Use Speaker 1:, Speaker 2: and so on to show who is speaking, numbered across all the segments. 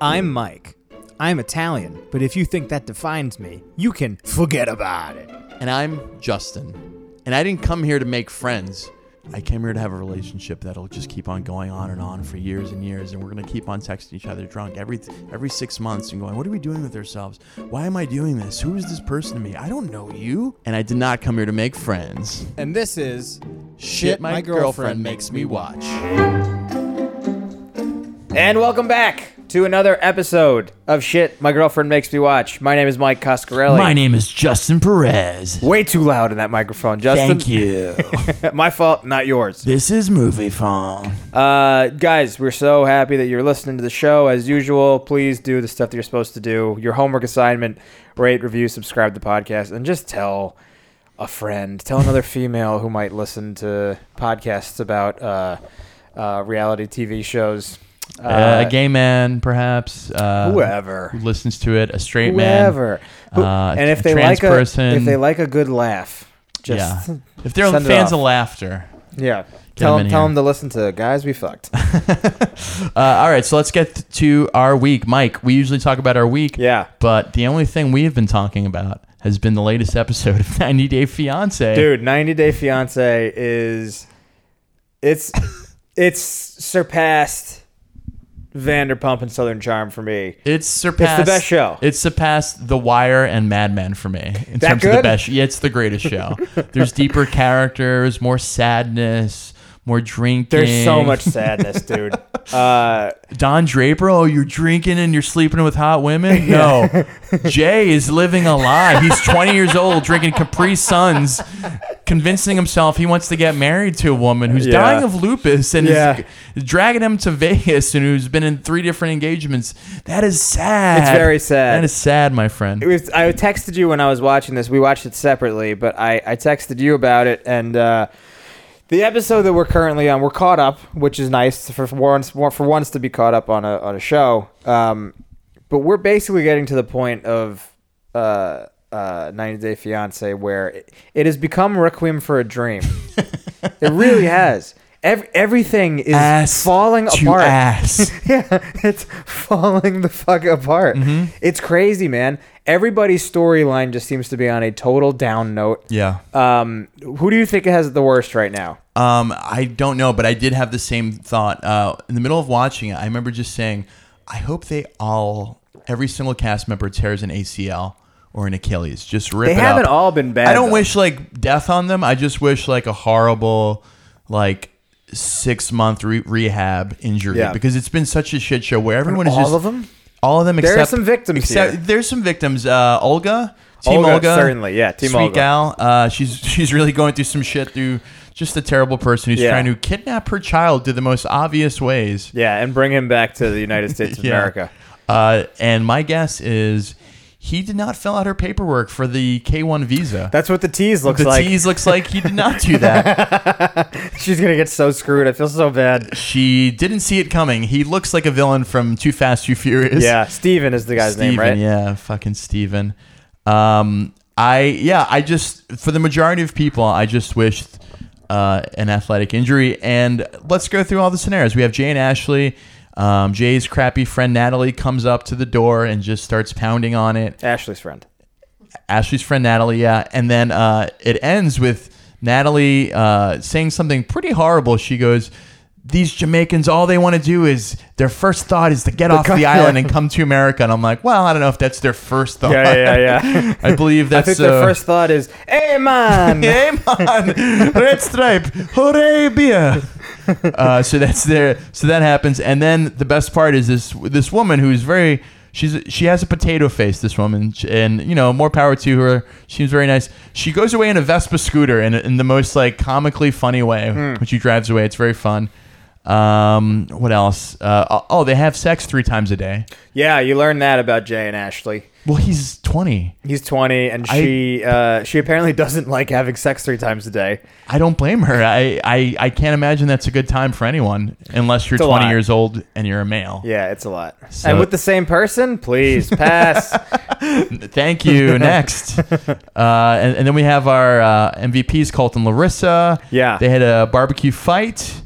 Speaker 1: I'm Mike. I'm Italian, but if you think that defines me, you can forget about it.
Speaker 2: And I'm Justin. And I didn't come here to make friends. I came here to have a relationship that'll just keep on going on and on for years and years, and we're gonna keep on texting each other drunk every every six months and going, "What are we doing with ourselves? Why am I doing this? Who is this person to me? I don't know you." And I did not come here to make friends.
Speaker 1: And this is
Speaker 2: Shit, my, girlfriend makes me watch.
Speaker 3: And welcome back to another episode of Shit My Girlfriend Makes Me Watch. My name is Mike Coscarelli.
Speaker 2: name is Justin Perez.
Speaker 3: Way too loud in that microphone, Justin.
Speaker 2: Thank you.
Speaker 3: My fault, not yours.
Speaker 2: this is movie phone.
Speaker 3: Uh, guys, we're so happy that you're listening to the show. As usual, please do the stuff that you're supposed to do. Your homework assignment, rate, review, subscribe to the podcast, and just tell a friend, tell another female who might listen to podcasts about uh, uh, reality TV shows. Uh,
Speaker 2: a gay man, perhaps. Uh,
Speaker 3: whoever.
Speaker 2: who listens to it? A straight man.
Speaker 3: whoever. Who-
Speaker 2: uh,
Speaker 3: and if
Speaker 2: a
Speaker 3: they
Speaker 2: trans
Speaker 3: like a
Speaker 2: person.
Speaker 3: if they like a good laugh, just
Speaker 2: yeah. If they're
Speaker 3: send it
Speaker 2: fans
Speaker 3: off.
Speaker 2: of laughter.
Speaker 3: yeah. Tell
Speaker 2: 'em
Speaker 3: them,
Speaker 2: in
Speaker 3: tell
Speaker 2: here.
Speaker 3: them to listen to guys. We fucked.
Speaker 2: Uh, all right, so let's get to our week, Mike. We usually talk about our week.
Speaker 3: Yeah.
Speaker 2: But the only thing we have been talking about has been the latest episode of 90 Day Fiance.
Speaker 3: dude 90 day fiance is it's it's surpassed vanderpump and southern charm for me
Speaker 2: It's surpassed
Speaker 3: best show.
Speaker 2: It's surpassed The Wire and Mad Men for me in
Speaker 3: That
Speaker 2: terms of the
Speaker 3: good?
Speaker 2: best. Yeah, it's the greatest show. There's deeper characters, more sadness, more drinking.
Speaker 3: there's so much sadness dude uh
Speaker 2: Don Draper, oh, you're drinking and you're sleeping with hot women? No. Jay is living a lie. He's 20 years old, drinking Capri Suns, convincing himself he wants to get married to a woman who's
Speaker 3: Yeah.
Speaker 2: dying of lupus and
Speaker 3: Yeah.
Speaker 2: is dragging him to Vegas and who's been in three different engagements. That is sad.
Speaker 3: It's very sad.
Speaker 2: That is sad, my friend.
Speaker 3: it was i texted you when i was watching this we watched it separately but i i texted you about it and uh the episode that we're currently on, we're caught up, which is nice for for once for once to be caught up on a on a show. Um, but we're basically getting to the point of uh, uh, 90 Day Fiance where it, it has become Requiem for a Dream. it really has. Every, everything is
Speaker 2: Ass
Speaker 3: falling
Speaker 2: to
Speaker 3: apart.
Speaker 2: ass.
Speaker 3: Yeah, it's falling the fuck apart. It's crazy, man. Everybody's storyline just seems to be on a total down note.
Speaker 2: yeah.
Speaker 3: Um, who do you think has it the worst right now?
Speaker 2: Um, I don't know, but I did have the same thought. Uh, in the middle of watching it, I remember just saying, I hope they all, every single cast member tears an ACL or an Achilles. Just rip
Speaker 3: They
Speaker 2: it
Speaker 3: haven't
Speaker 2: up.
Speaker 3: all been bad.
Speaker 2: I don't
Speaker 3: though.
Speaker 2: wish like death on them. I just wish like a horrible, like six month re- rehab injury
Speaker 3: Yeah.
Speaker 2: because it's been such a shit show where everyone is
Speaker 3: all
Speaker 2: just
Speaker 3: of them.
Speaker 2: all of them
Speaker 3: There are
Speaker 2: except
Speaker 3: some victims
Speaker 2: Except
Speaker 3: here.
Speaker 2: there's some victims. Uh, Olga, Team
Speaker 3: Olga,
Speaker 2: Olga,
Speaker 3: certainly, yeah, Team
Speaker 2: sweet
Speaker 3: Olga.
Speaker 2: gal. Uh, she's she's really going through some shit through just a terrible person who's
Speaker 3: Yeah.
Speaker 2: trying to kidnap her child to the most obvious ways.
Speaker 3: Yeah, and bring him back to the United States of
Speaker 2: Yeah.
Speaker 3: America.
Speaker 2: Uh, and my guess is he did not fill out her paperwork for the K1 visa.
Speaker 3: That's what the tease looks
Speaker 2: the
Speaker 3: like.
Speaker 2: tease looks like he did not do that.
Speaker 3: She's gonna get so screwed. I feel so bad.
Speaker 2: she didn't see it coming. He looks like a villain from Too Fast, Too Furious.
Speaker 3: Yeah, Steven is the guy's
Speaker 2: Steven,
Speaker 3: name, right?
Speaker 2: Yeah, fucking Steven. Um, I yeah, I just for the majority of people, I just wished uh, an athletic injury. And let's go through all the scenarios. We have Jay and Ashley. Um, Jay's crappy friend Natalie comes up to the door and just starts pounding on it.
Speaker 3: Ashley's friend.
Speaker 2: Ashley's friend Natalie, yeah, and then uh, it ends with Natalie uh, saying something pretty horrible. She goes. These Jamaicans, all they want to do is their first thought is to get off
Speaker 3: co-
Speaker 2: the island and come to America. And I'm like, well, I don't know if that's their first thought.
Speaker 3: Yeah, yeah, yeah. yeah.
Speaker 2: I believe
Speaker 3: I
Speaker 2: Oh. that's
Speaker 3: think their
Speaker 2: uh,
Speaker 3: first thought is, "Hey, man."
Speaker 2: Hey man, red stripe, hooray beer. Uh, so that's there. So that happens, and then the best part is this: this woman who is very, she's she has a potato face. This woman, and you know, more power to her. She's very nice. She goes away in a Vespa scooter in, in the most like comically funny way when she drives away. It's very fun. Um, what else? Uh, oh, they have sex three times a day.
Speaker 3: Yeah, you learn that about Jay and Ashley.
Speaker 2: Well, he's twenty.
Speaker 3: He's 20, and
Speaker 2: I-
Speaker 3: she uh, she apparently doesn't like having sex three times a day.
Speaker 2: I don't blame her. I, I, I can't imagine that's a good time for anyone unless you're
Speaker 3: It's a
Speaker 2: 20
Speaker 3: lot.
Speaker 2: years old and you're a male.
Speaker 3: Yeah, it's a lot.
Speaker 2: So-
Speaker 3: and with the same person, please pass.
Speaker 2: Thank you. Next. Uh, and, and then we have our uh, MVPs, Colton Larissa.
Speaker 3: Yeah.
Speaker 2: They had a barbecue fight.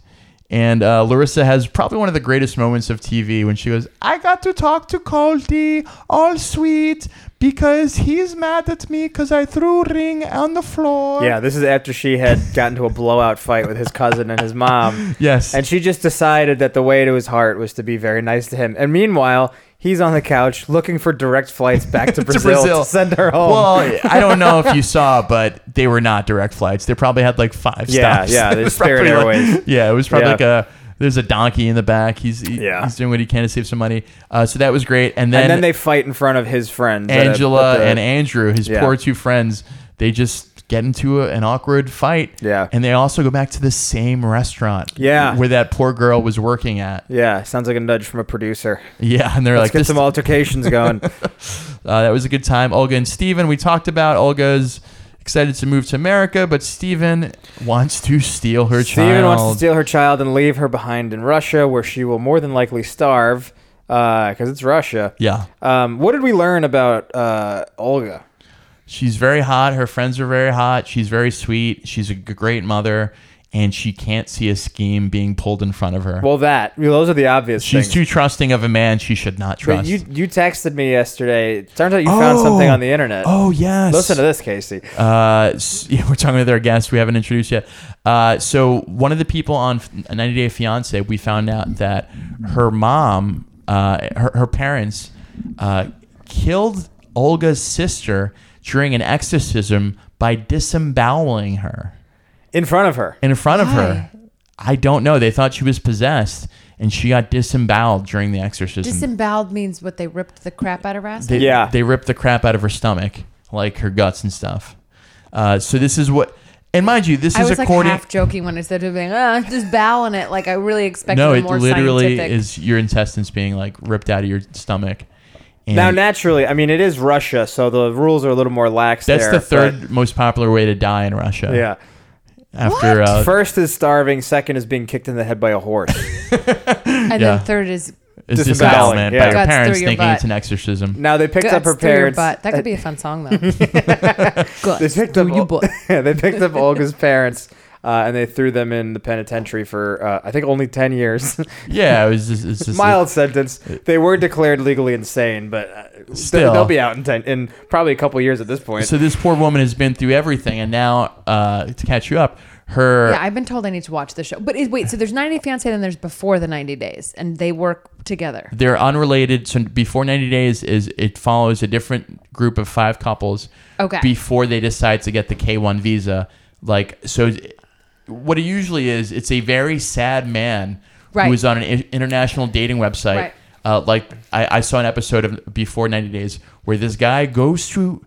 Speaker 2: And uh, Larissa has probably one of the greatest moments of TV when she goes, I got to talk to Colty, all sweet, because he's mad at me because I threw ring on the floor.
Speaker 3: Yeah, this is after she had gotten to a blowout fight with his cousin and his mom.
Speaker 2: Yes.
Speaker 3: And she just decided that the way to his heart was to be very nice to him. And meanwhile, he's on the couch looking for direct flights back to Brazil to, send her home.
Speaker 2: Well, I don't know if you saw, but they were not direct flights. They probably had like five
Speaker 3: Yeah,
Speaker 2: stops.
Speaker 3: yeah,
Speaker 2: It
Speaker 3: there's
Speaker 2: was
Speaker 3: Spirit
Speaker 2: probably like-
Speaker 3: Airways.
Speaker 2: yeah, it was probably
Speaker 3: Yeah.
Speaker 2: like a there's a donkey in the back. He's he-
Speaker 3: Yeah.
Speaker 2: he's doing what he can to save some money. Uh, so that was great. And then,
Speaker 3: and then they fight in front of his friends. at a-
Speaker 2: Angela
Speaker 3: at the-
Speaker 2: and Andrew, his
Speaker 3: Yeah.
Speaker 2: poor two friends, they just get into a, an awkward fight.
Speaker 3: Yeah.
Speaker 2: And they also go back to the same restaurant.
Speaker 3: Yeah.
Speaker 2: Where that poor girl was working at.
Speaker 3: Yeah, sounds like a nudge from a producer.
Speaker 2: Yeah. And they're
Speaker 3: Let's
Speaker 2: like,
Speaker 3: get
Speaker 2: this,
Speaker 3: some altercations going.
Speaker 2: Uh, that was a good time. Olga and Steven, we talked about. Olga's excited to move to America, but Steven wants to steal her
Speaker 3: Steven
Speaker 2: child.
Speaker 3: wants to steal her child and leave her behind in Russia, where she will more than likely starve, because it's Russia.
Speaker 2: yeah.
Speaker 3: Um, what did we learn about uh, Olga?
Speaker 2: She's very hot. Her friends are very hot. She's very sweet. She's a g- great mother. And she can't see a scheme being pulled in front of her.
Speaker 3: Well, that you know, those are the obvious
Speaker 2: She's
Speaker 3: things.
Speaker 2: too trusting of a man she should not
Speaker 3: but
Speaker 2: trust.
Speaker 3: you you texted me yesterday. Turns out you found something
Speaker 2: Oh.
Speaker 3: on the internet.
Speaker 2: oh, yes.
Speaker 3: Listen to this, Casey.
Speaker 2: Uh, s- yeah, we're talking with our guests we haven't introduced yet. Uh, so one of the people on F- 90 Day Fiance, we found out that her mom, uh, her, her parents, uh, killed Olga's sister during an exorcism by disemboweling her
Speaker 3: In front of her.
Speaker 2: in front of her. I don't know. They thought she was possessed, and she got disemboweled during the exorcism.
Speaker 4: Disemboweled means what they ripped the crap out of her ass.
Speaker 2: They,
Speaker 3: Yeah.
Speaker 2: They ripped the crap out of her stomach, like her guts and stuff. Uh, so this is what, and mind you, this
Speaker 4: I
Speaker 2: is
Speaker 4: was like
Speaker 2: according.
Speaker 4: half joking when I said to being ah, just bowing it. Like I really expected
Speaker 2: no,
Speaker 4: a
Speaker 2: it
Speaker 4: more
Speaker 2: literally
Speaker 4: scientific.
Speaker 2: is your intestines being like ripped out of your stomach. And
Speaker 3: Now, naturally, I mean, it is Russia, so the rules are a little more lax
Speaker 2: that's
Speaker 3: there,
Speaker 2: the
Speaker 3: but-
Speaker 2: third most popular way to die in Russia.
Speaker 3: yeah.
Speaker 2: After uh,
Speaker 3: First is starving. Second is being kicked in the head by a horse.
Speaker 4: and
Speaker 2: yeah.
Speaker 4: then third is
Speaker 2: is
Speaker 3: Disembowelling,
Speaker 2: disembowelment
Speaker 3: yeah.
Speaker 2: by
Speaker 4: Guts
Speaker 2: your parents
Speaker 4: through your
Speaker 2: thinking
Speaker 4: butt.
Speaker 2: it's an exorcism.
Speaker 3: now they picked
Speaker 4: guts
Speaker 3: up her
Speaker 4: through your
Speaker 3: parents. Uh,
Speaker 4: butt. That could be a fun song though. guts
Speaker 3: They picked
Speaker 4: through
Speaker 3: up
Speaker 4: your
Speaker 3: all-
Speaker 4: butt.
Speaker 3: they picked up Olga's parents uh, and they threw them in the penitentiary for uh, I think only ten years.
Speaker 2: Yeah, it was just, it's just
Speaker 3: Mild sentence. They were declared legally insane, but uh, th-
Speaker 2: Still.
Speaker 3: they'll be out in ten in probably a couple years at this point.
Speaker 2: So this poor woman has been through everything, and now uh, to catch you up, her
Speaker 4: Yeah, I've been told I need to watch the show. But it, wait, so there's 90 Day Fiance, then there's before the 90 days, and they work together.
Speaker 2: they're unrelated. So before 90 days is it follows a different group of five couples.
Speaker 4: Okay.
Speaker 2: Before they decide to get the K1 visa, like so, what it usually is, it's a very sad man
Speaker 4: Right.
Speaker 2: who is on an i- international dating website.
Speaker 4: Right.
Speaker 2: Uh, like I, I saw an episode of Before 90 Days where this guy goes through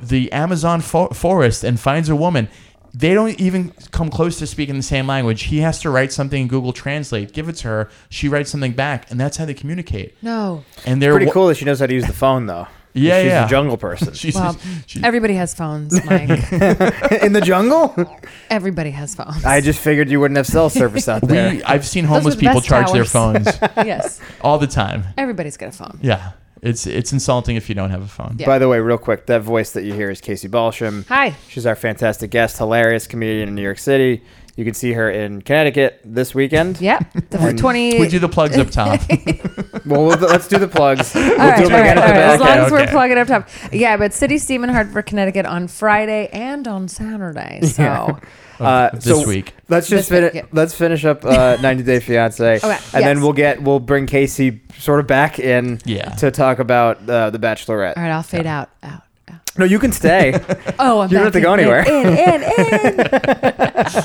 Speaker 2: the Amazon fo- forest and finds a woman. They don't even come close to speaking the same language. He has to write something in Google Translate, give it to her. She writes something back, and that's how they communicate.
Speaker 4: No.
Speaker 2: And they're
Speaker 3: Pretty
Speaker 2: wa-
Speaker 3: cool that she knows how to use the phone though.
Speaker 2: Yeah,
Speaker 3: she's
Speaker 2: yeah.
Speaker 3: a jungle person.
Speaker 2: She's,
Speaker 4: Well,
Speaker 2: she's-
Speaker 4: everybody has phones, Mike.
Speaker 3: in the jungle?
Speaker 4: everybody has phones.
Speaker 3: I just figured you wouldn't have cell service out there.
Speaker 2: we, I've seen homeless
Speaker 4: the
Speaker 2: people
Speaker 4: best
Speaker 2: charge their
Speaker 4: towers.
Speaker 2: phones
Speaker 4: yes.
Speaker 2: all the time.
Speaker 4: Everybody's got a phone.
Speaker 2: Yeah, it's it's insulting if you don't have a phone.
Speaker 4: Yeah.
Speaker 3: By the way, real quick, that voice that you hear is Casey Balsham.
Speaker 4: Hi.
Speaker 3: She's our fantastic guest, hilarious comedian in New York City. You can see her in Connecticut this weekend.
Speaker 4: Yep. The
Speaker 3: And
Speaker 4: 20.
Speaker 2: We do the plugs up top.
Speaker 3: Well, we'll let's do the plugs. We'll
Speaker 4: all right,
Speaker 3: do
Speaker 4: all
Speaker 3: them again
Speaker 4: right,
Speaker 3: at
Speaker 4: all
Speaker 3: the
Speaker 4: right. As
Speaker 3: back
Speaker 4: long
Speaker 3: end.
Speaker 4: as we're
Speaker 2: okay.
Speaker 4: plugging up top. Yeah, but City Steam in Hartford, Connecticut on Friday and on Saturday. So,
Speaker 3: Uh,
Speaker 2: This
Speaker 3: so
Speaker 2: week.
Speaker 3: Let's just
Speaker 4: This week,
Speaker 3: finish.
Speaker 4: yeah.
Speaker 3: Let's finish up uh, 90 Day Fiance,
Speaker 4: Okay,
Speaker 3: and then
Speaker 4: yes.
Speaker 3: we'll get we'll bring Casey sort of back in
Speaker 2: Yeah.
Speaker 3: to talk about uh, the Bachelorette.
Speaker 4: all right, I'll fade out. Out. out.
Speaker 3: No, you can stay.
Speaker 4: Oh, I'm
Speaker 3: You don't have
Speaker 4: back
Speaker 3: to go
Speaker 4: in,
Speaker 3: anywhere.
Speaker 4: In, in, in, in.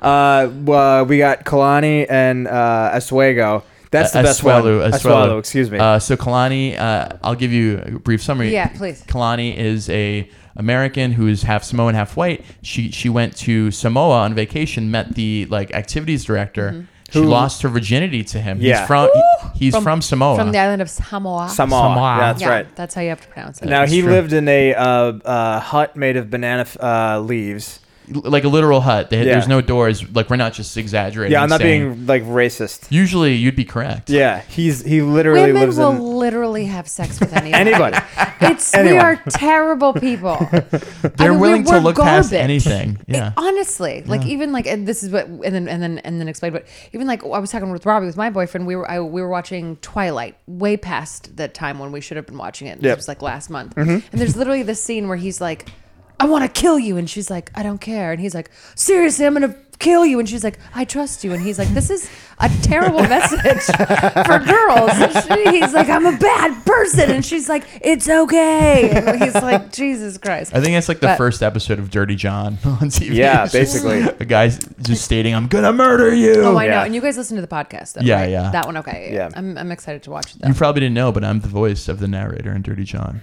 Speaker 3: Uh, well, we got Kalani and uh, Asuego. That's the best one.
Speaker 2: Asuelu,
Speaker 3: Asuelu, excuse me.
Speaker 2: Uh, so Kalani, uh, I'll give you a brief summary.
Speaker 4: Yeah, please.
Speaker 2: Kalani is a American who is half Samoan, half white. She she went to Samoa on vacation, met the like activities director. She
Speaker 3: Who-
Speaker 2: lost her virginity to him.
Speaker 3: Yeah.
Speaker 2: He's from he- he's from, Samoa.
Speaker 4: From the island of Samoa.
Speaker 3: Samoa.
Speaker 2: Samoa.
Speaker 3: Yeah, that's
Speaker 4: yeah,
Speaker 3: right.
Speaker 4: That's how you have to pronounce it.
Speaker 3: Now
Speaker 2: That's
Speaker 3: he
Speaker 2: true.
Speaker 3: lived in a uh, uh, hut made of banana f- uh, leaves.
Speaker 2: like a literal hut. They,
Speaker 3: Yeah.
Speaker 2: There's no doors. Like we're not just exaggerating.
Speaker 3: Yeah, I'm
Speaker 2: and
Speaker 3: not
Speaker 2: saying-
Speaker 3: being like racist.
Speaker 2: Usually, you'd be correct.
Speaker 3: Yeah, he's he literally
Speaker 4: Women
Speaker 3: lives
Speaker 4: will
Speaker 3: in
Speaker 4: literally have sex with anyone.
Speaker 3: anybody.
Speaker 4: It's we
Speaker 3: Anyone.
Speaker 4: are terrible people.
Speaker 2: They're
Speaker 4: I mean, we-
Speaker 2: willing to
Speaker 4: we're
Speaker 2: look past
Speaker 4: garbage.
Speaker 2: anything.
Speaker 4: It-
Speaker 2: Yeah.
Speaker 4: honestly, like even like and this is what and then and then and then explained. But even like I was talking with Robbie with my boyfriend. We were I, we were watching Twilight way past the time when we should have been watching it.
Speaker 3: Yep.
Speaker 4: It was like last month.
Speaker 2: Mm-hmm.
Speaker 4: And there's literally this scene where he's like, "I want to kill you," and she's like, "I don't care," and he's like, "Seriously, I'm gonna." Kill you, and she's like, "I trust you," and he's like, "This is a terrible message for girls." And she- he's like, "I'm a bad person," and she's like, "It's okay." And he's like, "Jesus Christ!"
Speaker 2: I think that's like the
Speaker 4: But-
Speaker 2: first episode of Dirty John on TV.
Speaker 3: Yeah,
Speaker 2: It's just
Speaker 3: basically.
Speaker 2: a guy's just stating, "I'm gonna murder you."
Speaker 4: Oh, I know.
Speaker 3: Yeah.
Speaker 4: And you guys listen to the podcast, though,
Speaker 2: Yeah,
Speaker 4: right?
Speaker 2: yeah.
Speaker 4: That one, okay.
Speaker 3: Yeah.
Speaker 4: Yeah, I'm, I'm excited to watch it.
Speaker 2: You
Speaker 4: Though.
Speaker 2: probably didn't know, but I'm the voice of the narrator in Dirty John,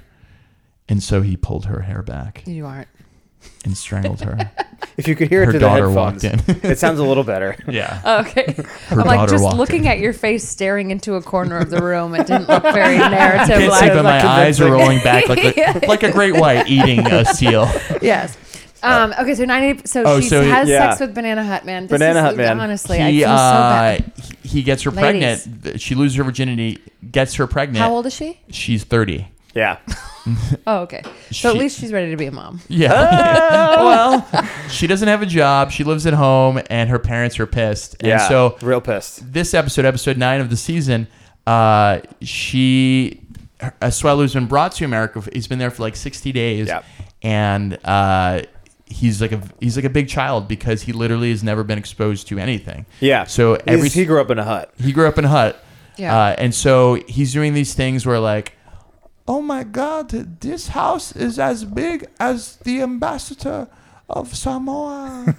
Speaker 2: and so he pulled her hair back
Speaker 4: You aren't.
Speaker 2: and strangled her.
Speaker 3: If you could hear it
Speaker 2: Her
Speaker 3: through the
Speaker 2: daughter
Speaker 3: headphones,
Speaker 2: walked
Speaker 3: it sounds a little better.
Speaker 2: yeah.
Speaker 4: Okay.
Speaker 2: Her
Speaker 4: I'm like
Speaker 2: daughter
Speaker 4: just
Speaker 2: walked
Speaker 4: looking
Speaker 2: in.
Speaker 4: at your face, staring into a corner of the room. It didn't look very narrative.
Speaker 2: Can't see,
Speaker 4: like,
Speaker 2: but my
Speaker 3: like
Speaker 2: eyes are
Speaker 3: convincing.
Speaker 2: rolling back like a, like a great white eating a seal.
Speaker 4: yes. Um, okay, so 90. So
Speaker 2: Oh,
Speaker 4: she
Speaker 2: so-
Speaker 4: has
Speaker 3: Yeah.
Speaker 4: sex with Banana Hut Man. This
Speaker 3: Banana
Speaker 4: is,
Speaker 3: Hut Man.
Speaker 4: Honestly, I
Speaker 2: He,
Speaker 4: feel so
Speaker 2: uh,
Speaker 4: bad.
Speaker 2: he he gets her
Speaker 4: Ladies.
Speaker 2: pregnant. Th- She loses her virginity, gets her pregnant.
Speaker 4: How old is she?
Speaker 2: She's 30.
Speaker 3: Yeah.
Speaker 4: Oh, okay. So at
Speaker 2: She-
Speaker 4: least she's ready to be a mom.
Speaker 2: Yeah.
Speaker 3: Oh.
Speaker 2: well, she doesn't have a job. She lives at home, and her parents are pissed. And
Speaker 3: Yeah.
Speaker 2: so
Speaker 3: real pissed.
Speaker 2: this episode, episode nine of the season, uh, she, Asuelu's been brought to America. He's been there for like sixty days,
Speaker 3: Yep.
Speaker 2: and uh, he's like a he's like a big child because he literally has never been exposed to anything.
Speaker 3: Yeah.
Speaker 2: So
Speaker 3: He's-
Speaker 2: every
Speaker 3: he grew up in a hut.
Speaker 2: he grew up in a hut.
Speaker 4: Yeah.
Speaker 2: Uh, and so he's doing these things where like, oh my God, this house is as big as the ambassador of Samoa.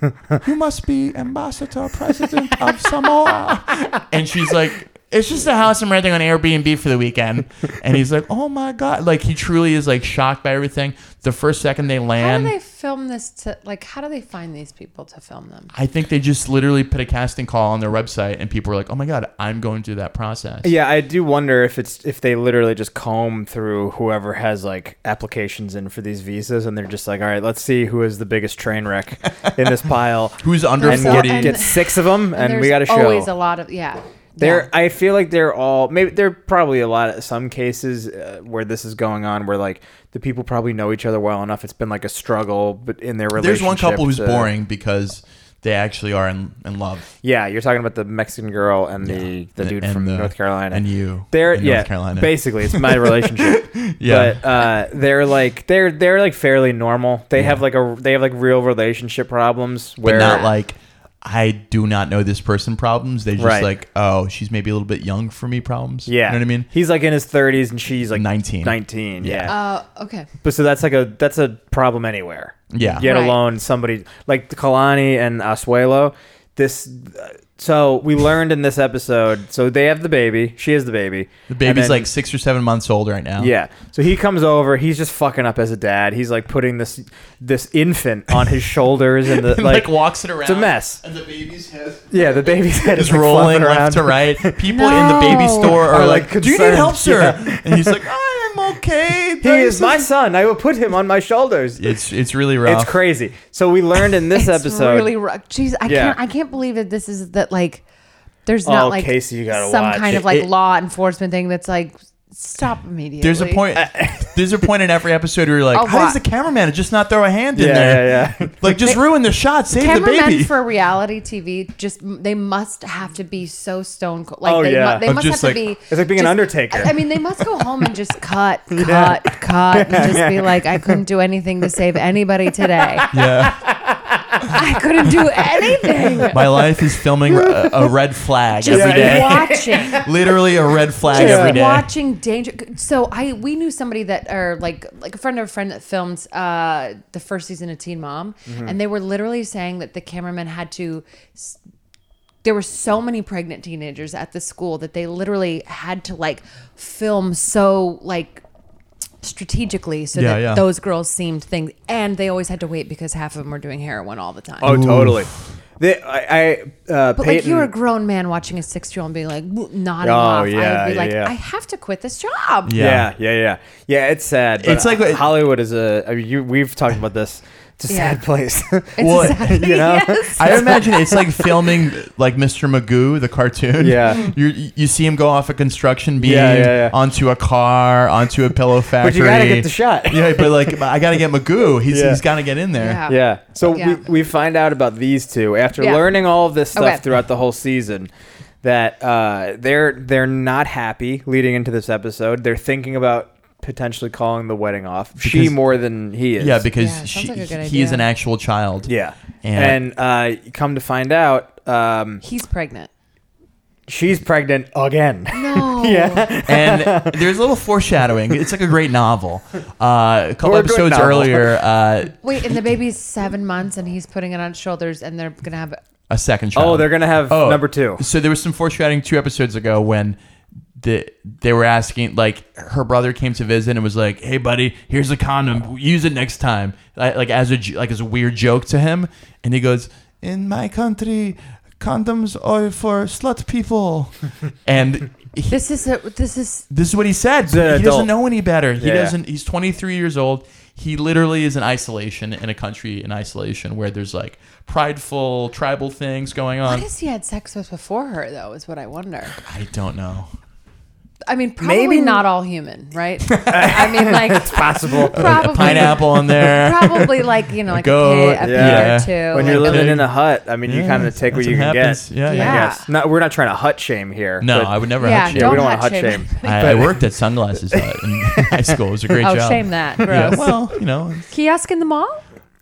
Speaker 2: you must be ambassador president of Samoa. And she's like, it's just a house I'm renting on Airbnb for the weekend. And he's like, oh my God. Like he truly is like shocked by everything. The first second they
Speaker 4: How do
Speaker 2: land.
Speaker 4: they film this? To like, how do they find these people to film them?
Speaker 2: I think they just literally put a casting call on their website, and people were like, "Oh my god, I'm going through that process."
Speaker 3: Yeah, I do wonder if it's if they literally just comb through whoever has like applications in for these visas, and they're just like, all right, let's see who is the biggest train wreck in this pile,
Speaker 2: Who's under
Speaker 3: and
Speaker 4: So-
Speaker 3: get,
Speaker 2: forty?
Speaker 4: and-
Speaker 3: get six of them, and, we got
Speaker 4: there's
Speaker 3: to show.
Speaker 4: Always a lot of yeah.
Speaker 3: There,
Speaker 4: Yeah.
Speaker 3: I feel like they're all maybe there are probably a lot of some cases uh, where this is going on where like the people probably know each other well enough. It's been like a struggle, but in their relationship,
Speaker 2: There's one couple who's
Speaker 3: to-
Speaker 2: boring because they actually are in, in love.
Speaker 3: Yeah, you're talking about the Mexican girl and the the dude
Speaker 2: And
Speaker 3: from
Speaker 2: the-
Speaker 3: North Carolina
Speaker 2: and you.
Speaker 3: They're
Speaker 2: in
Speaker 3: yeah,
Speaker 2: North Carolina.
Speaker 3: basically it's my relationship.
Speaker 2: Yeah.
Speaker 3: but uh, they're like they're they're like fairly normal. They have like a they have like real relationship problems
Speaker 2: but
Speaker 3: where
Speaker 2: not like I do not know this person problems. They just
Speaker 3: Right.
Speaker 2: like, oh, she's maybe a little bit young for me problems.
Speaker 3: yeah,
Speaker 2: you know what I mean.
Speaker 3: He's like in his 30s and she's like
Speaker 2: 19.
Speaker 3: 19, yeah.
Speaker 4: Uh, okay.
Speaker 3: but so that's like a that's a problem anywhere.
Speaker 2: Yeah.
Speaker 3: Yet
Speaker 4: Right.
Speaker 3: alone somebody like Kalani and Asuelo. This uh, so we learned in this episode. So they have the baby. She has the baby.
Speaker 2: The baby's
Speaker 3: And then-
Speaker 2: like six or seven months old right now.
Speaker 3: Yeah. So he comes over. He's just fucking up as a dad. He's like putting this this infant on his shoulders and the
Speaker 2: And,
Speaker 3: like.
Speaker 2: like, walks it around.
Speaker 3: it's a mess.
Speaker 2: And the baby's head
Speaker 3: Yeah, the baby's head
Speaker 2: is
Speaker 3: is like,
Speaker 2: rolling
Speaker 3: flopping around.
Speaker 2: left to right. People in the baby
Speaker 4: No.
Speaker 2: store are,
Speaker 3: Are,
Speaker 2: like,
Speaker 3: like,
Speaker 2: "Do you need
Speaker 3: concerned."
Speaker 2: help, sir?"
Speaker 3: Yeah.
Speaker 2: And he's like, "I am okay."
Speaker 3: He is my son. I will put him on my shoulders.
Speaker 2: It's it's really rough.
Speaker 3: It's crazy. So we learned in this
Speaker 4: It's
Speaker 3: episode.
Speaker 4: Really rough. Jeez, I
Speaker 3: Yeah.
Speaker 4: can't. I can't believe that this is that like. There's
Speaker 3: Oh,
Speaker 4: not like
Speaker 3: Casey, you gotta
Speaker 4: some
Speaker 3: watch.
Speaker 4: kind
Speaker 2: It-
Speaker 4: of like
Speaker 2: it-
Speaker 4: law enforcement thing that's like stop immediately.
Speaker 2: There's a point.
Speaker 4: Uh,
Speaker 2: there's a point in every episode where you're like,
Speaker 4: I'll
Speaker 2: "How does
Speaker 4: wa-
Speaker 2: the cameraman just not throw a hand in
Speaker 3: Yeah,
Speaker 2: there?
Speaker 3: yeah, yeah.
Speaker 2: Like, just ruin the shot, save the
Speaker 4: Cameramen
Speaker 2: baby."
Speaker 4: for reality TV just they must have to be so stone cold. Like
Speaker 3: Oh,
Speaker 4: they,
Speaker 3: yeah.
Speaker 4: mu- they
Speaker 2: I'm
Speaker 4: must
Speaker 2: just
Speaker 4: have to
Speaker 2: like-
Speaker 4: be.
Speaker 3: It's like being an
Speaker 4: just-
Speaker 3: undertaker.
Speaker 4: I, I mean, they must go home and just cut, cut, cut, and just be like, I couldn't do anything to save anybody today.
Speaker 2: yeah,
Speaker 4: I couldn't do anything.
Speaker 2: my life is filming a, a red flag
Speaker 4: Just
Speaker 2: every day.
Speaker 4: watching.
Speaker 2: Literally a red flag
Speaker 4: just
Speaker 2: every day.
Speaker 4: watching danger. So I we knew somebody that are like like a friend of a friend that filmed uh, the first season of Teen Mom,
Speaker 3: Mm-hmm.
Speaker 4: and they were literally saying that the cameraman had to. s- There were so many pregnant teenagers at the school that they literally had to like film so like strategically so
Speaker 2: Yeah,
Speaker 4: that
Speaker 2: yeah.
Speaker 4: those girls seemed things and they always had to wait because half of them were doing heroin all the time
Speaker 3: oh, totally. They, I, I uh,
Speaker 4: but like
Speaker 3: Peyton,
Speaker 4: you're a grown man watching a six year old being like "Woo," nodding
Speaker 3: Oh,
Speaker 4: off
Speaker 3: yeah,
Speaker 4: i would
Speaker 3: yeah,
Speaker 4: be like
Speaker 3: yeah.
Speaker 4: i have to quit this job
Speaker 2: Yeah.
Speaker 3: Yeah, yeah, yeah, yeah. It's sad. But
Speaker 2: It's
Speaker 3: it's
Speaker 2: like-
Speaker 3: like Hollywood is a. I mean, you, we've talked about this. It's a
Speaker 4: Yeah.
Speaker 3: sad place.
Speaker 4: It's
Speaker 2: Well,
Speaker 4: a sad,
Speaker 3: you know?
Speaker 4: yes.
Speaker 2: I imagine it's like filming like Mr. Magoo, the cartoon.
Speaker 3: Yeah.
Speaker 2: You you see him go off a construction beam
Speaker 3: Yeah, yeah, yeah.
Speaker 2: onto a car, onto a pillow factory.
Speaker 3: but you gotta get the shot.
Speaker 2: yeah, but like I gotta get Magoo. He's
Speaker 3: Yeah.
Speaker 2: he's gotta get in there.
Speaker 4: Yeah.
Speaker 3: Yeah. So
Speaker 4: Yeah.
Speaker 3: We, we find out about these two after
Speaker 4: Yeah.
Speaker 3: learning all of this stuff
Speaker 4: Okay.
Speaker 3: throughout the whole season that uh, they're they're not happy leading into this episode. They're thinking about potentially calling the wedding off. she
Speaker 2: Because-
Speaker 3: more than he is.
Speaker 2: Yeah, because
Speaker 4: sounds
Speaker 2: she,
Speaker 4: like a good
Speaker 2: he is
Speaker 4: idea.
Speaker 2: an actual child.
Speaker 3: yeah.
Speaker 2: And-
Speaker 3: And, uh, come to find out, um,
Speaker 4: He's pregnant.
Speaker 3: she's pregnant again.
Speaker 4: No.
Speaker 3: yeah.
Speaker 2: and there's a little foreshadowing. It's like a great novel. Uh, a couple
Speaker 3: Or a good
Speaker 2: episodes
Speaker 3: novel.
Speaker 2: earlier, uh,
Speaker 4: Wait, and the baby's seven months, and he's putting it on his shoulders, and they're gonna have.
Speaker 2: a second child.
Speaker 3: Oh, they're gonna have
Speaker 2: Oh.
Speaker 3: number two.
Speaker 2: So there was some foreshadowing two episodes ago when the they were asking like her brother came to visit and was like, "Hey buddy, here's a condom. Use it next time." Like, like as a j- like as a weird joke to him, and he goes, "In my country, condoms are for slut people." and he,
Speaker 4: This is a. This is.
Speaker 2: this is what he said.
Speaker 3: an
Speaker 2: he
Speaker 3: adult.
Speaker 2: doesn't know any better. He
Speaker 3: Yeah.
Speaker 2: doesn't. He's 23 years old. He literally is in isolation in a country in isolation where there's like prideful tribal things going on.
Speaker 4: What has he had sex with before her, though? Is what I wonder.
Speaker 2: I don't know.
Speaker 4: I mean, probably
Speaker 3: Maybe-
Speaker 4: not all human, right? I mean, like it's
Speaker 3: Possible.
Speaker 4: Probably
Speaker 2: A pineapple in there.
Speaker 4: Probably like you know, like
Speaker 2: goat,
Speaker 4: a pig, a
Speaker 2: yeah.
Speaker 4: pig or two.
Speaker 3: When you're
Speaker 4: like,
Speaker 3: living
Speaker 2: a-
Speaker 3: in a hut, I mean, you
Speaker 2: Yeah,
Speaker 3: kind of take what
Speaker 2: that's
Speaker 3: you can
Speaker 2: happens.
Speaker 3: get.
Speaker 2: Yeah,
Speaker 4: Yeah.
Speaker 2: yeah.
Speaker 3: Yes. Not, we're not trying to hut shame here.
Speaker 2: No,
Speaker 3: but-
Speaker 2: I would never
Speaker 4: Yeah,
Speaker 2: have shame.
Speaker 3: Yeah, we
Speaker 4: Don't
Speaker 3: don't want
Speaker 4: hut
Speaker 3: to hut
Speaker 4: shame.
Speaker 3: shame.
Speaker 2: I, I worked at sunglasses Hut in high school. It was a great
Speaker 4: oh,
Speaker 2: job.
Speaker 4: shame that.
Speaker 2: Yeah,
Speaker 4: Gross.
Speaker 2: well, you know,
Speaker 4: Kiosk in the mall?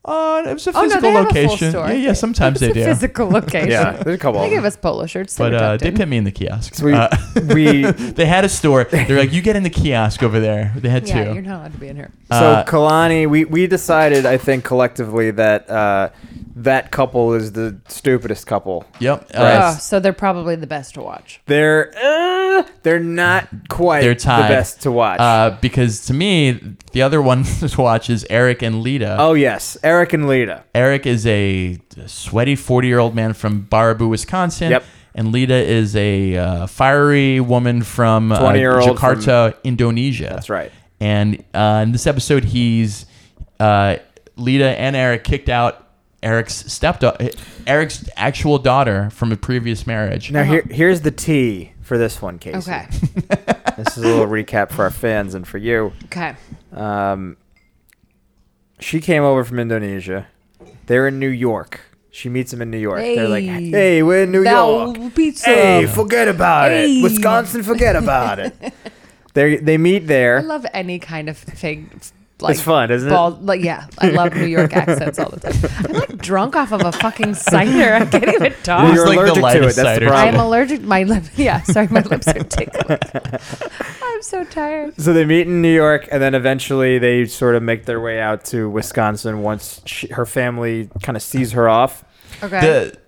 Speaker 2: uh, it was a
Speaker 4: Oh no,
Speaker 2: physical
Speaker 4: they have a full
Speaker 2: location.
Speaker 4: store.
Speaker 2: yeah, yeah,
Speaker 4: They-
Speaker 2: sometimes
Speaker 4: it's
Speaker 2: they
Speaker 4: a
Speaker 2: do.
Speaker 4: Physical location.
Speaker 3: Yeah, there's a couple.
Speaker 4: They
Speaker 3: of
Speaker 4: give
Speaker 3: them.
Speaker 4: us polo shirts. They
Speaker 2: but
Speaker 4: were
Speaker 2: uh,
Speaker 4: tucked
Speaker 2: they
Speaker 4: in.
Speaker 2: put me in the kiosk.
Speaker 3: So we,
Speaker 2: Uh,
Speaker 3: we
Speaker 2: they had a store. They're like, you get in the kiosk over there. They had
Speaker 4: Yeah,
Speaker 2: two.
Speaker 4: you're not allowed to be in here.
Speaker 2: Uh,
Speaker 3: so Kalani, we we decided I think collectively that uh, that couple is the stupidest couple.
Speaker 2: Yep. Uh,
Speaker 3: Right.
Speaker 4: Oh, so they're probably the best to watch.
Speaker 3: They're uh, they're not quite
Speaker 2: They're
Speaker 3: the
Speaker 2: tied.
Speaker 3: best to watch.
Speaker 2: Uh, because to me, the other one to watch is Eric and Lita.
Speaker 3: oh yes, Eric and Lita.
Speaker 2: Eric is a sweaty 40 year old man from Baraboo, Wisconsin.
Speaker 3: Yep.
Speaker 2: And Lita is a uh, fiery woman from uh,
Speaker 3: 20-year-old
Speaker 2: Jakarta, Indonesia.
Speaker 3: That's right.
Speaker 2: And uh, in this episode, he's uh, Lita and Eric kicked out Eric's stepdaughter, Eric's actual daughter from a previous marriage.
Speaker 3: Now here here's the T for this one, Casey.
Speaker 4: Okay.
Speaker 3: This is a little recap for our fans and for you.
Speaker 4: Okay.
Speaker 3: Um, she came over from Indonesia. They're in New York. She meets him in New York. They're like,
Speaker 4: Hey.
Speaker 3: "Hey, we're in New
Speaker 4: Now,
Speaker 3: York."
Speaker 4: pizza.
Speaker 3: Hey, forget about
Speaker 4: Hey.
Speaker 3: it. Wisconsin, forget about it. They they meet
Speaker 4: I
Speaker 3: there.
Speaker 4: love any kind of fig. Like,
Speaker 3: fun, isn't it?
Speaker 4: bald, Like, yeah, I love New York accents all the time. I'm like drunk off of a fucking cider. I can't even talk.
Speaker 2: It's
Speaker 3: You're
Speaker 2: like the
Speaker 3: allergic to it. That's
Speaker 2: lightest
Speaker 3: the
Speaker 2: cider.
Speaker 3: problem.
Speaker 4: I'm allergic. My lip. Yeah, sorry, my lips are tickling. I'm so tired.
Speaker 3: So they meet in New York, and then eventually they sort of make their way out to Wisconsin once she, her family kind of sees her off.
Speaker 4: Okay.
Speaker 2: the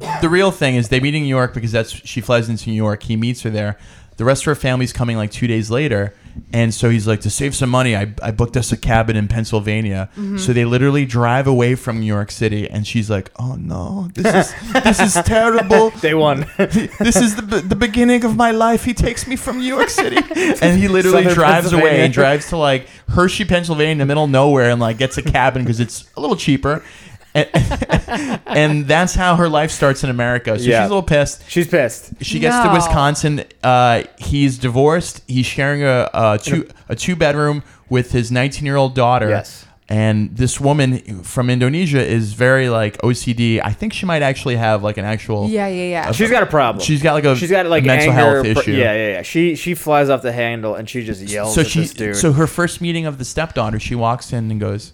Speaker 2: the the real thing is they meet in New York because that's she flies into New York. He meets her there. The rest of her family's coming like two days later, and so he's like, to save some money, I, I booked us a cabin in Pennsylvania. So they literally drive away from New York City, and she's like, oh no, this is this is terrible.
Speaker 3: Day one.
Speaker 2: This is the, be- the beginning of my life. He takes me from New York City, and he literally
Speaker 3: Southern
Speaker 2: drives away
Speaker 3: Pennsylvania.
Speaker 2: and drives to like Hershey, Pennsylvania, in the middle of nowhere, and like gets a cabin because it's a little cheaper. And, and that's how her life starts in America. So
Speaker 3: Yeah.
Speaker 2: she's a little pissed.
Speaker 3: She's pissed.
Speaker 2: She gets to
Speaker 4: No.
Speaker 2: Wisconsin. Uh, he's divorced. He's sharing a, a two a two bedroom with his 19 year old daughter.
Speaker 3: Yes.
Speaker 2: And this woman from Indonesia is very like OCD. I think she might actually have like an actual
Speaker 4: yeah, yeah, yeah.
Speaker 3: She's got a problem.
Speaker 2: She's got, like, a-
Speaker 3: she's got like
Speaker 2: a mental
Speaker 3: anger,
Speaker 2: health
Speaker 3: pro-
Speaker 2: issue.
Speaker 3: Yeah, yeah, yeah. She she flies off the handle and she just yells
Speaker 2: so
Speaker 3: at
Speaker 2: she
Speaker 3: this dude.
Speaker 2: so her first meeting of the stepdaughter she walks in and goes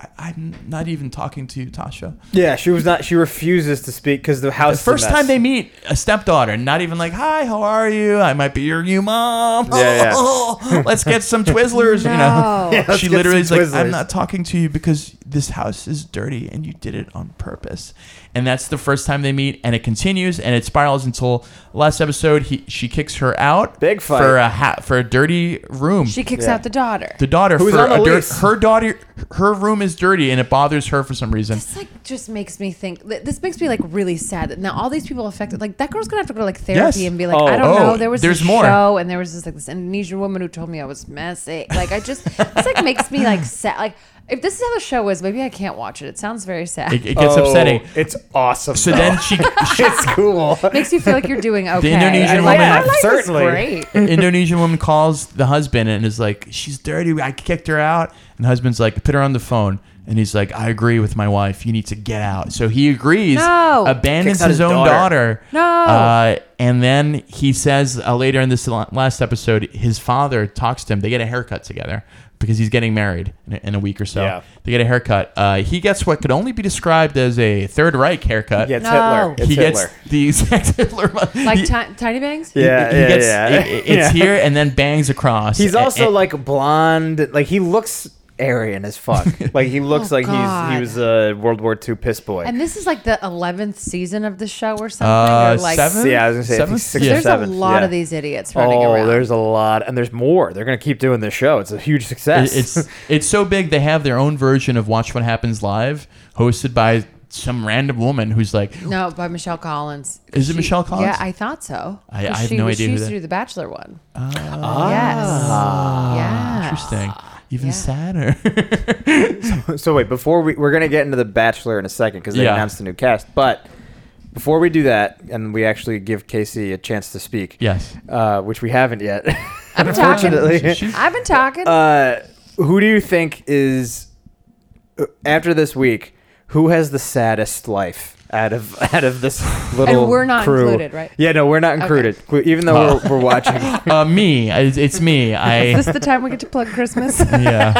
Speaker 2: I, i'm not even talking to you tasha
Speaker 3: yeah, she was not. She refuses to speak because the house.
Speaker 2: the first time they meet a stepdaughter not even like hi how are you i might be your new mom
Speaker 3: Yeah,
Speaker 2: let's get some twizzlers you know
Speaker 4: No. Yeah,
Speaker 3: let's
Speaker 2: she
Speaker 3: get
Speaker 2: literally is
Speaker 3: some
Speaker 2: like i'm
Speaker 3: Twizzlers."
Speaker 2: not talking to you because this house is dirty and you did it on purpose and that's the first time they meet and it continues and it spirals until last episode he, she kicks her out
Speaker 3: Big fight.
Speaker 2: for a hat for a dirty room
Speaker 4: she kicks
Speaker 3: Yeah.
Speaker 4: out the daughter.
Speaker 2: the daughter
Speaker 3: Who's
Speaker 2: for
Speaker 3: on the
Speaker 2: a dirt-
Speaker 3: lease.
Speaker 2: her daughter her room is dirty and it bothers her for some reason
Speaker 4: This like just makes me think. th- This makes me like really sad that now all these people affected. Like that girl's gonna have to go to like therapy
Speaker 2: Yes.
Speaker 4: and be like,
Speaker 3: Oh,
Speaker 4: I don't
Speaker 2: oh,
Speaker 4: know. There was
Speaker 2: there's
Speaker 4: this
Speaker 2: more.
Speaker 4: show and there was this like this Indonesian woman who told me I was messy. Like I just this like makes me like sad. Like If this is how the show was, maybe I can't watch it. It sounds very sad.
Speaker 2: It, it gets
Speaker 3: Oh,
Speaker 2: upsetting.
Speaker 1: It's awesome.
Speaker 2: So then she, she
Speaker 3: It's cool.
Speaker 4: Makes you feel like you're doing okay.
Speaker 2: Indonesian
Speaker 4: I like,
Speaker 2: woman-
Speaker 4: I like
Speaker 1: Certainly.
Speaker 4: This great.
Speaker 2: Indonesian woman calls the husband and is like, "She's dirty. I kicked her out." And the husband's like, "Put her on the phone." And he's like, "I agree with my wife. You need to get out." So he agrees,
Speaker 4: No.
Speaker 2: abandons
Speaker 3: Kicks out
Speaker 2: his,
Speaker 3: his
Speaker 2: own daughter.
Speaker 3: daughter.
Speaker 4: No.
Speaker 2: Uh, and then he says uh, later in this la- last episode, his father talks to him. They get a haircut together because he's getting married in a, in a week or so.
Speaker 1: Yeah.
Speaker 2: They get a haircut. Uh, he gets what could only be described as a Third Reich haircut.
Speaker 1: yeah, it's
Speaker 4: No.
Speaker 1: Hitler. It's
Speaker 2: he
Speaker 1: Hitler.
Speaker 2: gets the exact Hitler.
Speaker 4: Like
Speaker 2: He-
Speaker 4: ti- Tiny Bangs?
Speaker 2: he-
Speaker 3: Yeah,
Speaker 2: he
Speaker 3: yeah,
Speaker 2: gets-
Speaker 3: yeah.
Speaker 2: it- it-
Speaker 3: Yeah.
Speaker 2: it's here and then bangs across.
Speaker 3: He's
Speaker 2: A-
Speaker 3: also
Speaker 2: a-
Speaker 3: like blonde. Like he looks Aryan as fuck. like he looks
Speaker 4: Oh,
Speaker 3: like he's
Speaker 4: God.
Speaker 3: he was a World War II piss boy.
Speaker 4: And this is like the 11th season of the show or something.
Speaker 2: Uh,
Speaker 4: or like,
Speaker 2: seven?
Speaker 3: So, yeah, I was gonna say I think
Speaker 2: Seven?
Speaker 3: six
Speaker 2: Yeah.
Speaker 3: or
Speaker 4: There's
Speaker 3: seven.
Speaker 4: a lot
Speaker 3: Yeah.
Speaker 4: of these idiots running
Speaker 3: Oh,
Speaker 4: around.
Speaker 3: there's a lot, and there's more. They're gonna keep doing this show. It's a huge success.
Speaker 2: It- It's it's so big they have their own version of Watch What Happens Live, hosted by some random woman who's like,
Speaker 4: No, by Michelle Collins.
Speaker 2: Is it Michelle Collins?
Speaker 4: Yeah, I thought so.
Speaker 2: I-
Speaker 4: 'Cause
Speaker 2: I have
Speaker 4: she,
Speaker 2: no
Speaker 4: was-
Speaker 2: idea who
Speaker 4: She used
Speaker 2: that- Ah.
Speaker 4: to do the Bachelor one. yes. Yes.
Speaker 2: interesting, even
Speaker 4: Ah, Yeah.
Speaker 2: sadder.
Speaker 3: so wait, before we we're gonna get into the Bachelor in a second because they
Speaker 2: Yeah.
Speaker 3: announced the new cast, but before we do that, and we actually give Casey a chance to speak,
Speaker 2: yes.
Speaker 3: uh, which we haven't yet,
Speaker 4: I'm
Speaker 3: unfortunately.
Speaker 4: talking. I've been talking.
Speaker 3: Uh, who do you think is uh, after this week? Who has the saddest life out of out of this little?
Speaker 4: we're not
Speaker 3: crew?
Speaker 4: included, right?
Speaker 3: Yeah, no, we're not included. We- Even though
Speaker 2: Oh.
Speaker 3: we're, we're watching,
Speaker 2: Uh, me, I- it's, it's me. I
Speaker 4: is this the time we get to plug Christmas?
Speaker 2: yeah.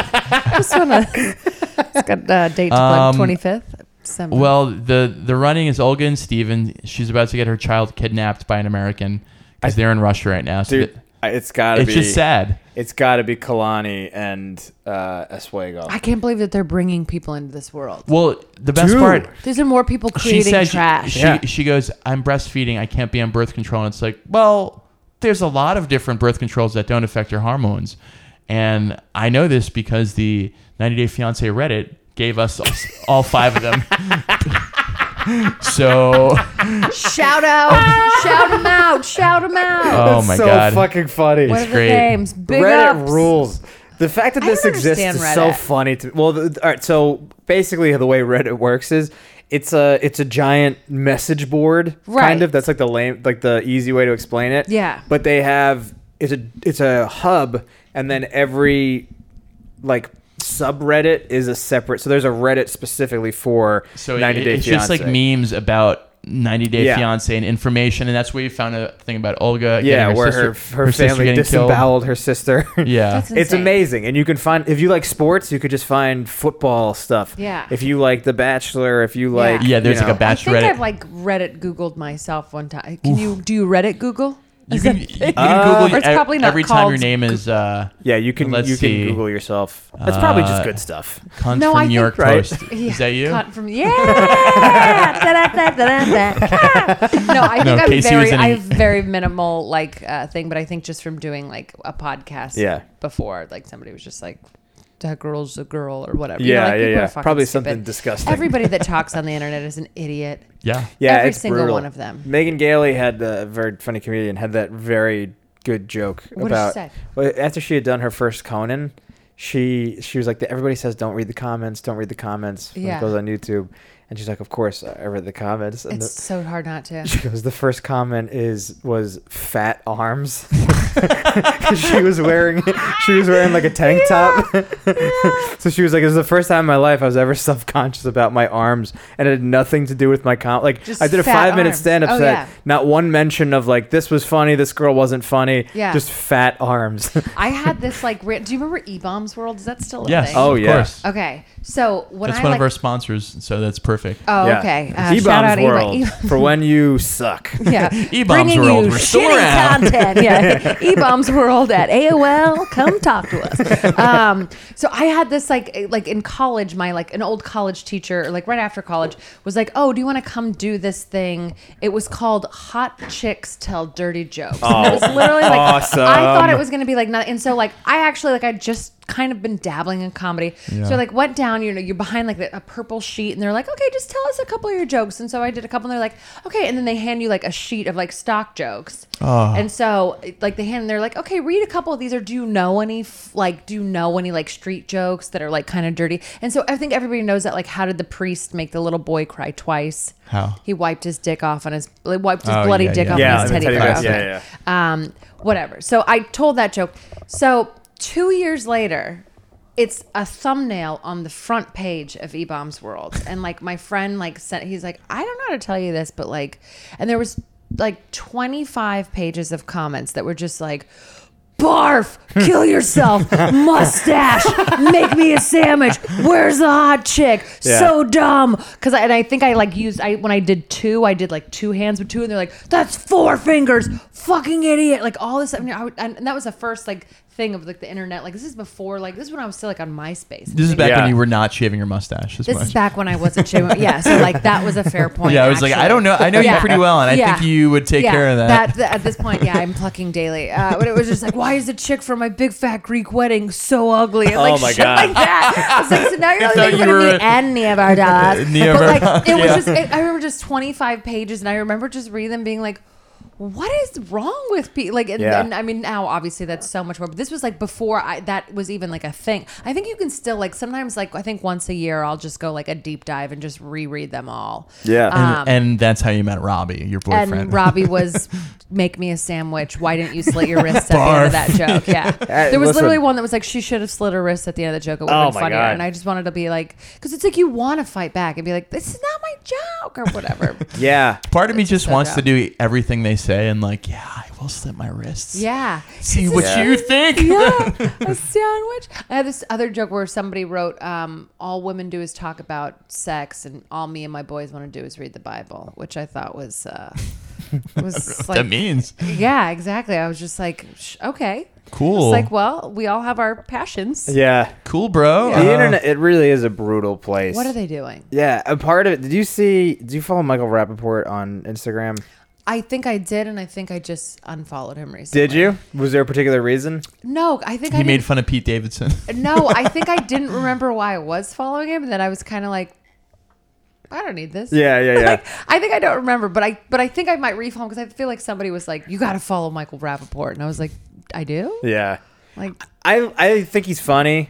Speaker 4: just wanna. It's got uh, date to
Speaker 2: Um,
Speaker 4: plug. Twenty fifth. December.
Speaker 2: Well, the the running is Olga and Steven. She's about to get her child kidnapped by an American because they're in Russia right now. So
Speaker 3: dude.
Speaker 2: th-
Speaker 3: I- It's gotta
Speaker 2: it's
Speaker 3: be.
Speaker 2: just sad.
Speaker 3: It's gotta be Kalani and uh, Oswego.
Speaker 4: I can't believe that they're bringing people into this world.
Speaker 2: Well, the best
Speaker 3: Dude.
Speaker 2: part,
Speaker 4: These are more people
Speaker 2: she
Speaker 4: creating
Speaker 2: said she-
Speaker 4: trash.
Speaker 2: she
Speaker 3: Yeah.
Speaker 2: she goes, "I'm breastfeeding. I can't be on birth control." And it's like, well, there's a lot of different birth controls that don't affect your hormones, and I know this because the 90 Day Fiance Reddit gave us all, all five of them. so,
Speaker 4: shout out! shout them out! Shout them out!
Speaker 2: oh my
Speaker 3: so
Speaker 2: god,
Speaker 3: fucking funny.
Speaker 4: what are the
Speaker 2: great.
Speaker 4: names? Big
Speaker 3: Reddit
Speaker 4: ups.
Speaker 3: rules. The fact that
Speaker 4: I
Speaker 3: this
Speaker 4: don't
Speaker 3: exists
Speaker 4: understand
Speaker 3: is so
Speaker 4: Reddit.
Speaker 3: funny to me. Well, the, all right. So basically, the way Reddit works is it's a it's a giant message board,
Speaker 4: Right.
Speaker 3: kind of. That's like the lame, like the easy way to explain it.
Speaker 4: Yeah.
Speaker 3: But they have it's a it's a hub, and then every like subreddit is a separate. So there's a Reddit specifically for
Speaker 2: so
Speaker 3: 90
Speaker 2: it-
Speaker 3: Day
Speaker 2: it's just
Speaker 3: Fiancé.
Speaker 2: like memes about. 90 Day
Speaker 3: Yeah.
Speaker 2: Fiance and information, and that's where you found a thing about Olga. getting
Speaker 3: Yeah, where
Speaker 2: sister-
Speaker 3: her, her,
Speaker 2: sister
Speaker 3: family
Speaker 2: getting killed.
Speaker 3: disemboweled her sister.
Speaker 2: Yeah,
Speaker 4: That's
Speaker 3: It's
Speaker 4: insane.
Speaker 3: amazing, and you can find if you like sports, you could just find football stuff.
Speaker 4: Yeah.
Speaker 3: If you like The Bachelor, if you like
Speaker 2: Yeah, there's
Speaker 3: you know-
Speaker 2: like a
Speaker 4: I
Speaker 2: batch
Speaker 4: think
Speaker 2: Reddit.
Speaker 4: I've like Reddit Googled myself one time. Can you do you Reddit Google?
Speaker 2: you
Speaker 4: Is
Speaker 2: can,
Speaker 4: that-
Speaker 2: you
Speaker 3: Oh.
Speaker 2: can Google
Speaker 4: Or it's
Speaker 2: e-
Speaker 4: probably not
Speaker 2: every time your
Speaker 4: called
Speaker 2: name is uh,
Speaker 3: Yeah, you can
Speaker 2: Let's
Speaker 3: you
Speaker 2: see.
Speaker 3: can Google yourself. That's probably
Speaker 2: Uh,
Speaker 3: just good stuff.
Speaker 2: Cunt
Speaker 4: No,
Speaker 2: from
Speaker 4: I
Speaker 2: New
Speaker 4: think-
Speaker 2: York
Speaker 3: Right.
Speaker 2: Post.
Speaker 4: Yeah,
Speaker 2: Is that you?
Speaker 4: Cunt from yeah. Da-da-da-da-da-da. no, I think
Speaker 2: No,
Speaker 4: I'm
Speaker 2: Casey was
Speaker 4: very
Speaker 2: in
Speaker 4: I
Speaker 2: a-
Speaker 4: have very minimal like uh, thing, but I think just from doing like a podcast
Speaker 3: Yeah.
Speaker 4: before, like somebody was just like that girl's a girl or whatever.
Speaker 3: Yeah,
Speaker 4: like,
Speaker 3: yeah,
Speaker 4: people
Speaker 3: yeah.
Speaker 4: are fucking
Speaker 3: Probably
Speaker 4: stupid.
Speaker 3: something disgusting.
Speaker 4: Everybody that talks on the internet is an idiot.
Speaker 2: Yeah.
Speaker 3: Yeah,
Speaker 4: every
Speaker 3: it's
Speaker 4: single
Speaker 3: brutal.
Speaker 4: one of them.
Speaker 3: Megan Gailey had the very funny comedian had that very good joke
Speaker 4: What did she
Speaker 3: about
Speaker 4: say?
Speaker 3: Well, after she had done her first Conan. She she was like everybody says don't read the comments don't read the comments when
Speaker 4: Yeah.
Speaker 3: it goes on YouTube and she's like of course I read the comments and
Speaker 4: It's
Speaker 3: the-
Speaker 4: so hard not to.
Speaker 3: She goes, the first comment is was fat arms. she was wearing she was wearing like a tank top. so she was like, This is the first time in my life I was ever self conscious about my arms and it had nothing to do with my com like
Speaker 4: Just
Speaker 3: I did a
Speaker 4: fat
Speaker 3: five minute
Speaker 4: arms.
Speaker 3: stand up
Speaker 4: Oh,
Speaker 3: set.
Speaker 4: yeah.
Speaker 3: Not one mention of like this was funny, this girl wasn't funny.
Speaker 4: Yeah.
Speaker 3: Just fat arms.
Speaker 4: I had this like. Ra- do you remember E Bombs World? Is that still a
Speaker 2: Yes.
Speaker 4: thing?
Speaker 3: Oh,
Speaker 2: of
Speaker 3: yeah.
Speaker 2: Course.
Speaker 4: Okay, so when
Speaker 2: That's
Speaker 4: I
Speaker 2: one
Speaker 4: like,
Speaker 2: of our sponsors, so that's perfect.
Speaker 4: Oh,
Speaker 3: Yeah.
Speaker 4: okay.
Speaker 3: It's
Speaker 4: shout
Speaker 3: E-Bombs
Speaker 4: out
Speaker 3: World
Speaker 4: E-
Speaker 3: for when you suck.
Speaker 4: yeah.
Speaker 2: E-Bombs
Speaker 4: Bringing
Speaker 2: World,
Speaker 4: you
Speaker 2: we're still
Speaker 4: shitty
Speaker 2: around.
Speaker 4: content. Yeah. E-Bombs World at AOL. Come talk to us. Um, so I had this like eh, like in college, my like an old college teacher, like right after college, was like, "Oh, do you want to come do this thing?" It was called Hot Chicks Tell
Speaker 2: Oh.
Speaker 4: Dirty Jokes. And it was literally like I thought it was gonna be like nothing. And so like I actually like I just kind of been dabbling in comedy. So I like went down, you know, you're behind like a purple sheet and they're like, okay, just tell us a couple of your jokes. And so I did a couple and they're like, okay. And then they hand you like a sheet of like stock jokes.
Speaker 2: Ah.
Speaker 4: And so like they hand, and they're like, okay, read a couple of these or do you know any, f- like, do you know any like street jokes that are like kind of dirty? And so I think everybody knows that like, how did the priest make the little boy cry twice?
Speaker 2: How?
Speaker 4: He wiped his dick off on his, like, wiped his
Speaker 2: Oh,
Speaker 4: bloody
Speaker 2: yeah,
Speaker 4: dick
Speaker 2: yeah.
Speaker 4: off
Speaker 2: Yeah,
Speaker 4: on his
Speaker 1: I mean,
Speaker 4: teddy,
Speaker 1: teddy
Speaker 4: bear.
Speaker 1: bears, yeah,
Speaker 4: Okay um, whatever. So I told that joke. So two years later, it's a thumbnail on the front page of E-Bombs World, and like my friend like sent, he's like, I don't know how to tell you this, but like, and there was like 25 pages of comments that were just like. Barf! Kill yourself! Mustache! Make me a sandwich! Where's the hot chick? So dumb! Because I, and I think I like used I when I did two, I did like two hands with two, and they're like, "That's four fingers! Fucking idiot!" Like all this. I mean, I would, and, and that was the first like thing of like the internet. Like this is before like this is when I was still like on MySpace.
Speaker 2: This is back
Speaker 1: Yeah.
Speaker 2: when you were not shaving your mustache as
Speaker 4: This
Speaker 2: much.
Speaker 4: is back when I wasn't shaving. Yeah, so like that was a fair point.
Speaker 2: yeah, I was like,
Speaker 4: actually.
Speaker 2: I don't know. I know
Speaker 4: Yeah.
Speaker 2: you pretty well, and I
Speaker 4: Yeah.
Speaker 2: think you would take
Speaker 4: Yeah,
Speaker 2: care of that.
Speaker 4: At this point, yeah, I'm plucking daily. Uh, but it was just like, why is the chick from my big fat Greek wedding so ugly? And, like,
Speaker 1: Oh my
Speaker 4: shit
Speaker 1: God.
Speaker 4: Like that. I was like, so now you're
Speaker 2: I
Speaker 4: like
Speaker 2: thought
Speaker 4: making
Speaker 2: you
Speaker 4: fun of
Speaker 2: were
Speaker 4: me
Speaker 2: a-
Speaker 4: and Nia Vardalos.
Speaker 2: Nia
Speaker 4: but
Speaker 2: Vardalos,
Speaker 4: like, it was
Speaker 2: yeah.
Speaker 4: just. It, I remember just 25 pages, and I remember just reading them, being like. What is wrong with people? Like, and,
Speaker 1: Yeah.
Speaker 4: and I mean, now obviously that's so much more. But this was like before I that was even like a thing. I think you can still like sometimes like I think once a year I'll just go like a deep dive and just reread them all.
Speaker 3: Yeah.
Speaker 4: Um,
Speaker 2: and that's how you met Robbie, your boyfriend.
Speaker 4: and Robbie was make me a sandwich. Why didn't you slit your wrists at the end of that joke? Yeah, there was
Speaker 3: listen.
Speaker 4: literally one that was like she should have slit her wrists at the end of the joke. It would
Speaker 1: Oh
Speaker 4: have been
Speaker 1: my
Speaker 4: funnier.
Speaker 1: God.
Speaker 4: And I just wanted to be like, because it's like you want to fight back and be like, this is not my joke or whatever.
Speaker 3: Yeah.
Speaker 2: Part of me just
Speaker 4: so
Speaker 2: wants to
Speaker 4: dumb.
Speaker 2: do everything they say, and like, yeah, I will slit my wrists.
Speaker 4: yeah,
Speaker 2: See what you think.
Speaker 4: yeah, a sandwich. I had this other joke where somebody wrote, um, "All women do is talk about sex, and all me and my boys want to do is read the Bible," which I thought was uh, was
Speaker 2: that
Speaker 4: like,
Speaker 2: means
Speaker 4: yeah, exactly. I was just like, sh- okay.
Speaker 2: cool.
Speaker 4: It's like, well, we all have our passions.
Speaker 3: Yeah.
Speaker 2: cool, bro.
Speaker 3: The
Speaker 2: Uh,
Speaker 3: internet, it really is a brutal place.
Speaker 4: Oh. What are they doing?
Speaker 3: Yeah, a part of it. Did you see? Did you follow Michael Rappaport on Instagram?
Speaker 4: I think I did, and I think I just unfollowed him recently.
Speaker 3: Did you? Was there a particular reason?
Speaker 4: No, I think I
Speaker 2: He made
Speaker 4: didn't.
Speaker 2: fun of Pete Davidson.
Speaker 4: no, I think I didn't remember why I was following him, and then I was kind of like, I don't need this.
Speaker 3: Yeah, yeah, yeah.
Speaker 4: Like, I think I don't remember, but I but I think I might refollow because I feel like somebody was like, "You got to follow Michael Rappaport," and I was like, "I do."
Speaker 3: yeah.
Speaker 4: Like,
Speaker 3: I I think he's funny.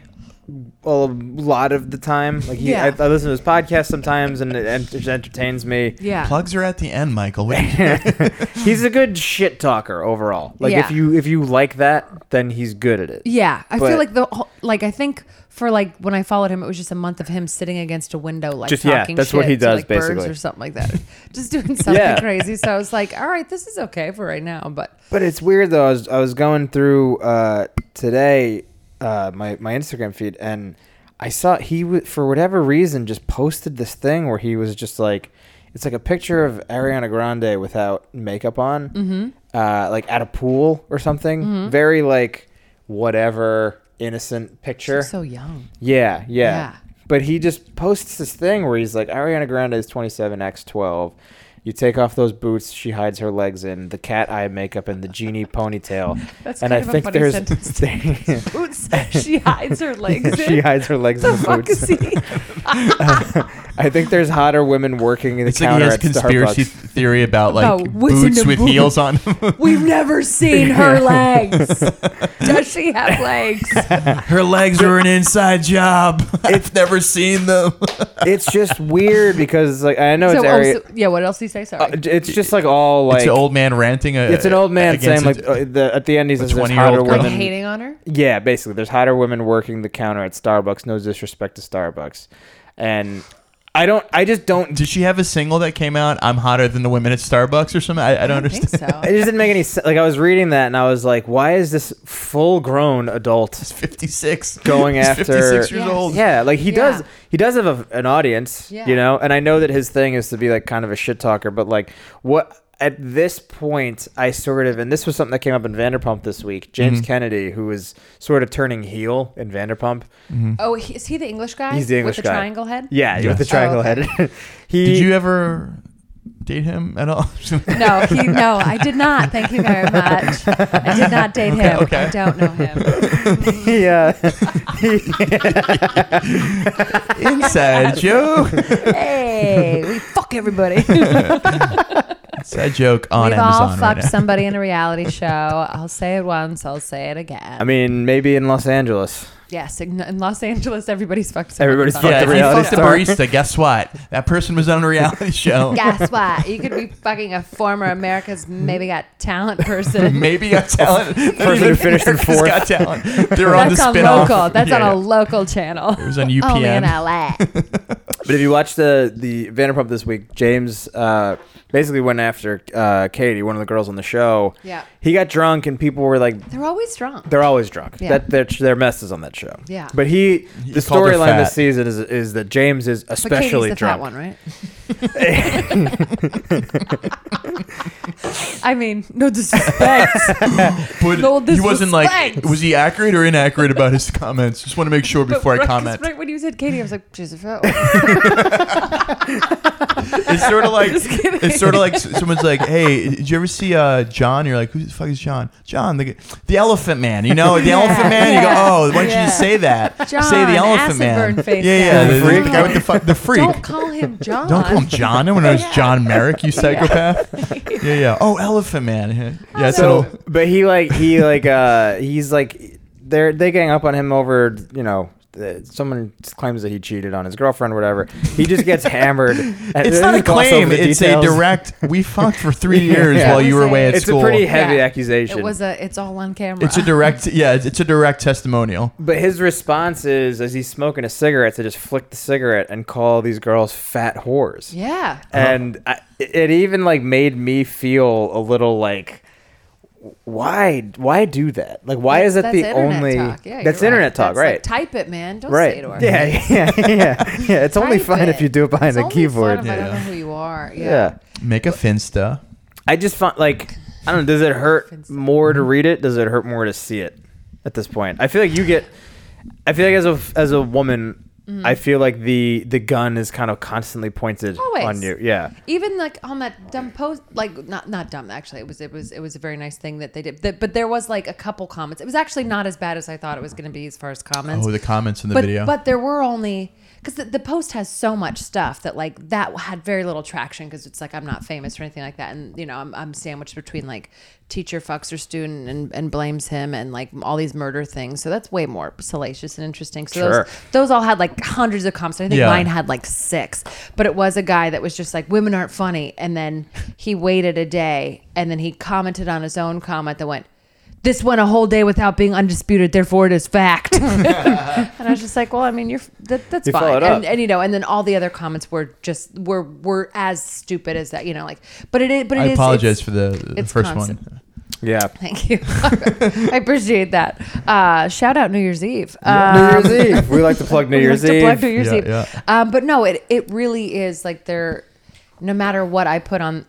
Speaker 3: A lot of the time, like he,
Speaker 4: Yeah.
Speaker 3: I, I listen to his podcast sometimes, and it ent- it entertains me.
Speaker 4: yeah,
Speaker 2: Plugs are at the end, Michael. What do you-
Speaker 3: He's a good shit talker overall. Like if
Speaker 4: Yeah.
Speaker 3: you if you like that, then he's good at it.
Speaker 4: yeah. I
Speaker 3: But-
Speaker 4: feel like the whole- like I think for like when I followed him, it was just a month of him sitting against a window, like
Speaker 3: Just- yeah,
Speaker 4: talking
Speaker 3: that's
Speaker 4: shit
Speaker 3: what he
Speaker 4: to,
Speaker 3: does,
Speaker 4: like, birds
Speaker 3: basically.
Speaker 4: or something like that, just doing something
Speaker 3: Yeah.
Speaker 4: crazy. So I was like, all right, this is okay for right now, but
Speaker 3: But it's weird though. I was I was going through uh, today uh, my my Instagram feed, and I saw he w- for whatever reason just posted this thing where he was just like, it's like a picture of Ariana Grande without makeup on, mm-hmm. uh, like at a pool or something. Very like whatever innocent picture.
Speaker 4: so young.
Speaker 3: Yeah, yeah,
Speaker 4: Yeah.
Speaker 3: But he just posts this thing where he's like, Ariana Grande is 27x12. You take off those boots, she hides her legs in, the cat eye makeup, and the genie ponytail.
Speaker 4: That's
Speaker 3: and
Speaker 4: kind
Speaker 3: I
Speaker 4: of a
Speaker 3: think
Speaker 4: funny
Speaker 3: there's.
Speaker 4: sentence. Boots. She hides her legs.
Speaker 3: she
Speaker 4: in.
Speaker 3: hides her legs
Speaker 4: the
Speaker 3: in
Speaker 4: fuck
Speaker 3: boots.
Speaker 4: is he?
Speaker 3: I think there's hotter women working in the
Speaker 2: It's like he
Speaker 3: counter
Speaker 2: has
Speaker 3: at the
Speaker 2: conspiracy
Speaker 3: Starbucks.
Speaker 2: theory about like
Speaker 4: About what's in
Speaker 2: boots
Speaker 4: the
Speaker 2: with
Speaker 4: boot.
Speaker 2: heels on.
Speaker 4: We've never seen her legs. Does she have legs?
Speaker 2: Her legs are an inside job. I've never seen them.
Speaker 3: it's just weird because like I know
Speaker 4: So,
Speaker 3: it's
Speaker 4: oh,
Speaker 3: Ari-
Speaker 4: so- yeah. What else do you say? Sorry.
Speaker 3: uh, it's just like all like
Speaker 2: it's an old man ranting. A,
Speaker 3: it's an old man saying
Speaker 2: against
Speaker 3: like
Speaker 2: a-
Speaker 3: uh, the, at the end he says there's
Speaker 2: 20-year-old
Speaker 3: hotter
Speaker 2: girl.
Speaker 4: like
Speaker 3: women
Speaker 4: hating on her.
Speaker 3: Yeah, basically, there's hotter women working the counter at Starbucks. No disrespect to Starbucks, and I don't. I just don't.
Speaker 2: Did she have a single that came out? I'm hotter than the women at Starbucks or something. I, I don't
Speaker 4: I
Speaker 2: understand.
Speaker 4: think so.
Speaker 3: It just didn't make any sense. Like I was reading that, and I was like, "Why is this full-grown adult?"
Speaker 2: 56
Speaker 3: Going
Speaker 2: He's
Speaker 3: after-
Speaker 2: 56 years
Speaker 4: Yes.
Speaker 2: old.
Speaker 3: Yeah, like he
Speaker 4: Yeah.
Speaker 3: does. He does have a, an audience,
Speaker 4: Yeah.
Speaker 3: you know. And I know that his thing is to be like kind of a shit talker, but like what at this point, I sort of and this was something that came up in Vanderpump this week. James Kennedy, who is sort of turning heel in Vanderpump.
Speaker 4: Oh, he- is he the English guy?
Speaker 3: He's the English
Speaker 4: with the
Speaker 3: guy.
Speaker 4: triangle head.
Speaker 3: Yeah, with the
Speaker 2: Yes.
Speaker 3: triangle
Speaker 4: Oh, okay.
Speaker 3: head. he
Speaker 2: Did you ever date him at all?
Speaker 4: No, he, no, I did not. Thank you very much. I did not date him. I don't know him.
Speaker 3: he, uh,
Speaker 2: Inside joke.
Speaker 4: Hey, we fuck everybody.
Speaker 2: Inside joke on
Speaker 4: We've all
Speaker 2: Amazon
Speaker 4: fucked
Speaker 2: right now.
Speaker 4: somebody in a reality show. I'll say it once. I'll say it again.
Speaker 3: I mean, maybe in Los Angeles.
Speaker 4: yes, in, in Los Angeles, everybody's fucked. someone
Speaker 3: Everybody's
Speaker 4: on
Speaker 3: fucked
Speaker 2: yeah,
Speaker 4: it.
Speaker 2: if
Speaker 3: the
Speaker 2: you
Speaker 3: reality
Speaker 2: fucked a barista, guess what? That person was on a reality show.
Speaker 4: Guess what? You could be fucking a former America's Maybe Got Talent person.
Speaker 2: Maybe got talent.
Speaker 3: Person who finished in
Speaker 2: America's
Speaker 3: fourth.
Speaker 2: Got talent. They're on
Speaker 4: That's
Speaker 2: the
Speaker 4: on
Speaker 2: spin-off.
Speaker 4: local. That's
Speaker 2: Yeah,
Speaker 4: on a Oh,
Speaker 2: yeah.
Speaker 4: local channel.
Speaker 2: It was on
Speaker 4: Only in
Speaker 2: UPN.
Speaker 4: LA.
Speaker 3: But if you watch the the Vanderpump this week, James uh, basically went after uh, Katie, one of the girls on the show.
Speaker 4: Yeah.
Speaker 3: He got drunk, and people were like,
Speaker 4: They're always drunk.
Speaker 3: they're always drunk.
Speaker 4: Yeah.
Speaker 3: That their their mess is on that show.
Speaker 4: Yeah.
Speaker 3: But he, the
Speaker 2: called her
Speaker 3: storyline this
Speaker 2: fat.
Speaker 3: season is is that James is
Speaker 4: but Katie's
Speaker 3: especially
Speaker 4: the
Speaker 3: drunk.
Speaker 4: fat one, right? I mean, no disrespect.
Speaker 2: But
Speaker 4: No
Speaker 2: he wasn't like,
Speaker 4: disrespect.
Speaker 2: was he accurate or inaccurate about his comments? Just want to make sure before I
Speaker 4: Right, 'cause
Speaker 2: comment.
Speaker 4: Right when you said Katie, I was like, she's a fat
Speaker 2: It's sort of like
Speaker 4: Just kidding.
Speaker 2: it's sort of like s- someone's like, "Hey, did you ever see uh, John?" You're like, "Who the fuck is John?" John, the g- the Elephant Man. You know, the Elephant Man. You go,
Speaker 4: yeah,
Speaker 2: "Oh, why don't you just
Speaker 4: yeah.
Speaker 2: say that?
Speaker 4: John,
Speaker 2: say the Elephant
Speaker 4: acid
Speaker 2: Man."
Speaker 4: burn face
Speaker 2: yeah, yeah,
Speaker 4: guy.
Speaker 2: the,
Speaker 3: The freak?
Speaker 2: the guy with the fu- the freak.
Speaker 4: Don't call him John.
Speaker 2: Don't call him John. I want to know it's John Merrick, you psychopath. yeah. yeah, Oh, Elephant Man. Yeah, yeah so
Speaker 3: So, but he like he like uh he's like they're they gang up on him over you know uh, someone claims that he cheated on his girlfriend or whatever. He just gets hammered. And
Speaker 2: it's not a
Speaker 3: just gloss over
Speaker 2: claim.
Speaker 3: the
Speaker 2: It's
Speaker 3: details.
Speaker 2: a direct. We fucked for three years
Speaker 3: Yeah.
Speaker 2: while you were away at
Speaker 3: It's
Speaker 2: school.
Speaker 3: a pretty heavy
Speaker 4: Yeah.
Speaker 3: accusation.
Speaker 4: It was a. It's all on camera.
Speaker 2: it's a direct. Yeah, it's, it's a direct testimonial.
Speaker 3: but his response is as he's smoking a cigarette to just flick the cigarette and call these girls fat whores.
Speaker 4: yeah.
Speaker 2: Uh-huh.
Speaker 3: and I, it even like made me feel a little like why why do that like why is that
Speaker 4: That's
Speaker 3: the
Speaker 4: internet
Speaker 3: only
Speaker 4: talk. Yeah,
Speaker 3: that's
Speaker 4: you're right.
Speaker 3: internet talk
Speaker 4: That's like,
Speaker 3: right
Speaker 4: type it, man. Don't say
Speaker 3: right
Speaker 4: it or
Speaker 3: yeah yeah yeah yeah it's only
Speaker 4: Type
Speaker 3: fun if you do it behind
Speaker 4: It's
Speaker 3: a
Speaker 4: only
Speaker 3: keyboard
Speaker 4: Fun if I don't
Speaker 2: Yeah.
Speaker 4: know who you are. Yeah.
Speaker 3: yeah.
Speaker 2: Make a finsta.
Speaker 3: i just find like i don't know does it hurt more to read it does it hurt more to see it at this point i feel like you get i feel like as a as a woman
Speaker 4: Mm-hmm.
Speaker 3: i feel like the the gun is kind of constantly pointed
Speaker 4: Always.
Speaker 3: on you yeah
Speaker 4: Even like on that dumb post, like not not dumb actually. It was it was it was a very nice thing that they did. That- but there was like a couple comments. It was actually not as bad as I thought it was going to be as far as comments.
Speaker 2: Oh, the comments in the
Speaker 4: but
Speaker 2: video.
Speaker 4: but there were only because the, the post has so much stuff that like that had very little traction because it's like I'm not famous or anything like that, and you know I'm, I'm sandwiched between like teacher fucks her student and, and blames him and like all these murder things. So that's way more salacious and interesting. So
Speaker 3: Sure.
Speaker 4: those those all had like hundreds of comments. I think
Speaker 2: Yeah.
Speaker 4: mine had like six, but it was a guy that was just like women aren't funny, and then he waited a day and then he commented on his own comment that went. This went a whole day without being undisputed, therefore it is fact. And I was just like, well, I mean, you're that, that's
Speaker 3: You
Speaker 4: fine.
Speaker 3: followed
Speaker 4: And,
Speaker 3: up.
Speaker 4: and you know, and then all the other comments were just were were as stupid as that. You know, like, but it is. But it
Speaker 2: I
Speaker 4: is-
Speaker 2: apologize
Speaker 4: it's-
Speaker 2: for the, the
Speaker 4: it's
Speaker 2: first
Speaker 4: constant.
Speaker 2: one.
Speaker 3: yeah
Speaker 4: Thank you. I appreciate that. Uh, shout out New Year's Eve. Um,
Speaker 3: New Year's Eve. We like to plug New
Speaker 4: we
Speaker 3: Year's
Speaker 4: like to
Speaker 3: Eve.
Speaker 4: plug New Year's
Speaker 2: Yeah,
Speaker 4: Eve.
Speaker 2: yeah.
Speaker 4: Um, but no, it it really is like they're no matter what I put on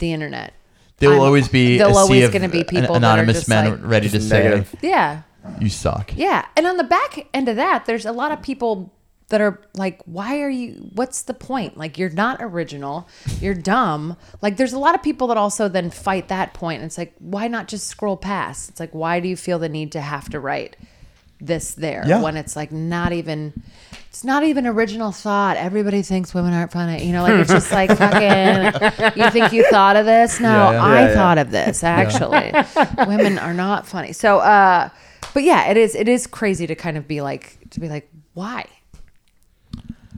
Speaker 4: the internet,
Speaker 2: There will
Speaker 4: I'm-
Speaker 2: always be
Speaker 4: there'll
Speaker 2: a sea
Speaker 4: always
Speaker 2: of
Speaker 4: gonna be
Speaker 2: an-
Speaker 4: people that are
Speaker 2: anonymous
Speaker 4: just
Speaker 2: men
Speaker 4: like-
Speaker 2: ready to
Speaker 3: Just
Speaker 2: say
Speaker 3: negative.
Speaker 4: yeah,
Speaker 2: you suck.
Speaker 4: Yeah. And on the back end of that, there's a lot of people that are like, why are you, what's the point? Like, you're not original. You're dumb. Like, there's a lot of people that also then fight that point. And it's like, why not just scroll past? It's like, why do you feel the need to have to write this there
Speaker 2: Yeah.
Speaker 4: when it's like not even. It's not even original thought. Everybody thinks women aren't funny. You know, like it's just like fucking. You think you thought of this? No,
Speaker 2: Yeah, yeah.
Speaker 4: Oh, I
Speaker 3: Yeah, yeah.
Speaker 4: thought of this actually. Women are not funny. So, uh, but yeah, it is. It is crazy to kind of be like to be like, why?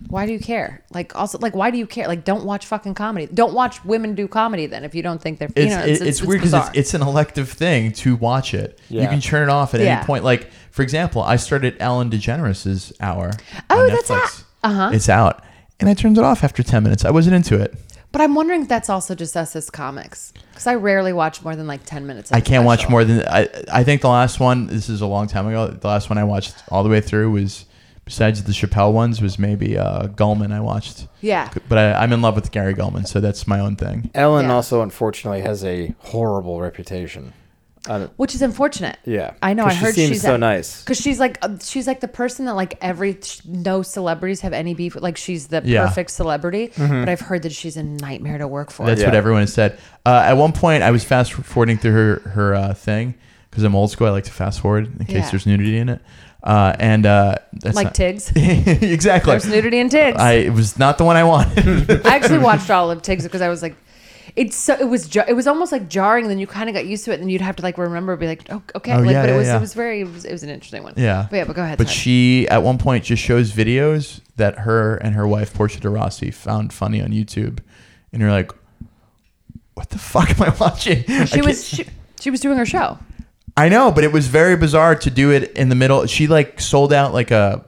Speaker 4: Why do you care? Like also, like why do you care? Like don't watch fucking comedy. Don't watch women do comedy then if you don't think they're.
Speaker 2: It's,
Speaker 4: you know,
Speaker 2: it- it's, weird because
Speaker 4: bizarre.
Speaker 2: it's, it's an elective thing to watch it.
Speaker 3: Yeah.
Speaker 2: You can turn it off at
Speaker 4: Yeah.
Speaker 2: any point. Like, for example, I started Ellen DeGeneres' hour.
Speaker 4: Oh,
Speaker 2: on
Speaker 4: that's
Speaker 2: Netflix.
Speaker 4: out. Uh-huh.
Speaker 2: It's out. And I turned it off after 10 minutes. I wasn't into it.
Speaker 4: but I'm wondering if that's also just us as comics because I rarely watch more than like ten minutes. Of
Speaker 2: I
Speaker 4: a
Speaker 2: can't watch
Speaker 4: special.
Speaker 2: more than I. I think the last one. This is a long time ago. The last one I watched all the way through was, besides the Chappelle ones, was maybe uh, Gulman. I watched.
Speaker 4: Yeah.
Speaker 2: But I, I'm in love with Gary Gulman, so that's my own thing.
Speaker 3: Ellen
Speaker 4: Yeah.
Speaker 3: also, unfortunately, has a horrible reputation. I don't-
Speaker 4: which is unfortunate.
Speaker 3: Yeah.
Speaker 4: I know.
Speaker 3: 'Cause
Speaker 4: I
Speaker 3: she
Speaker 4: heard
Speaker 3: seems
Speaker 4: she's
Speaker 3: so
Speaker 4: a-
Speaker 3: nice.
Speaker 4: Cause she's like uh, she's like the person that like every sh- no celebrities have any beef. with. Like she's the
Speaker 2: Yeah.
Speaker 4: perfect celebrity, but I've heard that she's a nightmare to work for.
Speaker 2: That's what
Speaker 3: Yeah.
Speaker 2: everyone has said. Uh, at one point, I was fast forwarding through her her uh, thing because I'm old school. I like to fast forward in case
Speaker 4: Yeah.
Speaker 2: there's nudity in it. Uh, and uh, that's
Speaker 4: like
Speaker 2: not-
Speaker 4: Tiggs.
Speaker 2: exactly.
Speaker 4: There's nudity in Tiggs.
Speaker 2: I
Speaker 4: I,
Speaker 2: it was not the one I wanted.
Speaker 4: actually watched all of Tiggs because I was like, it's so it was jar it was almost like jarring. Then you kind of got used to it, and you'd have to like remember, be like, oh, okay,
Speaker 2: Oh,
Speaker 4: like,
Speaker 2: yeah,
Speaker 4: but
Speaker 2: yeah,
Speaker 4: it was
Speaker 2: yeah.
Speaker 4: it was very it was, it was an interesting one.
Speaker 2: yeah.
Speaker 4: but yeah, but go ahead.
Speaker 2: But
Speaker 4: Todd.
Speaker 2: she at one point just shows videos that her and her wife Portia de Rossi found funny on YouTube, and you're like, "What the fuck am I watching?" I
Speaker 4: she
Speaker 2: can't-
Speaker 4: was she, she was doing her show.
Speaker 2: I know, but it was very bizarre to do it in the middle. She like sold out like a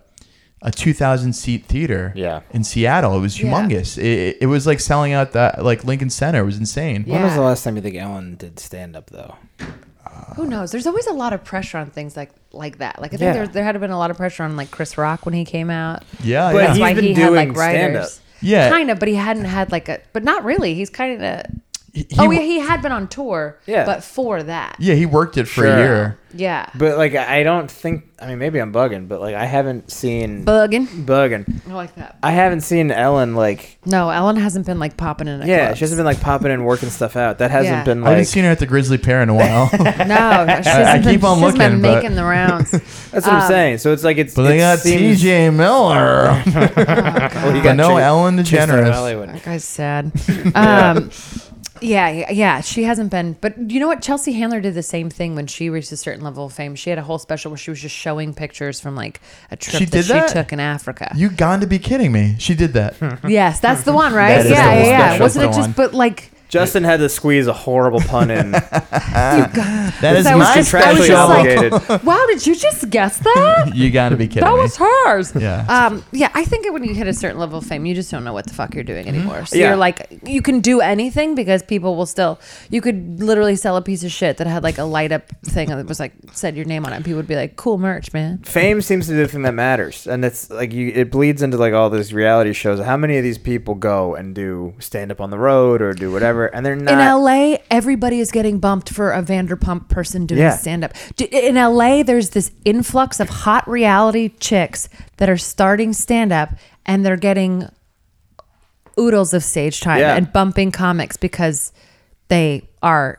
Speaker 2: a two thousand seat theater.
Speaker 3: Yeah.
Speaker 2: In Seattle, it was
Speaker 4: Yeah.
Speaker 2: humongous. It, it was like selling out that like Lincoln Center. It was insane.
Speaker 4: Yeah.
Speaker 2: Yeah.
Speaker 4: When was the
Speaker 3: last time you think Ellen did stand up though?
Speaker 4: Who knows? There's always a lot of pressure on things like like that. Like I think
Speaker 3: Yeah.
Speaker 4: there there had been a lot of pressure on like Chris Rock when he came out.
Speaker 2: Oh, Yeah.
Speaker 3: But
Speaker 4: That's
Speaker 3: he's
Speaker 4: why
Speaker 3: been
Speaker 4: he had
Speaker 3: doing
Speaker 4: like
Speaker 3: stand-up.
Speaker 4: writers.
Speaker 2: Yeah.
Speaker 4: kind of, but he hadn't had like a, but not really. He's kind of.
Speaker 2: He- he-
Speaker 4: Oh yeah, he had been on tour.
Speaker 3: Yeah.
Speaker 4: but for that.
Speaker 2: yeah, he worked it for
Speaker 3: Sure.
Speaker 2: a year.
Speaker 4: Yeah,
Speaker 3: But like I don't think I mean maybe I'm bugging, but like I haven't seen
Speaker 4: bugging.
Speaker 3: bugging.
Speaker 4: I like that.
Speaker 3: I haven't seen Ellen like
Speaker 4: No, Ellen hasn't been like popping in. At
Speaker 3: yeah,
Speaker 4: clubs.
Speaker 3: she hasn't been like popping and working stuff out. That hasn't
Speaker 4: Yeah.
Speaker 3: been
Speaker 2: I
Speaker 3: like
Speaker 2: haven't seen her at the Grizzly Pear in a while. but
Speaker 4: No, no, she hasn't
Speaker 2: I
Speaker 4: been,
Speaker 2: keep on
Speaker 4: she
Speaker 2: looking,
Speaker 4: hasn't been
Speaker 2: but-
Speaker 4: making the rounds.
Speaker 3: that's
Speaker 4: Um,
Speaker 3: what I'm saying. So it's like it's it
Speaker 2: they got
Speaker 3: seems-
Speaker 2: T.J. Miller.
Speaker 3: Well, you
Speaker 2: but
Speaker 3: got
Speaker 2: no,
Speaker 3: Chase-
Speaker 2: Ellen
Speaker 3: Chase out of
Speaker 2: DeGeneres.
Speaker 3: Hollywood.
Speaker 4: That guy's sad. Um, yeah, yeah, yeah, she hasn't been. But you know what? Chelsea Handler did the same thing when she reached a certain level of fame. She had a whole special where she was just showing pictures from like a trip
Speaker 2: She
Speaker 4: that,
Speaker 2: did that?
Speaker 4: she took in Africa.
Speaker 2: You gone to be kidding me? She did that.
Speaker 4: yes, that's the one, right?
Speaker 2: That is
Speaker 4: yeah,
Speaker 2: the
Speaker 4: yeah,
Speaker 2: one.
Speaker 4: yeah.
Speaker 2: That's
Speaker 4: Wasn't
Speaker 2: the
Speaker 4: it just?
Speaker 2: one.
Speaker 4: But like,
Speaker 3: Justin had to squeeze a horrible pun in.
Speaker 2: That is
Speaker 4: I was
Speaker 2: my
Speaker 4: just- I
Speaker 2: special.
Speaker 4: was
Speaker 3: Contractually
Speaker 4: just like-
Speaker 3: obligated.
Speaker 4: wow, did you just guess that?
Speaker 2: you got to be kidding
Speaker 4: That
Speaker 2: me.
Speaker 4: was hers.
Speaker 2: Yeah.
Speaker 4: Um, yeah, I think when you hit a certain level of fame, you just don't know what the fuck you're
Speaker 2: Mm-hmm.
Speaker 4: doing anymore. So
Speaker 3: Yeah.
Speaker 4: you're like, you can do anything because people will still. You could literally sell a piece of shit that had like a light up thing that was like said your name on it. People would be like, "Cool merch, man."
Speaker 3: fame seems to be the thing that matters and it's like you it bleeds into like all these reality shows how many of these people go and do stand up on the road or do whatever and they're not
Speaker 4: in LA, everybody is getting bumped for a Vanderpump person doing
Speaker 3: Yeah.
Speaker 4: stand up. In LA, there's this influx of hot reality chicks that are starting stand up and they're getting oodles of stage time
Speaker 3: Yeah.
Speaker 4: and bumping comics because they are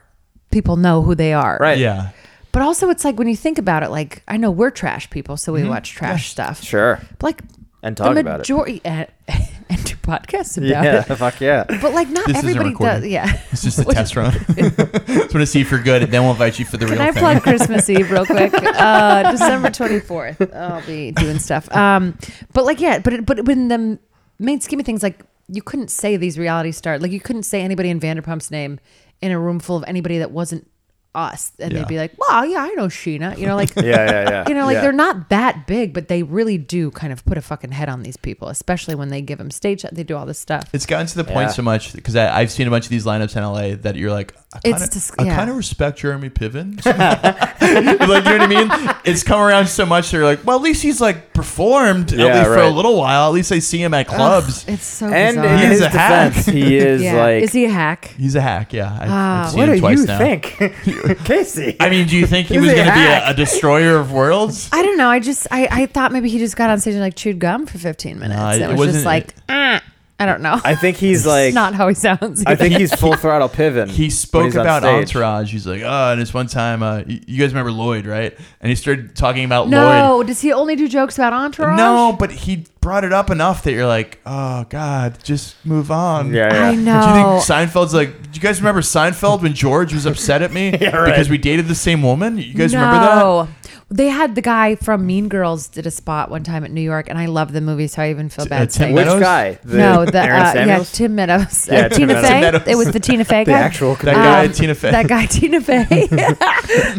Speaker 4: people know who they are.
Speaker 3: Right.
Speaker 2: yeah.
Speaker 4: But also it's like when you think about it like I know we're trash people so we watch trash stuff.
Speaker 3: Mm-hmm. sure
Speaker 4: Like
Speaker 3: and talk
Speaker 4: the
Speaker 3: about it
Speaker 4: majority and, and do podcasts about
Speaker 3: yeah
Speaker 4: it.
Speaker 3: fuck yeah
Speaker 4: But like not
Speaker 2: This isn't
Speaker 4: everybody does.
Speaker 2: recorded.
Speaker 4: Yeah.
Speaker 2: It's just a
Speaker 4: Which-
Speaker 2: test run. just want to see if you're good, and then we'll invite you for the
Speaker 4: Can
Speaker 2: real
Speaker 4: I
Speaker 2: thing.
Speaker 4: plug Christmas Eve real quick? Uh, December 24th. I'll be doing stuff. Um, but like, yeah, but, it, but when the main scheme of things, like you couldn't say these reality stars, like you couldn't say anybody in Vanderpump's name in a room full of anybody that wasn't us. And
Speaker 2: Yeah.
Speaker 4: they'd be like, well, yeah, I know Sheena, you know, like,
Speaker 3: yeah yeah yeah
Speaker 4: you know, like
Speaker 3: Yeah.
Speaker 4: they're not that big, but they really do kind of put a fucking head on these people, especially when they give them stage, they do all this stuff.
Speaker 2: It's gotten to the point
Speaker 3: Yeah.
Speaker 2: so much because I've seen a bunch of these lineups in LA that you're like, I kind
Speaker 4: It's
Speaker 2: of
Speaker 4: dis-
Speaker 2: I
Speaker 4: yeah.
Speaker 2: kind of respect Jeremy Piven. like, you know what I mean? It's come around so much they're like, well, at least he's like performed at
Speaker 3: Yeah,
Speaker 2: least for a
Speaker 3: right.
Speaker 2: little while. At least I see him at clubs.
Speaker 4: It's so
Speaker 3: and
Speaker 4: bizarre.
Speaker 3: in
Speaker 2: He is
Speaker 3: his
Speaker 2: a hack.
Speaker 3: defense he is
Speaker 4: yeah.
Speaker 3: like
Speaker 4: is he a hack?
Speaker 2: he's a hack. Yeah, I,
Speaker 4: Ah,
Speaker 2: I've seen
Speaker 3: what do
Speaker 2: him twice
Speaker 3: you
Speaker 2: now.
Speaker 3: think Casey
Speaker 2: I mean, do you think he
Speaker 3: He's
Speaker 2: was
Speaker 3: a
Speaker 2: going to be
Speaker 3: hack.
Speaker 2: a, a destroyer of worlds?
Speaker 4: I don't know. I just I, I thought maybe he just got on stage and like chewed gum for 15 minutes.
Speaker 2: Nah,
Speaker 4: and
Speaker 2: it
Speaker 4: it was
Speaker 2: wasn't-
Speaker 4: just like "Ah." I don't know.
Speaker 3: I think he's like
Speaker 4: It's not how he sounds.
Speaker 3: I think he's full throttle pivot
Speaker 2: he spoke about Entourage. He's like, oh, and it's one time, uh, y- you guys remember Lloyd, right? And he started talking about Lloyd.
Speaker 4: no, does he only do jokes about entourage?
Speaker 2: No, but he brought it up enough that you're like, oh God, just move on.
Speaker 3: yeah, yeah.
Speaker 4: I
Speaker 2: Do you
Speaker 4: know.
Speaker 2: think Seinfeld's like? Do you guys remember Seinfeld when George was upset at me
Speaker 3: Yeah, right.
Speaker 2: because we dated the same woman? You guys
Speaker 4: no.
Speaker 2: remember that?
Speaker 4: They had the guy from Mean Girls did a spot one time at New York, and I love the movie, so I even feel
Speaker 2: uh,
Speaker 4: bad.
Speaker 2: Tim
Speaker 4: saying
Speaker 3: which
Speaker 4: it.
Speaker 2: Meadows?
Speaker 3: guy the
Speaker 4: no, the
Speaker 3: Aaron
Speaker 4: uh, yeah,
Speaker 3: Samuels
Speaker 4: Tim Meadows,
Speaker 3: Yeah, Tim
Speaker 4: uh, Tina
Speaker 3: Meadows.
Speaker 4: Fey.
Speaker 2: Tim Meadows.
Speaker 4: It was the Tina Fey
Speaker 3: the
Speaker 4: guy.
Speaker 3: actual
Speaker 2: That guy,
Speaker 4: Um,
Speaker 2: Tina Fey.
Speaker 4: That guy, Tina Fey.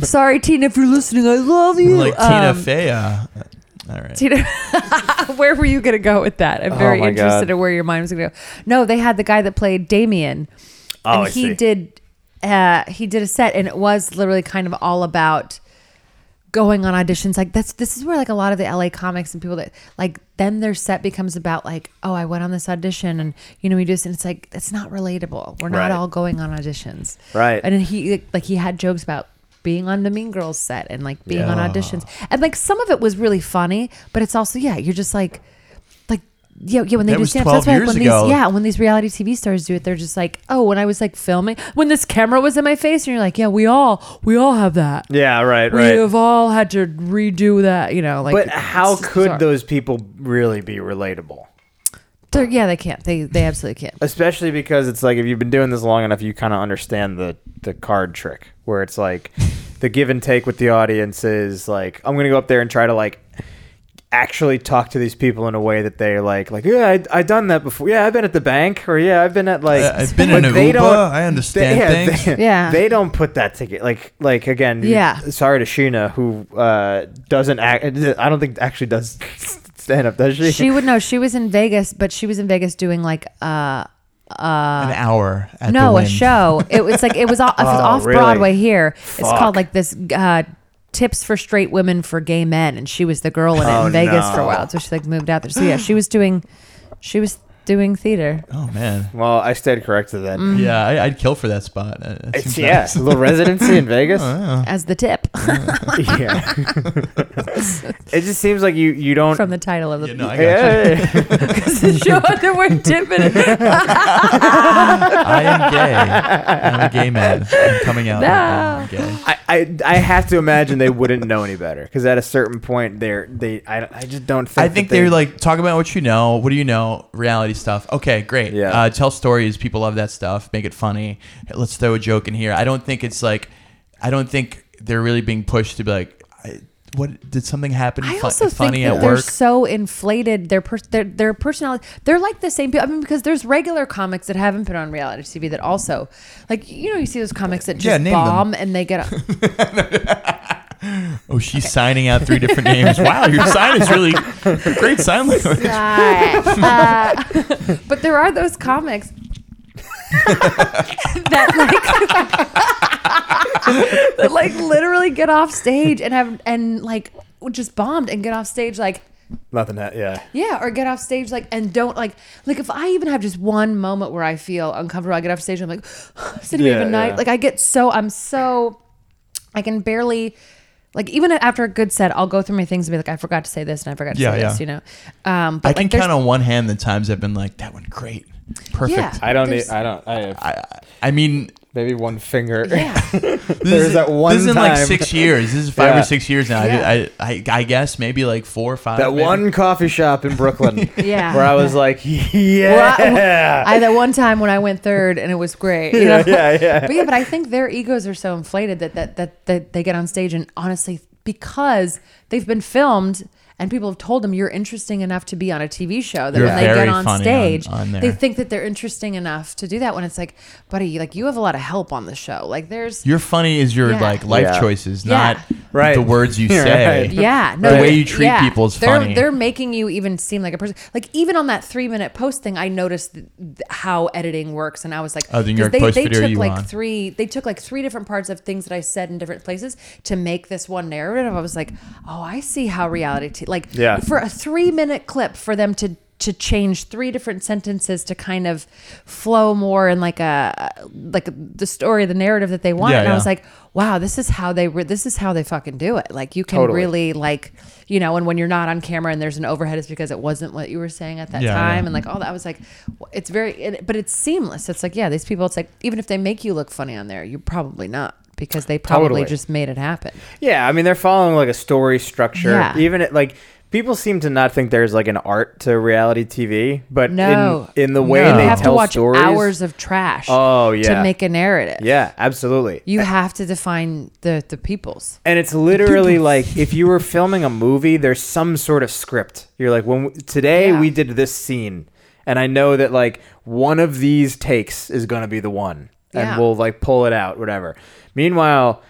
Speaker 4: Sorry, Tina, if you're listening, I love you.
Speaker 2: like
Speaker 4: Um,
Speaker 2: Tina Fey. uh, all right.
Speaker 4: Tina, where were you going to go with that? I'm very
Speaker 3: Oh my
Speaker 4: interested
Speaker 3: God.
Speaker 4: in where your mind was going to go. No, they had the guy that played Damien,
Speaker 3: Oh,
Speaker 4: and
Speaker 3: I
Speaker 4: he
Speaker 3: see.
Speaker 4: did uh, he did a set, and it was literally kind of all about going on auditions. Like that's this is where like a lot of the LA comics and people that like then their set becomes about like oh I went on this audition and you know we do this and it's like it's not relatable. We're not
Speaker 3: Right.
Speaker 4: all going on auditions,
Speaker 3: Right.
Speaker 4: And then he like he had jokes about being on the Mean Girls set and like being on
Speaker 2: Yeah.
Speaker 4: auditions. And like some of it was really funny, but it's also yeah, you're just like like yeah, yeah, when they
Speaker 2: That
Speaker 4: do
Speaker 2: was
Speaker 4: stand up, that's
Speaker 2: 12
Speaker 4: why like,
Speaker 2: years
Speaker 4: when
Speaker 2: ago.
Speaker 4: these yeah, Uh, when these reality TV stars do it, they're just like, "Oh, when I was like filming, when this camera was in my face." And you're like, "Yeah, we all we all have that.
Speaker 3: Yeah, right,
Speaker 4: We have all had to redo that, you know, like
Speaker 3: But how
Speaker 4: it's-
Speaker 3: could
Speaker 4: sorry.
Speaker 3: those people really be relatable?
Speaker 4: They're- yeah, they can't. They they absolutely can't.
Speaker 3: Especially because it's like if you've been doing this long enough, you kind of understand the the card trick, where it's like the give and take with the audience is like I'm gonna go up there and try to like actually talk to these people in a way that they're like like yeah I I done that before yeah I've been at the bank or yeah I've been at like
Speaker 2: I- I've been
Speaker 3: But
Speaker 2: in an
Speaker 3: they
Speaker 2: Uber.
Speaker 3: don't-
Speaker 2: I understand
Speaker 3: yeah,
Speaker 2: things.
Speaker 3: They,
Speaker 4: Yeah.
Speaker 3: they don't put that ticket like like again. you-
Speaker 4: Yeah.
Speaker 3: sorry to Sheena who uh, doesn't act. I don't think actually does stand up. Does she?
Speaker 4: She would know. She was in Vegas, but she was in Vegas doing like uh
Speaker 2: An hour at the
Speaker 4: no a
Speaker 2: Wind. Oh,
Speaker 4: show. It was like it was off, off
Speaker 3: really?
Speaker 4: Broadway here. It's
Speaker 3: Fuck.
Speaker 4: called like this uh Tips for Straight Women for Gay Men, and she was the girl in it
Speaker 3: Oh,
Speaker 4: in Vegas
Speaker 3: no.
Speaker 4: for a while. So she like moved out there. So yeah, she was doing, she was doing theater.
Speaker 2: Oh man.
Speaker 3: well, I stayed corrected then.
Speaker 4: Um,
Speaker 2: Yeah, I, I'd kill for that spot. Uh, that
Speaker 3: It's
Speaker 2: seems
Speaker 3: yeah,
Speaker 2: nice.
Speaker 3: a little residency in Vegas.
Speaker 2: Uh.
Speaker 4: As the tip
Speaker 3: Oh, yeah, it just seems like you you don't.
Speaker 4: from the title of the,
Speaker 2: Yeah, no, I got
Speaker 3: yeah,
Speaker 4: the show, the word tip in it.
Speaker 2: I am gay. I'm a gay man. I'm coming out. I'm gay.
Speaker 3: I, I I have to imagine they wouldn't know any better because at a certain point they're they I, I just don't think
Speaker 2: I think
Speaker 3: that
Speaker 2: they're like talk about what you know. What do you know? Reality stuff. Okay, great.
Speaker 3: Yeah.
Speaker 2: Uh, tell stories. People love that stuff. Make it funny. Let's throw a joke in here. I don't think it's like, I don't think they're really being pushed to be like, I, what did something happen
Speaker 4: I
Speaker 2: fu-
Speaker 4: also think
Speaker 2: funny
Speaker 4: that
Speaker 2: at
Speaker 4: they're
Speaker 2: work?
Speaker 4: so inflated. Their per- their their personality. They're like the same people. I mean, because there's regular comics that haven't been on reality TV that also, like you know, you see those comics that just
Speaker 2: Yeah, name them.
Speaker 4: bomb and they get. on-
Speaker 2: oh, she's signing out three different names. Wow, your sign is really great sign language.
Speaker 4: Uh, but there are those comics that like that like literally get off stage and have and like just bombed and get off stage like
Speaker 3: nothing. That, yeah,
Speaker 4: Yeah, or get off stage like and don't like like if I even have just one moment where I feel uncomfortable, I get off stage. I'm like, it's gonna be
Speaker 3: Yeah,
Speaker 4: a night.
Speaker 3: yeah.
Speaker 4: Like I get so I'm so I can barely like even after a good set, I'll go through my things and be like, I forgot to say this and I forgot to
Speaker 2: Yeah,
Speaker 4: say this,
Speaker 2: yeah.
Speaker 4: you know. Um, but
Speaker 2: I
Speaker 4: like,
Speaker 2: can
Speaker 4: there's-
Speaker 2: count on one hand the times I've been like, that one great, perfect.
Speaker 4: Yeah.
Speaker 3: I don't. Need,
Speaker 4: There's-
Speaker 3: I don't. I have
Speaker 2: I, I mean,
Speaker 3: maybe one finger.
Speaker 4: Yeah,
Speaker 2: This
Speaker 3: There's
Speaker 2: is-
Speaker 3: that one
Speaker 2: This is in like
Speaker 3: time.
Speaker 2: six years. This is five
Speaker 3: Yeah.
Speaker 2: or six years now.
Speaker 4: Yeah.
Speaker 2: I, I, I guess maybe like four or five.
Speaker 3: That
Speaker 2: maybe.
Speaker 3: one coffee shop in Brooklyn
Speaker 4: yeah.
Speaker 3: where I was like, yeah,
Speaker 4: Well, I, I that one time when I went third and it was great. you
Speaker 3: yeah,
Speaker 4: know?
Speaker 3: yeah, yeah.
Speaker 4: but yeah, but I think their egos are so inflated that that that, that they get on stage and honestly because they've been filmed and people have told them you're interesting enough to be on a TV show that
Speaker 2: You're
Speaker 4: when they get
Speaker 2: very
Speaker 4: on
Speaker 2: funny on-
Speaker 4: stage
Speaker 2: on there.
Speaker 4: they think that they're interesting enough to do that when it's like buddy like you have a lot of help on the show like there's
Speaker 2: Your funny is your
Speaker 4: Yeah.
Speaker 2: like life
Speaker 3: Yeah.
Speaker 2: choices,
Speaker 4: Yeah.
Speaker 2: not
Speaker 3: Right.
Speaker 2: the words you
Speaker 3: You're
Speaker 2: say.
Speaker 3: right.
Speaker 4: yeah,
Speaker 2: The way you treat people is
Speaker 4: they're,
Speaker 2: funny.
Speaker 4: They're making you even seem like a person. Like even on that three minute post thing, I noticed th- th- how editing works, and I was like,
Speaker 2: Oh, the New
Speaker 4: 'cause
Speaker 2: York
Speaker 4: they,
Speaker 2: Post
Speaker 4: they
Speaker 2: video
Speaker 4: took
Speaker 2: you
Speaker 4: like
Speaker 2: on.
Speaker 4: three. They took like three different parts of things that I said in different places to make this one narrative. I was like, oh, I see how reality. T- like
Speaker 3: Yeah.
Speaker 4: for a three minute clip for them to. To change three different sentences to kind of flow more in like a like the story, the narrative that they want,
Speaker 2: Yeah,
Speaker 4: and I
Speaker 2: yeah.
Speaker 4: was like, "Wow, this is how they re- this is how they fucking do it." Like you can
Speaker 3: Totally.
Speaker 4: really like you know and when you're not on camera and there's an overhead it's because it wasn't what you were saying at that
Speaker 2: Yeah,
Speaker 4: time
Speaker 2: yeah.
Speaker 4: and like all that i was like w- it's very it, but it's seamless it's like yeah these people it's like even if they make you look funny on there you're probably not because they probably
Speaker 3: Totally.
Speaker 4: just made it happen
Speaker 3: Yeah, I mean they're following like a story structure.
Speaker 4: Yeah.
Speaker 3: Even at, like people seem to not think there's like an art to reality TV, but
Speaker 4: no
Speaker 3: in, in the way
Speaker 4: you
Speaker 3: they
Speaker 4: have
Speaker 3: tell
Speaker 4: to watch
Speaker 3: stories,
Speaker 4: hours of trash
Speaker 3: Oh, yeah.
Speaker 4: to make a narrative
Speaker 3: yeah, absolutely.
Speaker 4: you have to define the the people's
Speaker 3: And it's literally like if you were filming a movie, there's some sort of script. You're like, when w- today
Speaker 4: Yeah.
Speaker 3: we did this scene, and I know that like one of these takes is gonna be the one, and
Speaker 4: Yeah.
Speaker 3: we'll like pull it out, whatever. Meanwhile,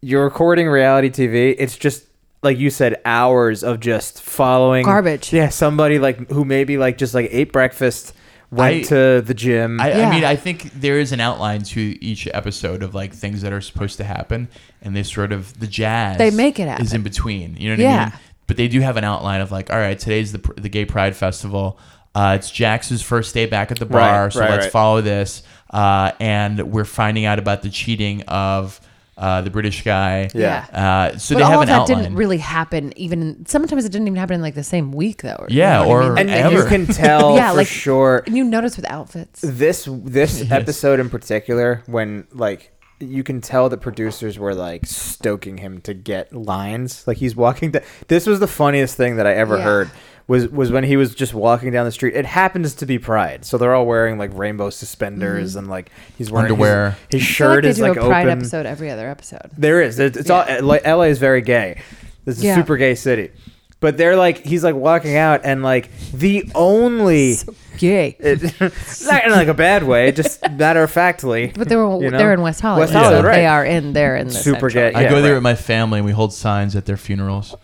Speaker 3: you're recording reality TV. It's just like you said, hours of just following
Speaker 4: Garbage.
Speaker 3: Yeah, somebody like who maybe like just like ate breakfast, went
Speaker 2: I-
Speaker 3: to the gym.
Speaker 2: I,
Speaker 4: Yeah.
Speaker 2: I mean, I think there is an outline to each episode of like things that are supposed to happen, and they sort of the jazz
Speaker 4: They make it
Speaker 2: is
Speaker 4: happen.
Speaker 2: in between. You know what I
Speaker 4: Yeah.
Speaker 2: mean? But they do have an outline of like, all right, today's the pr- the Gay Pride Festival. Uh, it's Jax's first day back at the bar,
Speaker 3: Right,
Speaker 2: so
Speaker 3: right,
Speaker 2: let's
Speaker 3: right.
Speaker 2: follow this. Uh, and we're finding out about the cheating of uh, the British guy.
Speaker 3: Yeah.
Speaker 2: Uh, so
Speaker 4: but
Speaker 2: they
Speaker 4: all
Speaker 2: have
Speaker 4: of
Speaker 2: an
Speaker 4: that
Speaker 2: outline.
Speaker 4: didn't really happen. Even in, sometimes it didn't even happen in like the same week, though. or- you
Speaker 2: Yeah,
Speaker 4: know what
Speaker 2: or-
Speaker 3: and,
Speaker 4: Like,
Speaker 3: and you
Speaker 2: Ever.
Speaker 3: can tell
Speaker 4: Yeah,
Speaker 3: for
Speaker 4: like-
Speaker 3: sure
Speaker 4: and you notice with outfits.
Speaker 3: this this episode in particular when like you can tell the producers were like stoking him to get lines like he's walking down this was the funniest thing that i ever
Speaker 4: Yeah.
Speaker 3: heard was was when he was just walking down the street it happens to be pride so they're all wearing like rainbow suspenders and like he's wearing his-
Speaker 2: Underwear.
Speaker 3: his,
Speaker 4: I feel
Speaker 3: shirt
Speaker 4: they
Speaker 3: is
Speaker 4: do
Speaker 3: like
Speaker 4: a Pride
Speaker 3: open
Speaker 4: episode every other episode.
Speaker 3: there is. It's, it's all like LA is very gay. This is
Speaker 4: Yeah.
Speaker 3: a super gay city. But they're like he's like walking out and like the only
Speaker 4: Yay.
Speaker 3: it, not in like a bad way, just matter of factly.
Speaker 4: But they were
Speaker 3: You know?
Speaker 4: they're in West Hollywood,
Speaker 3: West Hollywood,
Speaker 4: so
Speaker 3: right.
Speaker 4: they are in there in the
Speaker 3: Super
Speaker 4: central.
Speaker 3: gay.
Speaker 2: I
Speaker 3: yeah,
Speaker 2: go there
Speaker 3: right.
Speaker 2: with my family and we hold signs at their funerals.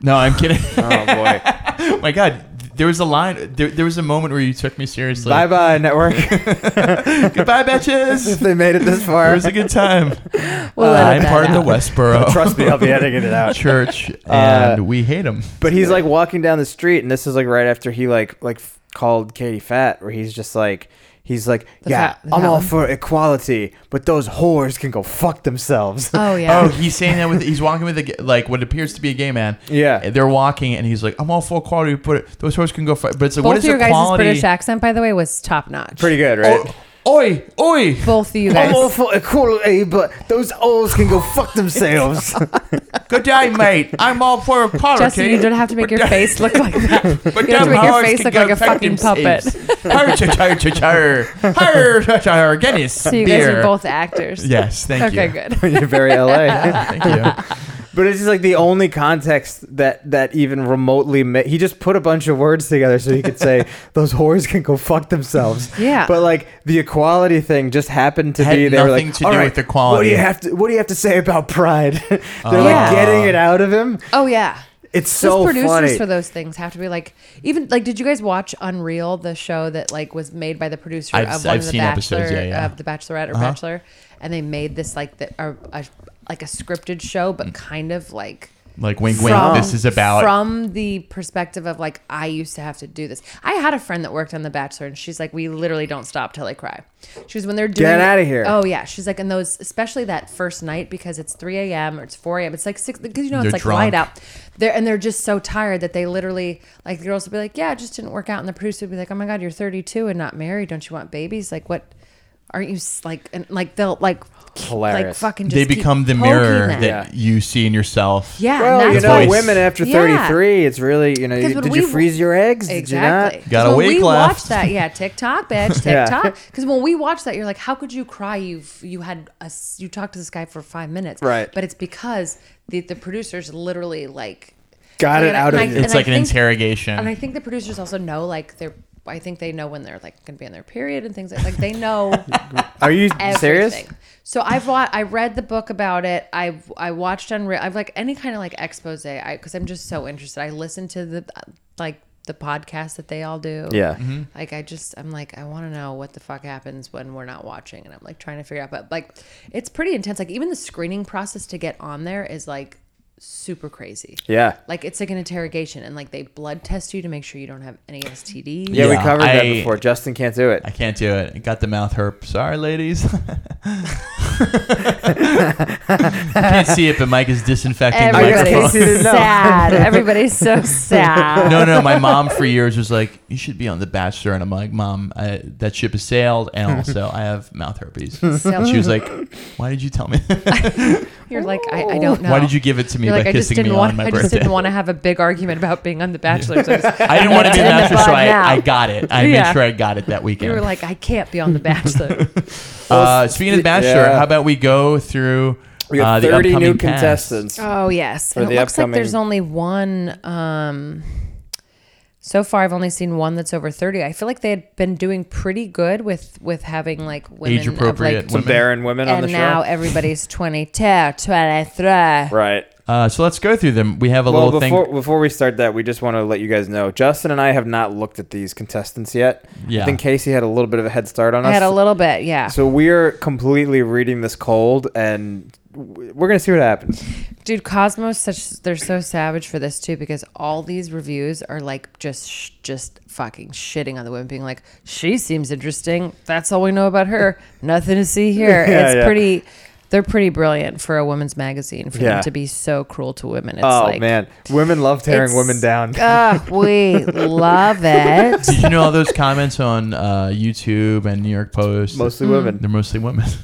Speaker 2: No, I'm kidding.
Speaker 3: Oh boy!
Speaker 2: my God, there was a line. There, there was a moment where you took me seriously.
Speaker 3: bye bye network.
Speaker 2: Goodbye,
Speaker 3: if
Speaker 2: bitches.
Speaker 3: they made it this
Speaker 2: It
Speaker 3: far,
Speaker 2: was a good time.
Speaker 4: We'll edit
Speaker 2: I'm
Speaker 4: that
Speaker 2: part of
Speaker 4: out.
Speaker 2: the Westboro.
Speaker 3: trust me, I'll be editing it out.
Speaker 2: church,
Speaker 3: Uh,
Speaker 2: and we hate him.
Speaker 3: But he's like walking down the street, and this is like right after he like like f- called Katie fat, where he's just like he's like,
Speaker 4: The
Speaker 3: yeah,
Speaker 4: fat- the
Speaker 3: I'm
Speaker 4: fat
Speaker 3: all
Speaker 4: one?
Speaker 3: for equality, but those whores can go fuck themselves.
Speaker 4: Oh yeah.
Speaker 2: Oh, he's saying that with he's walking with a g- like what appears to be a gay man.
Speaker 3: Yeah.
Speaker 2: they're walking, and he's like, "I'm all for equality, but those horses can go." Fight. But it's like,
Speaker 4: Both
Speaker 2: what
Speaker 4: of
Speaker 2: is
Speaker 4: your guys'
Speaker 2: equality?
Speaker 4: British accent, by the way, was top notch.
Speaker 3: Pretty good, right?
Speaker 2: Oh, Oi, oi!
Speaker 4: Both of you
Speaker 3: I'm all
Speaker 4: guys.
Speaker 3: for equality, but those O's can go fuck themselves.
Speaker 2: Good day, mate. I'm all for equality.
Speaker 4: Justin, you don't have to make your face look like that.
Speaker 2: But
Speaker 4: you don't have to
Speaker 2: them
Speaker 4: make your
Speaker 2: horse
Speaker 4: face
Speaker 2: can
Speaker 4: look
Speaker 2: go
Speaker 4: like a
Speaker 2: fuck
Speaker 4: fucking
Speaker 2: themselves. Har, char, char, char, char. Har, char, char, Guinness.
Speaker 4: So you guys
Speaker 2: beer.
Speaker 4: are both actors.
Speaker 2: Yes, thank
Speaker 4: okay,
Speaker 2: you.
Speaker 4: good.
Speaker 3: You're very LA.
Speaker 2: Thank you.
Speaker 3: But it's just like the only context that that even remotely ma- he just put a bunch of words together so he could say those whores can go fuck themselves.
Speaker 4: Yeah.
Speaker 3: But like the equality thing just happened to
Speaker 2: Had
Speaker 3: be they were
Speaker 2: nothing
Speaker 3: like
Speaker 2: to
Speaker 3: "All
Speaker 2: do
Speaker 3: right,
Speaker 2: with equality."
Speaker 3: What do you have to What do you have to say about pride? They're
Speaker 4: Yeah.
Speaker 3: like getting it out of him.
Speaker 4: Oh yeah.
Speaker 3: It's
Speaker 4: Those
Speaker 3: so
Speaker 4: producers
Speaker 3: funny.
Speaker 4: for those things have to be like even like did you guys watch Unreal the show that like was made by the producer
Speaker 2: I've-
Speaker 4: of one
Speaker 2: I've
Speaker 4: of the
Speaker 2: seen
Speaker 4: Bachelor
Speaker 2: episodes, yeah, yeah. Uh-huh.
Speaker 4: of the Bachelorette or Bachelor and they made this like the or a, like a scripted show
Speaker 2: Mm.
Speaker 4: but kind of like
Speaker 2: Like wink, wink. this is about
Speaker 4: from the perspective of like I used to have to do this. I had a friend that worked on The Bachelor, and she's like, we literally don't stop till I cry. She was when they're doing
Speaker 3: outta here.
Speaker 4: Oh yeah, she's like, and those especially that first night because it's 3 a.m. or it's 4 a.m. It's like six because you know
Speaker 2: They're
Speaker 4: it's like light
Speaker 2: drunk.
Speaker 4: out. They're and they're just so tired that they literally like the girls would be like, yeah, it just didn't work out, and the producer would be like, oh my god, you're 32 and not married, don't you want babies? Like what? Aren't you s- like and like they'll like keep- like
Speaker 3: Hilarious.
Speaker 4: fucking just
Speaker 2: they
Speaker 4: keep
Speaker 2: become the
Speaker 4: poking
Speaker 2: mirror
Speaker 4: them.
Speaker 2: that
Speaker 4: yeah.
Speaker 2: you see in yourself.
Speaker 4: Yeah, and
Speaker 3: well, you
Speaker 4: that's
Speaker 3: know,
Speaker 4: why-
Speaker 2: voice.
Speaker 3: women after
Speaker 4: Yeah.
Speaker 3: 33, it's really, you know,
Speaker 4: Because
Speaker 3: you,
Speaker 4: when
Speaker 3: did
Speaker 4: we
Speaker 3: you
Speaker 4: w-
Speaker 3: freeze your eggs?
Speaker 4: Exactly.
Speaker 3: Did
Speaker 4: 'Cause
Speaker 2: Got a
Speaker 4: when
Speaker 2: week
Speaker 4: we
Speaker 2: left.
Speaker 4: watch that, yeah, TikTok, bitch,
Speaker 3: Yeah.
Speaker 4: TikTok. Because when we watch that, you're like, how could you cry? You've you had a s- you talked to this guy for five minutes,
Speaker 3: Right.
Speaker 4: But it's because the the producers literally like
Speaker 3: Got it
Speaker 4: and I-
Speaker 3: out of
Speaker 4: and I-
Speaker 3: you.
Speaker 4: and
Speaker 2: It's
Speaker 4: I
Speaker 2: like an
Speaker 4: think-
Speaker 2: interrogation.
Speaker 4: And I think the producers also know like they're. I think they know when they're like going to be on their period and things like like they know
Speaker 3: not? Are you
Speaker 4: everything.
Speaker 3: serious?
Speaker 4: So I've wa- I read the book about it. I I watched Unreal. I've like any kind of like expose. I because I'm just so interested. I listen to the like the podcast that they all do.
Speaker 3: Yeah.
Speaker 4: Like I just I'm like I want to know what the fuck happens when we're not watching, and I'm like trying to figure out. But like it's pretty intense. Like even the screening process to get on there is like super crazy.
Speaker 3: Yeah.
Speaker 4: Like it's like an interrogation, and like they blood test you to make sure you don't have any STDs.
Speaker 3: Yeah, we
Speaker 2: Yeah,
Speaker 3: covered that
Speaker 2: I-
Speaker 3: before. Justin can't do it.
Speaker 2: I can't do it. I got the mouth herp. Sorry, ladies. can't see it, but Mike is disinfecting the
Speaker 3: Everybody's-
Speaker 2: microphone.
Speaker 3: microphone.
Speaker 4: Everybody's
Speaker 3: No.
Speaker 4: sad. Everybody's so sad.
Speaker 2: No, no. My mom for years was like, "You should be on The Bachelor," and I'm like, "Mom, I, that ship has sailed, and also I have mouth herpes."
Speaker 4: So-
Speaker 2: She was like, "Why did you tell me?
Speaker 4: You're like, I, I don't know.
Speaker 2: Why did you give it to me
Speaker 4: You're
Speaker 2: by
Speaker 4: like, I just
Speaker 2: kissing me
Speaker 4: didn't want.
Speaker 2: on my
Speaker 4: I
Speaker 2: birthday?"
Speaker 4: just didn't want to have a big argument about being on The Bachelor. So I just-
Speaker 2: I didn't want to be a
Speaker 4: It's in the
Speaker 2: bachelor, so
Speaker 4: bud now.
Speaker 2: I, I got it. I
Speaker 4: Yeah.
Speaker 2: made sure I got it that weekend.
Speaker 4: you were like, I can't be on The Bachelor.
Speaker 2: uh, speaking of the Bachelor,
Speaker 3: Yeah.
Speaker 2: how about we go through
Speaker 3: We got
Speaker 2: uh, the
Speaker 3: 30 new
Speaker 2: upcoming cast?
Speaker 3: contestants.
Speaker 4: oh yes,
Speaker 3: For
Speaker 4: and it
Speaker 3: the
Speaker 4: looks like there's
Speaker 3: upcoming-
Speaker 4: only one. Um, so far, I've only seen one that's over thirty. I feel like they had been doing pretty good with with having like women
Speaker 2: Age-appropriate
Speaker 4: of, like,
Speaker 2: women.
Speaker 3: Some barren women on
Speaker 4: and
Speaker 3: the
Speaker 4: now
Speaker 3: show.
Speaker 4: everybody's 22, 23. Right.
Speaker 3: Right.
Speaker 2: Uh, so let's go through them. We have a
Speaker 3: Well,
Speaker 2: little
Speaker 3: before
Speaker 2: thing.
Speaker 3: before we start that, we just want to let you guys know Justin and I have not looked at these contestants yet.
Speaker 2: Yeah.
Speaker 3: I think Casey had a little bit of a head start on
Speaker 4: I
Speaker 3: us.
Speaker 4: had a little bit, yeah.
Speaker 3: so we're completely reading this cold, and w- we're gonna see what happens.
Speaker 4: Dude, Cosmos such they're so savage for this too because all these reviews are like just sh- just fucking shitting on the women being like she seems interesting. That's all we know about her. Nothing to see here.
Speaker 3: Yeah,
Speaker 4: it's
Speaker 3: yeah.
Speaker 4: pretty They're pretty brilliant for a women's magazine for
Speaker 3: Yeah.
Speaker 4: them to be so cruel to women. It's
Speaker 3: oh
Speaker 4: like,
Speaker 3: man, women love tearing women
Speaker 4: it's-
Speaker 3: down.
Speaker 4: Ah, we love it.
Speaker 2: Did you know all those comments on uh, YouTube and New York Post?
Speaker 3: Mostly women.
Speaker 2: they're mostly women.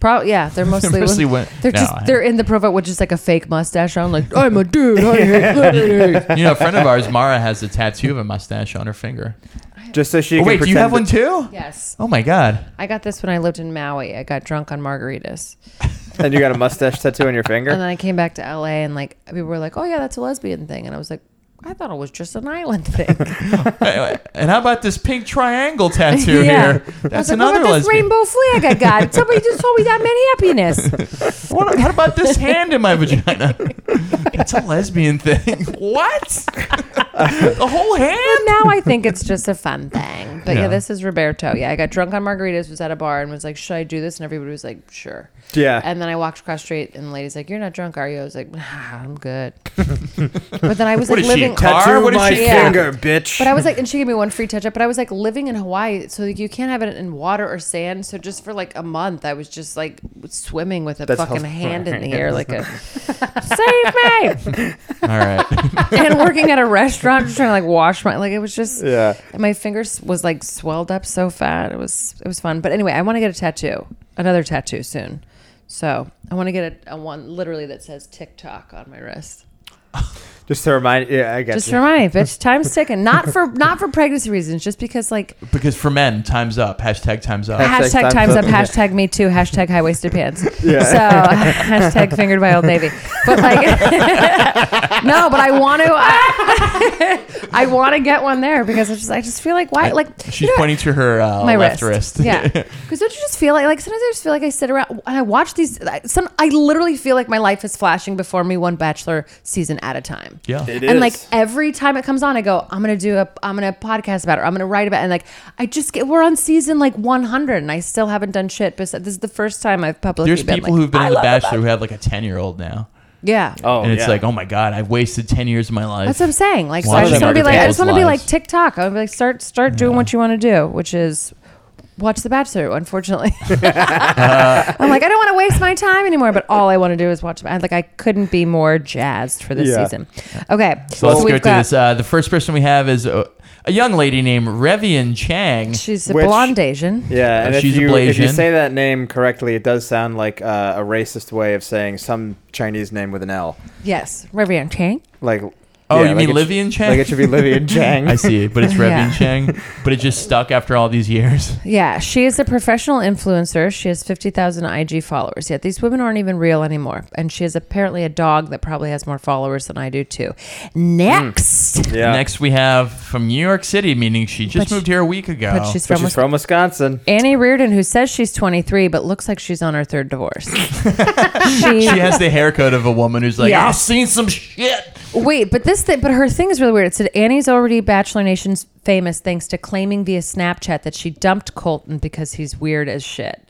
Speaker 4: Pro- yeah, they're mostly,
Speaker 2: They're mostly women.
Speaker 4: They're
Speaker 2: No,
Speaker 4: just
Speaker 2: I-
Speaker 4: they're in the profile with just like a fake mustache on, like I'm a dude. I hate ladies."
Speaker 2: you know, a friend of ours, Mara, has a tattoo of a mustache on her finger.
Speaker 4: Mm.
Speaker 3: Just so she
Speaker 2: Oh,
Speaker 3: can
Speaker 2: wait, do
Speaker 3: pretend
Speaker 2: you have
Speaker 3: that-
Speaker 2: one too?
Speaker 4: Yes,
Speaker 2: Oh my god!
Speaker 4: I got this when I lived in Maui. I got drunk on margaritas,
Speaker 3: and you got a mustache tattoo on your finger.
Speaker 4: and then I came back to LA, and like people were like, "Oh yeah, that's a lesbian thing," and I was like, "I thought it was just an island thing."
Speaker 2: Anyway, and how about this pink triangle tattoo
Speaker 4: Yeah.
Speaker 2: here?
Speaker 4: I was
Speaker 2: That's
Speaker 4: like, what
Speaker 2: another
Speaker 4: about this
Speaker 2: lesbian.
Speaker 4: rainbow flag I got? Somebody just told me that meant happiness.
Speaker 2: What, what about this hand in my vagina? That's a lesbian thing. What? the whole hand?
Speaker 4: now I think it's just a fun thing. But yeah.
Speaker 2: Yeah.
Speaker 4: this is Roberto. Yeah, I got drunk on margaritas, was at a bar, and was like, "Should I do this?" And everybody was like, "Sure."
Speaker 3: Yeah.
Speaker 4: And then I walked across the street, and the lady's like, "You're not drunk, are you?" I was like, nah, "I'm good." but then I was
Speaker 2: What
Speaker 4: like
Speaker 2: is she, a
Speaker 4: living.
Speaker 2: car?
Speaker 3: Tattoo
Speaker 2: What is
Speaker 3: my
Speaker 2: she-
Speaker 4: Yeah.
Speaker 3: finger, bitch.
Speaker 4: But I was like, and she gave me one free touch up. But I was like living in Hawaii, so like you can't have it in water or sand. So just for like a month, I was just like swimming with a
Speaker 3: That's how-
Speaker 4: fucking hand in the air, like a save me,
Speaker 2: All right.
Speaker 4: and working at a restaurant, just trying to like wash my like it was just
Speaker 3: Yeah.
Speaker 4: And my fingers was like swelled up so fat. It was it was fun. But anyway, I want to get a tattoo, another tattoo soon. So I want to get a, a one literally that says TikTok on my wrist.
Speaker 3: just to remind. Yeah, I guess.
Speaker 4: Just remind me, bitch, time's ticking. Not for not for pregnancy reasons, just because like
Speaker 2: Because for men, time's up. Hashtag time's up.
Speaker 4: hashtag,
Speaker 3: time's
Speaker 4: times
Speaker 3: up.
Speaker 4: up, hashtag me too, hashtag high waisted pants.
Speaker 3: Yeah.
Speaker 4: So hashtag fingered by old navy. But like no, but I want to I, I want to get one there because I just I just feel like why like
Speaker 2: She's
Speaker 4: you know,
Speaker 2: pointing to her uh,
Speaker 4: my
Speaker 2: left
Speaker 4: wrist.
Speaker 2: wrist.
Speaker 4: Yeah. Because don't you just feel like, like sometimes I just feel like I sit around and I watch these. I- Some I literally feel like my life is flashing before me, one Bachelor season at a time.
Speaker 2: yeah.
Speaker 3: It
Speaker 4: and
Speaker 3: is.
Speaker 4: like every time it comes on, I go, I'm gonna do a, I'm gonna podcast about it. Or I'm gonna write about it. And like, I just get, we're on season like 100, and I still haven't done shit. But this is the first time I've publicly
Speaker 2: There's
Speaker 4: been
Speaker 2: people
Speaker 4: like,
Speaker 2: who've been
Speaker 4: I
Speaker 2: on The
Speaker 4: love
Speaker 2: Bachelor who have like a 10 year old now.
Speaker 4: it. Yeah.
Speaker 3: oh,
Speaker 2: and it's
Speaker 3: yeah.
Speaker 2: like, oh my God, I've wasted 10 years of my life.
Speaker 4: That's what I'm saying. Like, so I
Speaker 2: Watching
Speaker 4: just want to be like, I
Speaker 2: people's
Speaker 4: just want to be
Speaker 2: lives.
Speaker 4: like TikTok. I'm like, start, start doing what you want to do, which is watch The Bachelor. Unfortunately, I'm like, I don't want to waste my time anymore. But all I want to do is watch. I like, I couldn't be more jazzed for this
Speaker 3: Yeah.
Speaker 4: season. Okay,
Speaker 2: So let's
Speaker 4: we've
Speaker 2: go through
Speaker 4: got-
Speaker 2: this. Uh, the first person we have is a, a young lady named Revian Chang.
Speaker 4: She's a
Speaker 3: Which-
Speaker 4: blonde Asian.
Speaker 3: Yeah,
Speaker 2: Uh,
Speaker 3: and if
Speaker 2: she's
Speaker 3: you if you
Speaker 2: Ablasian.
Speaker 3: say that name correctly, it does sound like uh, a racist way of saying some Chinese name with an L.
Speaker 4: Yes, Rivian Chang.
Speaker 3: Like,
Speaker 2: Oh,
Speaker 3: yeah,
Speaker 2: you
Speaker 3: like
Speaker 2: mean
Speaker 3: it sh-
Speaker 2: Livian Chang?
Speaker 3: Like it should be Livian Chang.
Speaker 2: I see, but it's Revian
Speaker 4: Yeah.
Speaker 2: Chang. But it just stuck after all these years.
Speaker 4: Yeah, she is a professional influencer. She has 50,000 IG followers. Yet these women aren't even real anymore. And she is apparently a dog that probably has more followers than I do, too. Next.
Speaker 3: Yeah,
Speaker 2: Next, we have from New York City, meaning she just
Speaker 4: But
Speaker 2: moved here a week ago.
Speaker 4: But she's
Speaker 3: But
Speaker 4: from,
Speaker 3: she's from Wisconsin.
Speaker 4: Annie Reardon, who says she's 23, but looks like she's on her third divorce. she,
Speaker 2: she has the haircut of a woman who's like,
Speaker 4: Yeah.
Speaker 2: I've seen some shit.
Speaker 4: wait, but this thing, but her thing is really weird. It said Annie's already Bachelor Nation's famous thanks to claiming via Snapchat that she dumped Colton because he's weird as shit.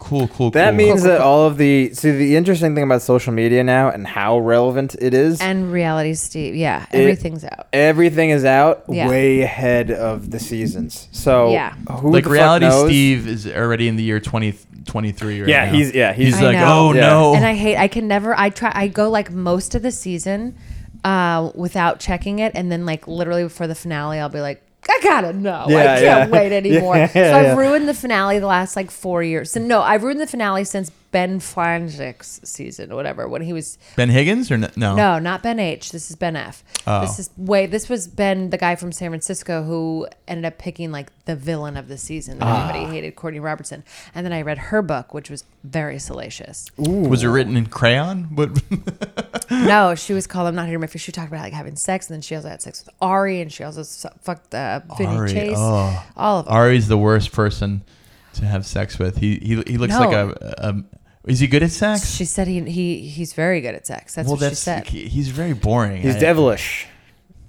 Speaker 2: Cool, cool,
Speaker 3: That
Speaker 2: cool.
Speaker 3: means that all of the see the interesting thing about social media now and how relevant it is.
Speaker 4: And reality Steve, yeah, everything's out.
Speaker 3: Everything is out
Speaker 4: Yeah.
Speaker 3: way ahead of the seasons. So
Speaker 4: Yeah.
Speaker 3: who
Speaker 2: like
Speaker 3: the
Speaker 2: reality
Speaker 3: fuck knows?
Speaker 2: Steve is already in the year 2023 right
Speaker 3: Yeah,
Speaker 2: now.
Speaker 3: he's- yeah, he's-
Speaker 2: he's
Speaker 4: I
Speaker 2: like,
Speaker 4: know.
Speaker 2: oh
Speaker 3: Yeah.
Speaker 2: no.
Speaker 4: And I hate. I can never. I try. I go like most of the season uh, without checking it, and then like literally before the finale, I'll be like. I gotta know. I
Speaker 3: Yeah,
Speaker 4: can't
Speaker 3: yeah.
Speaker 4: wait anymore.
Speaker 3: Yeah,
Speaker 4: so I've
Speaker 3: yeah.
Speaker 4: ruined the finale the last like four years. So no, I've ruined the finale since Ben Flangek's season, whatever, when he was
Speaker 2: ben Higgins or no? No.
Speaker 4: no, not Ben H. This is Ben F.
Speaker 2: Oh.
Speaker 4: This is wait. This was Ben, the guy from San Francisco, who ended up picking like the villain of the season. That
Speaker 3: Ah.
Speaker 4: Everybody hated Courtney Robertson, and then I read her book, which was very salacious.
Speaker 2: Was it written in crayon? What?
Speaker 4: no, she was called "I'm Not Here to Make Friends." She talked about like having sex, and then she also had sex with Ari, and she also su- fucked uh, Vinny
Speaker 2: Ari,
Speaker 4: Chase.
Speaker 2: oh.
Speaker 4: All of them.
Speaker 2: Ari's the worst person to have sex with. He he, he looks like
Speaker 4: No.
Speaker 2: a, a. Is he good at sex?
Speaker 4: She said he, he he's very good at sex. That's
Speaker 2: well,
Speaker 4: what
Speaker 2: that's
Speaker 4: she said.
Speaker 2: he- he's very boring.
Speaker 3: He's
Speaker 2: I-
Speaker 3: devilish.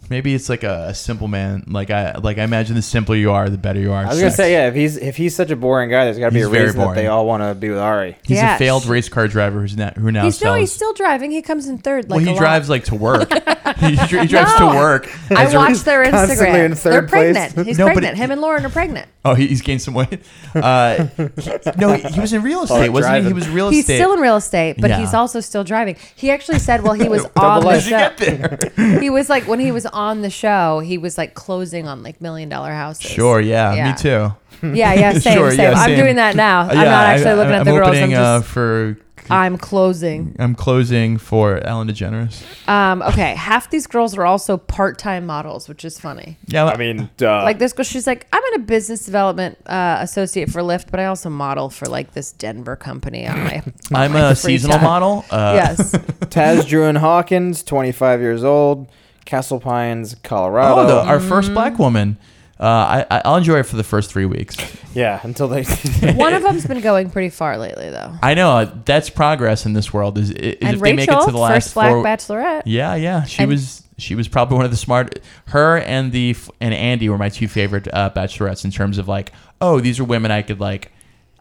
Speaker 2: Maybe it's like a, a simple man. Like I like I imagine the simpler you are, the better you are.
Speaker 3: I was gonna say yeah. If he's if he's such a boring guy, there's got to be
Speaker 2: He's
Speaker 3: a
Speaker 2: very
Speaker 3: reason that they
Speaker 2: boring.
Speaker 3: all want to be with Ari.
Speaker 2: He's
Speaker 4: Yeah,
Speaker 2: a failed
Speaker 4: she-
Speaker 2: race car driver who's now who now
Speaker 4: He's
Speaker 2: sells.
Speaker 4: no, he's still driving. He comes in third. Like
Speaker 2: well,
Speaker 4: a
Speaker 2: he
Speaker 4: lot.
Speaker 2: drives like to work. he, dr- he drives
Speaker 4: No.
Speaker 2: to work. as
Speaker 4: I
Speaker 2: a-
Speaker 4: watched their
Speaker 3: constantly
Speaker 4: Instagram.
Speaker 3: in third
Speaker 4: They're
Speaker 3: place.
Speaker 4: pregnant. He's
Speaker 2: No, but it-
Speaker 4: pregnant. Him and Lauren are pregnant.
Speaker 2: Oh, he, he's gained some weight. Uh, he- no, he, he was in real estate, wasn't he? He
Speaker 3: driving.
Speaker 2: was real
Speaker 4: He's
Speaker 2: estate.
Speaker 4: still in real estate, but
Speaker 2: Yeah.
Speaker 4: he's also still driving. He actually said, "Well, he was
Speaker 2: How
Speaker 4: on the
Speaker 2: did you
Speaker 4: show.
Speaker 2: get there?
Speaker 4: He was like when he was on the show, he was like closing on like million dollar houses.
Speaker 2: Sure, yeah,
Speaker 4: Yeah.
Speaker 2: me too.
Speaker 4: Yeah, yeah, same,
Speaker 2: Sure,
Speaker 4: same.
Speaker 2: yeah,
Speaker 4: I'm
Speaker 2: same. Uh,
Speaker 4: doing that now. I'm
Speaker 2: Yeah,
Speaker 4: not actually
Speaker 2: I-
Speaker 4: looking
Speaker 2: I-
Speaker 4: at the
Speaker 2: I'm
Speaker 4: girls.
Speaker 2: Opening,
Speaker 4: I'm
Speaker 2: uh,
Speaker 4: just.
Speaker 2: for
Speaker 4: I'm closing.
Speaker 2: I'm closing for Ellen DeGeneres.
Speaker 4: Um, okay, half these girls are also part-time models, which is funny.
Speaker 2: Yeah,
Speaker 3: I mean,
Speaker 2: Uh.
Speaker 3: duh.
Speaker 4: Like this girl, she's like, I'm in a business development uh, associate for Lyft, but I also model for like this Denver company. On my,
Speaker 2: I'm
Speaker 4: my
Speaker 2: a
Speaker 4: free
Speaker 2: seasonal
Speaker 4: time.
Speaker 2: model. Uh,
Speaker 4: yes,
Speaker 3: Taz Druin Hawkins, 25 years old, Castle Pines, Colorado.
Speaker 2: Oh, the,
Speaker 4: Mm-hmm.
Speaker 2: our first black woman. Uh, I, I- I'll enjoy it for the first three weeks.
Speaker 3: yeah, until they.
Speaker 4: one of them's been going pretty far lately, though.
Speaker 2: I know uh, that's progress in this world. Is, is
Speaker 4: and
Speaker 2: if they
Speaker 4: Rachel,
Speaker 2: make it to the last
Speaker 4: first black
Speaker 2: four,
Speaker 4: bachelorette.
Speaker 2: Yeah, yeah. She
Speaker 4: And-
Speaker 2: was she was probably one of the smart. Her and the f- and Andy were my two favorite uh, bachelorettes in terms of like, oh, these are women I could like.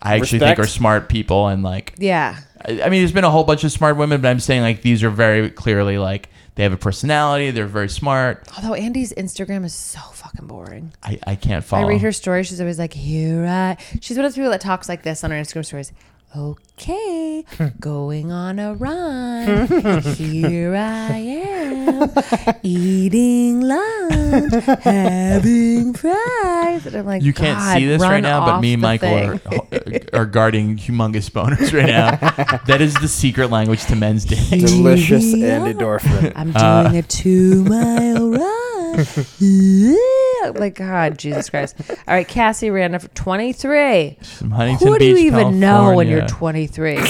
Speaker 2: I actually think
Speaker 3: Respect.
Speaker 2: are smart people and like.
Speaker 4: Yeah.
Speaker 2: I I mean, there's been a whole bunch of smart women, but I'm saying like these are very clearly like they have a personality. They're very smart.
Speaker 4: Although Andy's Instagram is so fucking boring.
Speaker 2: I, I can't follow.
Speaker 4: I read her story. She's always like, "Here I." She's one of those people that talks like this on her Instagram stories. Okay, going on a run. Here I am, eating lunch, having fries. And I'm like,
Speaker 2: You can't
Speaker 4: "God,
Speaker 2: see this
Speaker 4: run
Speaker 2: right now, but
Speaker 4: off
Speaker 2: me
Speaker 4: the
Speaker 2: and Michael
Speaker 4: thing."
Speaker 2: are, uh, are guarding humongous boners right now. that is the secret language to men's dating.
Speaker 3: Delicious
Speaker 4: Yeah.
Speaker 3: Andy Dorfman.
Speaker 4: I'm
Speaker 2: uh,
Speaker 4: doing a two mile run. Yeah. like God, Jesus Christ! All right, Cassie Randa for 23.
Speaker 2: From Huntington
Speaker 4: Who do you
Speaker 2: Beach,
Speaker 4: even know when you're
Speaker 2: California.
Speaker 4: 23?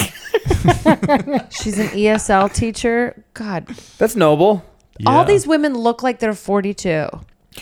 Speaker 4: She's an ESL teacher. God,
Speaker 3: That's noble.
Speaker 2: Yeah.
Speaker 4: all these women look like they're 42.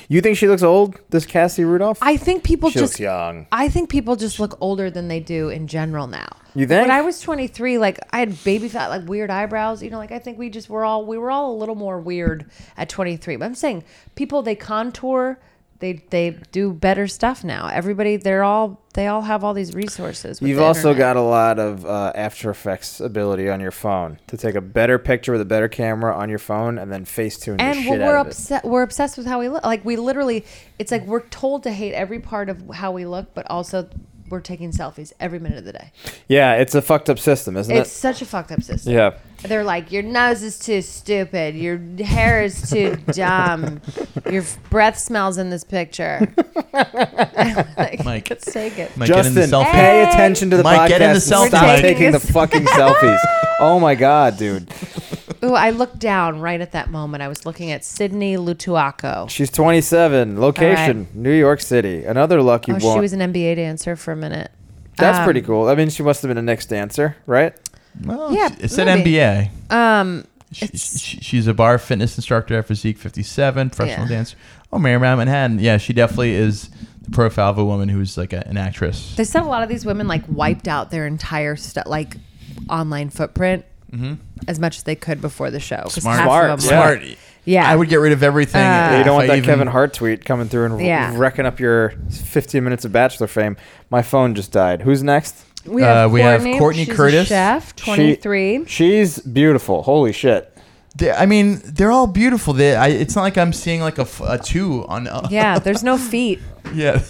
Speaker 3: You think she looks old, this Cassie Rudolph?
Speaker 4: I think people
Speaker 3: she looks
Speaker 4: just.
Speaker 3: young.
Speaker 4: I think people just look older than they do in general now.
Speaker 3: You think?
Speaker 4: When I was 23, like I had baby fat, like weird eyebrows, you know, like I think we just were all we were all a little more weird at 23. But I'm saying people they contour, they they do better stuff now. Everybody they're all they all have all these resources. with
Speaker 3: You've
Speaker 4: the
Speaker 3: also
Speaker 4: internet.
Speaker 3: got a lot of uh, After Effects ability on your phone to take a better picture with a better camera on your phone and then Facetune the
Speaker 4: and
Speaker 3: shit
Speaker 4: we're
Speaker 3: out of it.
Speaker 4: obsessed. We're obsessed with how we look. Like we literally, it's like we're told to hate every part of how we look, but also we're taking selfies every minute of the day.
Speaker 3: Yeah, it's a fucked up system, isn't
Speaker 4: It's
Speaker 3: it?
Speaker 4: such a fucked up system.
Speaker 3: Yeah.
Speaker 4: They're like, your nose is too stupid. Your hair is too dumb. Your f- breath smells in this picture. like,
Speaker 2: Mike.
Speaker 4: let's take it.
Speaker 2: Mike, get in
Speaker 3: Justin,
Speaker 2: the selfie.
Speaker 3: pay
Speaker 4: Hey!
Speaker 3: attention to the
Speaker 2: Mike,
Speaker 3: podcast
Speaker 2: get in the
Speaker 3: and
Speaker 2: selfie.
Speaker 4: We're
Speaker 3: stop
Speaker 4: taking
Speaker 3: taking the
Speaker 4: this-
Speaker 3: fucking selfies. Oh my god, dude.
Speaker 4: Ooh, I looked down right at that moment. I was looking at Sydney Lutuaco.
Speaker 3: She's 27. Location: New York City. Another lucky
Speaker 4: Oh,
Speaker 3: one.
Speaker 4: she was an NBA dancer for a minute.
Speaker 3: That's
Speaker 4: um,
Speaker 3: pretty cool. I mean, she must have been a next dancer, right?
Speaker 2: Well,
Speaker 4: Yeah,
Speaker 2: yeah, it said
Speaker 4: maybe.
Speaker 2: MBA.
Speaker 4: Um,
Speaker 2: She,
Speaker 4: It's-
Speaker 2: she- she's a bar fitness instructor at Physique 57, professional
Speaker 4: Yeah.
Speaker 2: dancer. Oh, Marymount Manhattan. Yeah, she definitely is the profile of a woman who's like a, an actress.
Speaker 4: They said a lot of these women like wiped out their entire stu- like online footprint as much as they could before the show. 'cause
Speaker 2: Smart.
Speaker 4: half of
Speaker 3: Smart.
Speaker 4: them were-
Speaker 2: Smart.
Speaker 4: Yeah.
Speaker 2: I would get rid of everything.
Speaker 4: Uh,
Speaker 3: Yeah, you
Speaker 2: if
Speaker 3: don't want
Speaker 2: I
Speaker 3: that
Speaker 2: even-
Speaker 3: Kevin Hart tweet coming through and
Speaker 4: Yeah.
Speaker 3: wrecking up your 15 minutes of Bachelor fame. My phone just died. Who's next?
Speaker 4: We have
Speaker 2: Uh, we have
Speaker 4: Courtney,
Speaker 2: Courtney
Speaker 4: she's a
Speaker 2: Curtis.
Speaker 4: chef,
Speaker 3: She-
Speaker 4: 23.
Speaker 3: she's beautiful. Holy shit.
Speaker 2: They- I mean, they're all beautiful. They, I, it's not like I'm seeing like a, f- a two on. Uh,
Speaker 4: yeah, there's no feet.
Speaker 2: yeah.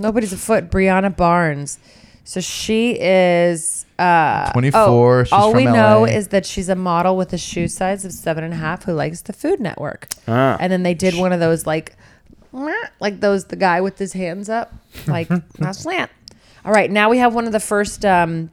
Speaker 4: Nobody's afoot. Brianna Barnes. So she is uh,
Speaker 2: 24, she's
Speaker 4: all we
Speaker 2: from
Speaker 4: know
Speaker 2: LA.
Speaker 4: is that she's a model with a shoe size of seven and a half who likes the Food Network.
Speaker 3: Ah.
Speaker 4: And then they did one of those like, like those the guy with his hands up, like not slant. All right, now we have one of the first um,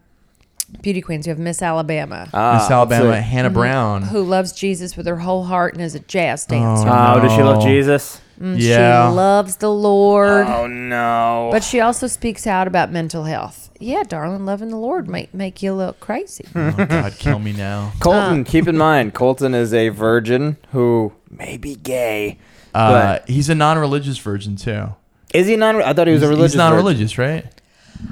Speaker 4: beauty queens. We have Miss Alabama,
Speaker 3: Ah,
Speaker 2: Miss Alabama,
Speaker 3: let's see.
Speaker 4: Mm-hmm.
Speaker 2: Hannah Brown.
Speaker 4: who loves Jesus with her whole heart and is a jazz dancer.
Speaker 3: Oh, does she love
Speaker 2: No.
Speaker 3: Jesus?
Speaker 2: yeah.
Speaker 4: Mm-hmm. She loves the Lord.
Speaker 3: Oh no.
Speaker 4: But she also speaks out about mental health. Yeah, darling, loving the Lord might make you look crazy.
Speaker 2: oh, God, kill me now.
Speaker 3: Colton,
Speaker 4: uh.
Speaker 3: keep in mind, Colton is a virgin who may be gay.
Speaker 2: Uh, he's a non-religious virgin too.
Speaker 3: but is he non? I thought he was a religious.
Speaker 2: he's non-religious, right?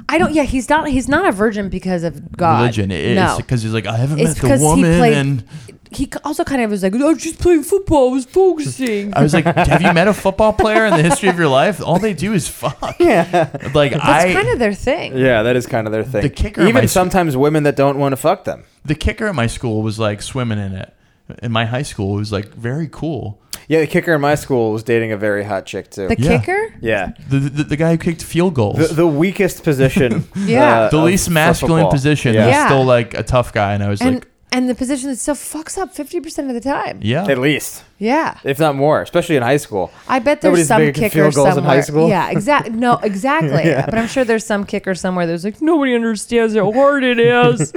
Speaker 4: I don't. Yeah, he's not. He's not a virgin because of God.
Speaker 2: Religion. It-
Speaker 4: no,
Speaker 2: It's because he's like I haven't
Speaker 4: It's
Speaker 2: met
Speaker 4: 'cause
Speaker 2: the
Speaker 4: he
Speaker 2: woman
Speaker 4: played-
Speaker 2: and.
Speaker 4: he c- also kind of was like, I was just playing football. I was focusing.
Speaker 2: I was like, "Have you met a football player in the history of your life? All they do is fuck." Yeah, like
Speaker 4: That's
Speaker 2: I,
Speaker 4: kind of their thing.
Speaker 3: Yeah, that is kind of their thing.
Speaker 2: The kicker
Speaker 3: even
Speaker 2: might-
Speaker 3: sometimes women that don't want to fuck them.
Speaker 2: the kicker at my school was like swimming in it. in my high school who was like very cool.
Speaker 3: Yeah, the kicker in my school was dating a very hot chick too.
Speaker 4: The
Speaker 2: Yeah.
Speaker 4: kicker?
Speaker 3: yeah,
Speaker 2: The, the, the guy who kicked field goals.
Speaker 3: the, the weakest position. uh,
Speaker 4: Yeah.
Speaker 2: the
Speaker 3: of-
Speaker 2: least
Speaker 3: for
Speaker 2: masculine
Speaker 3: football.
Speaker 2: position
Speaker 3: Yeah.
Speaker 2: was
Speaker 4: Yeah.
Speaker 2: still like a tough guy and i was
Speaker 4: And
Speaker 2: like
Speaker 4: and the position that still fucks up 50% of the time.
Speaker 2: yeah
Speaker 3: At least,
Speaker 4: Yeah.
Speaker 3: if not more, especially in high school.
Speaker 4: I bet
Speaker 3: Nobody's
Speaker 4: there's some
Speaker 3: big at
Speaker 4: kicker
Speaker 3: field goals in
Speaker 4: somewhere.
Speaker 3: high school.
Speaker 4: Yeah, exactly. No, exactly. But I'm sure there's some kicker somewhere that's like, nobody understands how hard it is.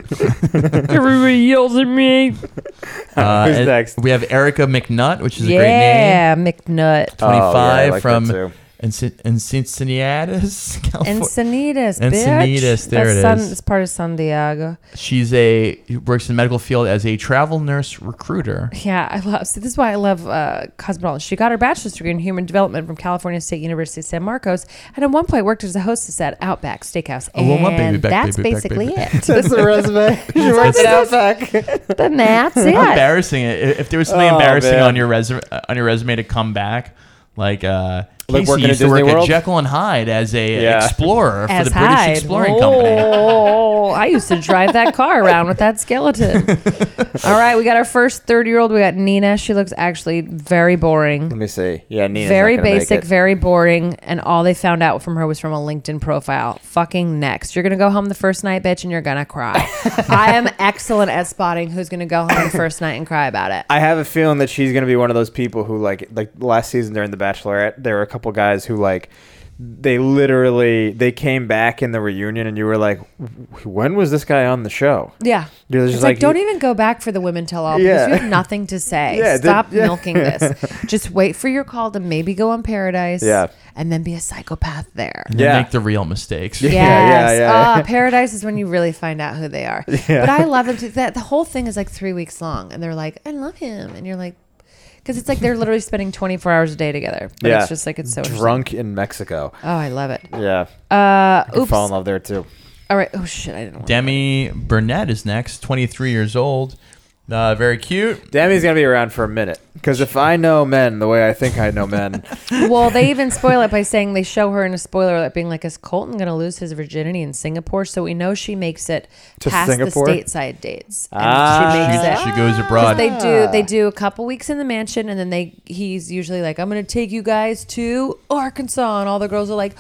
Speaker 4: Everybody yells at me.
Speaker 2: Uh,
Speaker 3: Who's
Speaker 2: and
Speaker 3: next?
Speaker 2: we have erica mcnutt which is a great name
Speaker 4: yeah, McNutt.
Speaker 2: 25
Speaker 3: Oh, I like that
Speaker 2: from
Speaker 3: too.
Speaker 2: in cincinnati california
Speaker 4: Encinitas, bitch.
Speaker 2: Oh, Encinitas, there
Speaker 4: That's
Speaker 2: it
Speaker 4: San-
Speaker 2: is.
Speaker 4: It's part of San Diego.
Speaker 2: she's a works in the medical field as a travel nurse recruiter
Speaker 4: Yeah, I love. See, this is why I love uh, cosmetology. She got her bachelor's degree in human development from California State University San Marcos, and at one point worked as a hostess at Outback Steakhouse.
Speaker 2: Oh,
Speaker 4: And
Speaker 2: well, my baby back,
Speaker 4: that's
Speaker 2: baby back,
Speaker 4: basically
Speaker 2: baby
Speaker 4: it.
Speaker 3: That's the resume. She works at Outback.
Speaker 4: then that's
Speaker 2: How
Speaker 4: it.
Speaker 2: embarrassing i- if there was something
Speaker 3: Oh,
Speaker 2: embarrassing
Speaker 3: man.
Speaker 2: on your resume on your resume to come back like uh
Speaker 3: Like
Speaker 2: Casey
Speaker 3: working at
Speaker 2: used to
Speaker 3: Disney
Speaker 2: work
Speaker 3: World?
Speaker 2: at Jekyll and Hyde as a
Speaker 3: Yeah.
Speaker 2: explorer for
Speaker 4: As
Speaker 2: the British
Speaker 4: Hyde.
Speaker 2: Exploring
Speaker 4: oh,
Speaker 2: Company.
Speaker 4: I used to drive that car around with that skeleton. All right, we got our first thirty-year-old. We got Nina. She looks actually very boring.
Speaker 3: Let me see. Yeah, Nina's
Speaker 4: very
Speaker 3: not gonna make
Speaker 4: basic,
Speaker 3: it.
Speaker 4: very boring, and all they found out from her was from a LinkedIn profile. Fucking next. You're gonna go home the first night, bitch, and you're gonna cry. I am excellent at spotting who's gonna go home the first night and cry about it.
Speaker 3: I have a feeling that she's gonna be one of those people who like like last season during The Bachelorette, there were a couple guys who like they literally they came back in the reunion and you were like, "Wh- when was this guy on the show?
Speaker 4: Yeah.
Speaker 3: You're
Speaker 4: It's
Speaker 3: just
Speaker 4: like,
Speaker 3: like,
Speaker 4: don't even go back for the women tell all
Speaker 3: Yeah.
Speaker 4: because you have nothing to say.
Speaker 3: Yeah, the-
Speaker 4: Stop
Speaker 3: yeah.
Speaker 4: milking this. Just wait for your call to maybe go on Paradise
Speaker 3: Yeah.
Speaker 4: and then be a psychopath there.
Speaker 2: And
Speaker 3: Yeah.
Speaker 2: Make the real mistakes.
Speaker 3: Yeah. yeah,
Speaker 4: Yes.
Speaker 3: yeah.
Speaker 4: Ah, paradise is when you really find out who they are. But I love them too. That the whole thing is like three weeks long, and they're like, "I love him," and you're like, because it's like they're literally spending 24 hours a day together. But
Speaker 3: Yeah.
Speaker 4: it's just like it's so interesting.
Speaker 3: Drunk in Mexico.
Speaker 4: Oh, I love it.
Speaker 3: Yeah,
Speaker 4: Uh,
Speaker 3: You
Speaker 4: oops.
Speaker 3: fall in love there too.
Speaker 4: All right. Oh shit, I didn't. Want
Speaker 2: Demi Burnett is next, 23 years old. Uh, very cute.
Speaker 3: Demi's gonna be around for a minute because if I know men the way I think I know men,
Speaker 4: well, they even spoil it by saying they show her in a spoiler alert being like, "Is Colton going to lose his virginity in Singapore?" So we know she makes it
Speaker 3: To
Speaker 4: past
Speaker 3: Singapore?
Speaker 4: the stateside dates, and
Speaker 3: Ah.
Speaker 4: she makes it.
Speaker 2: She, she goes
Speaker 4: Because
Speaker 2: abroad.
Speaker 4: they do they do a couple weeks in the mansion and then they he's usually like I'm gonna take you guys to Arkansas and all the girls are like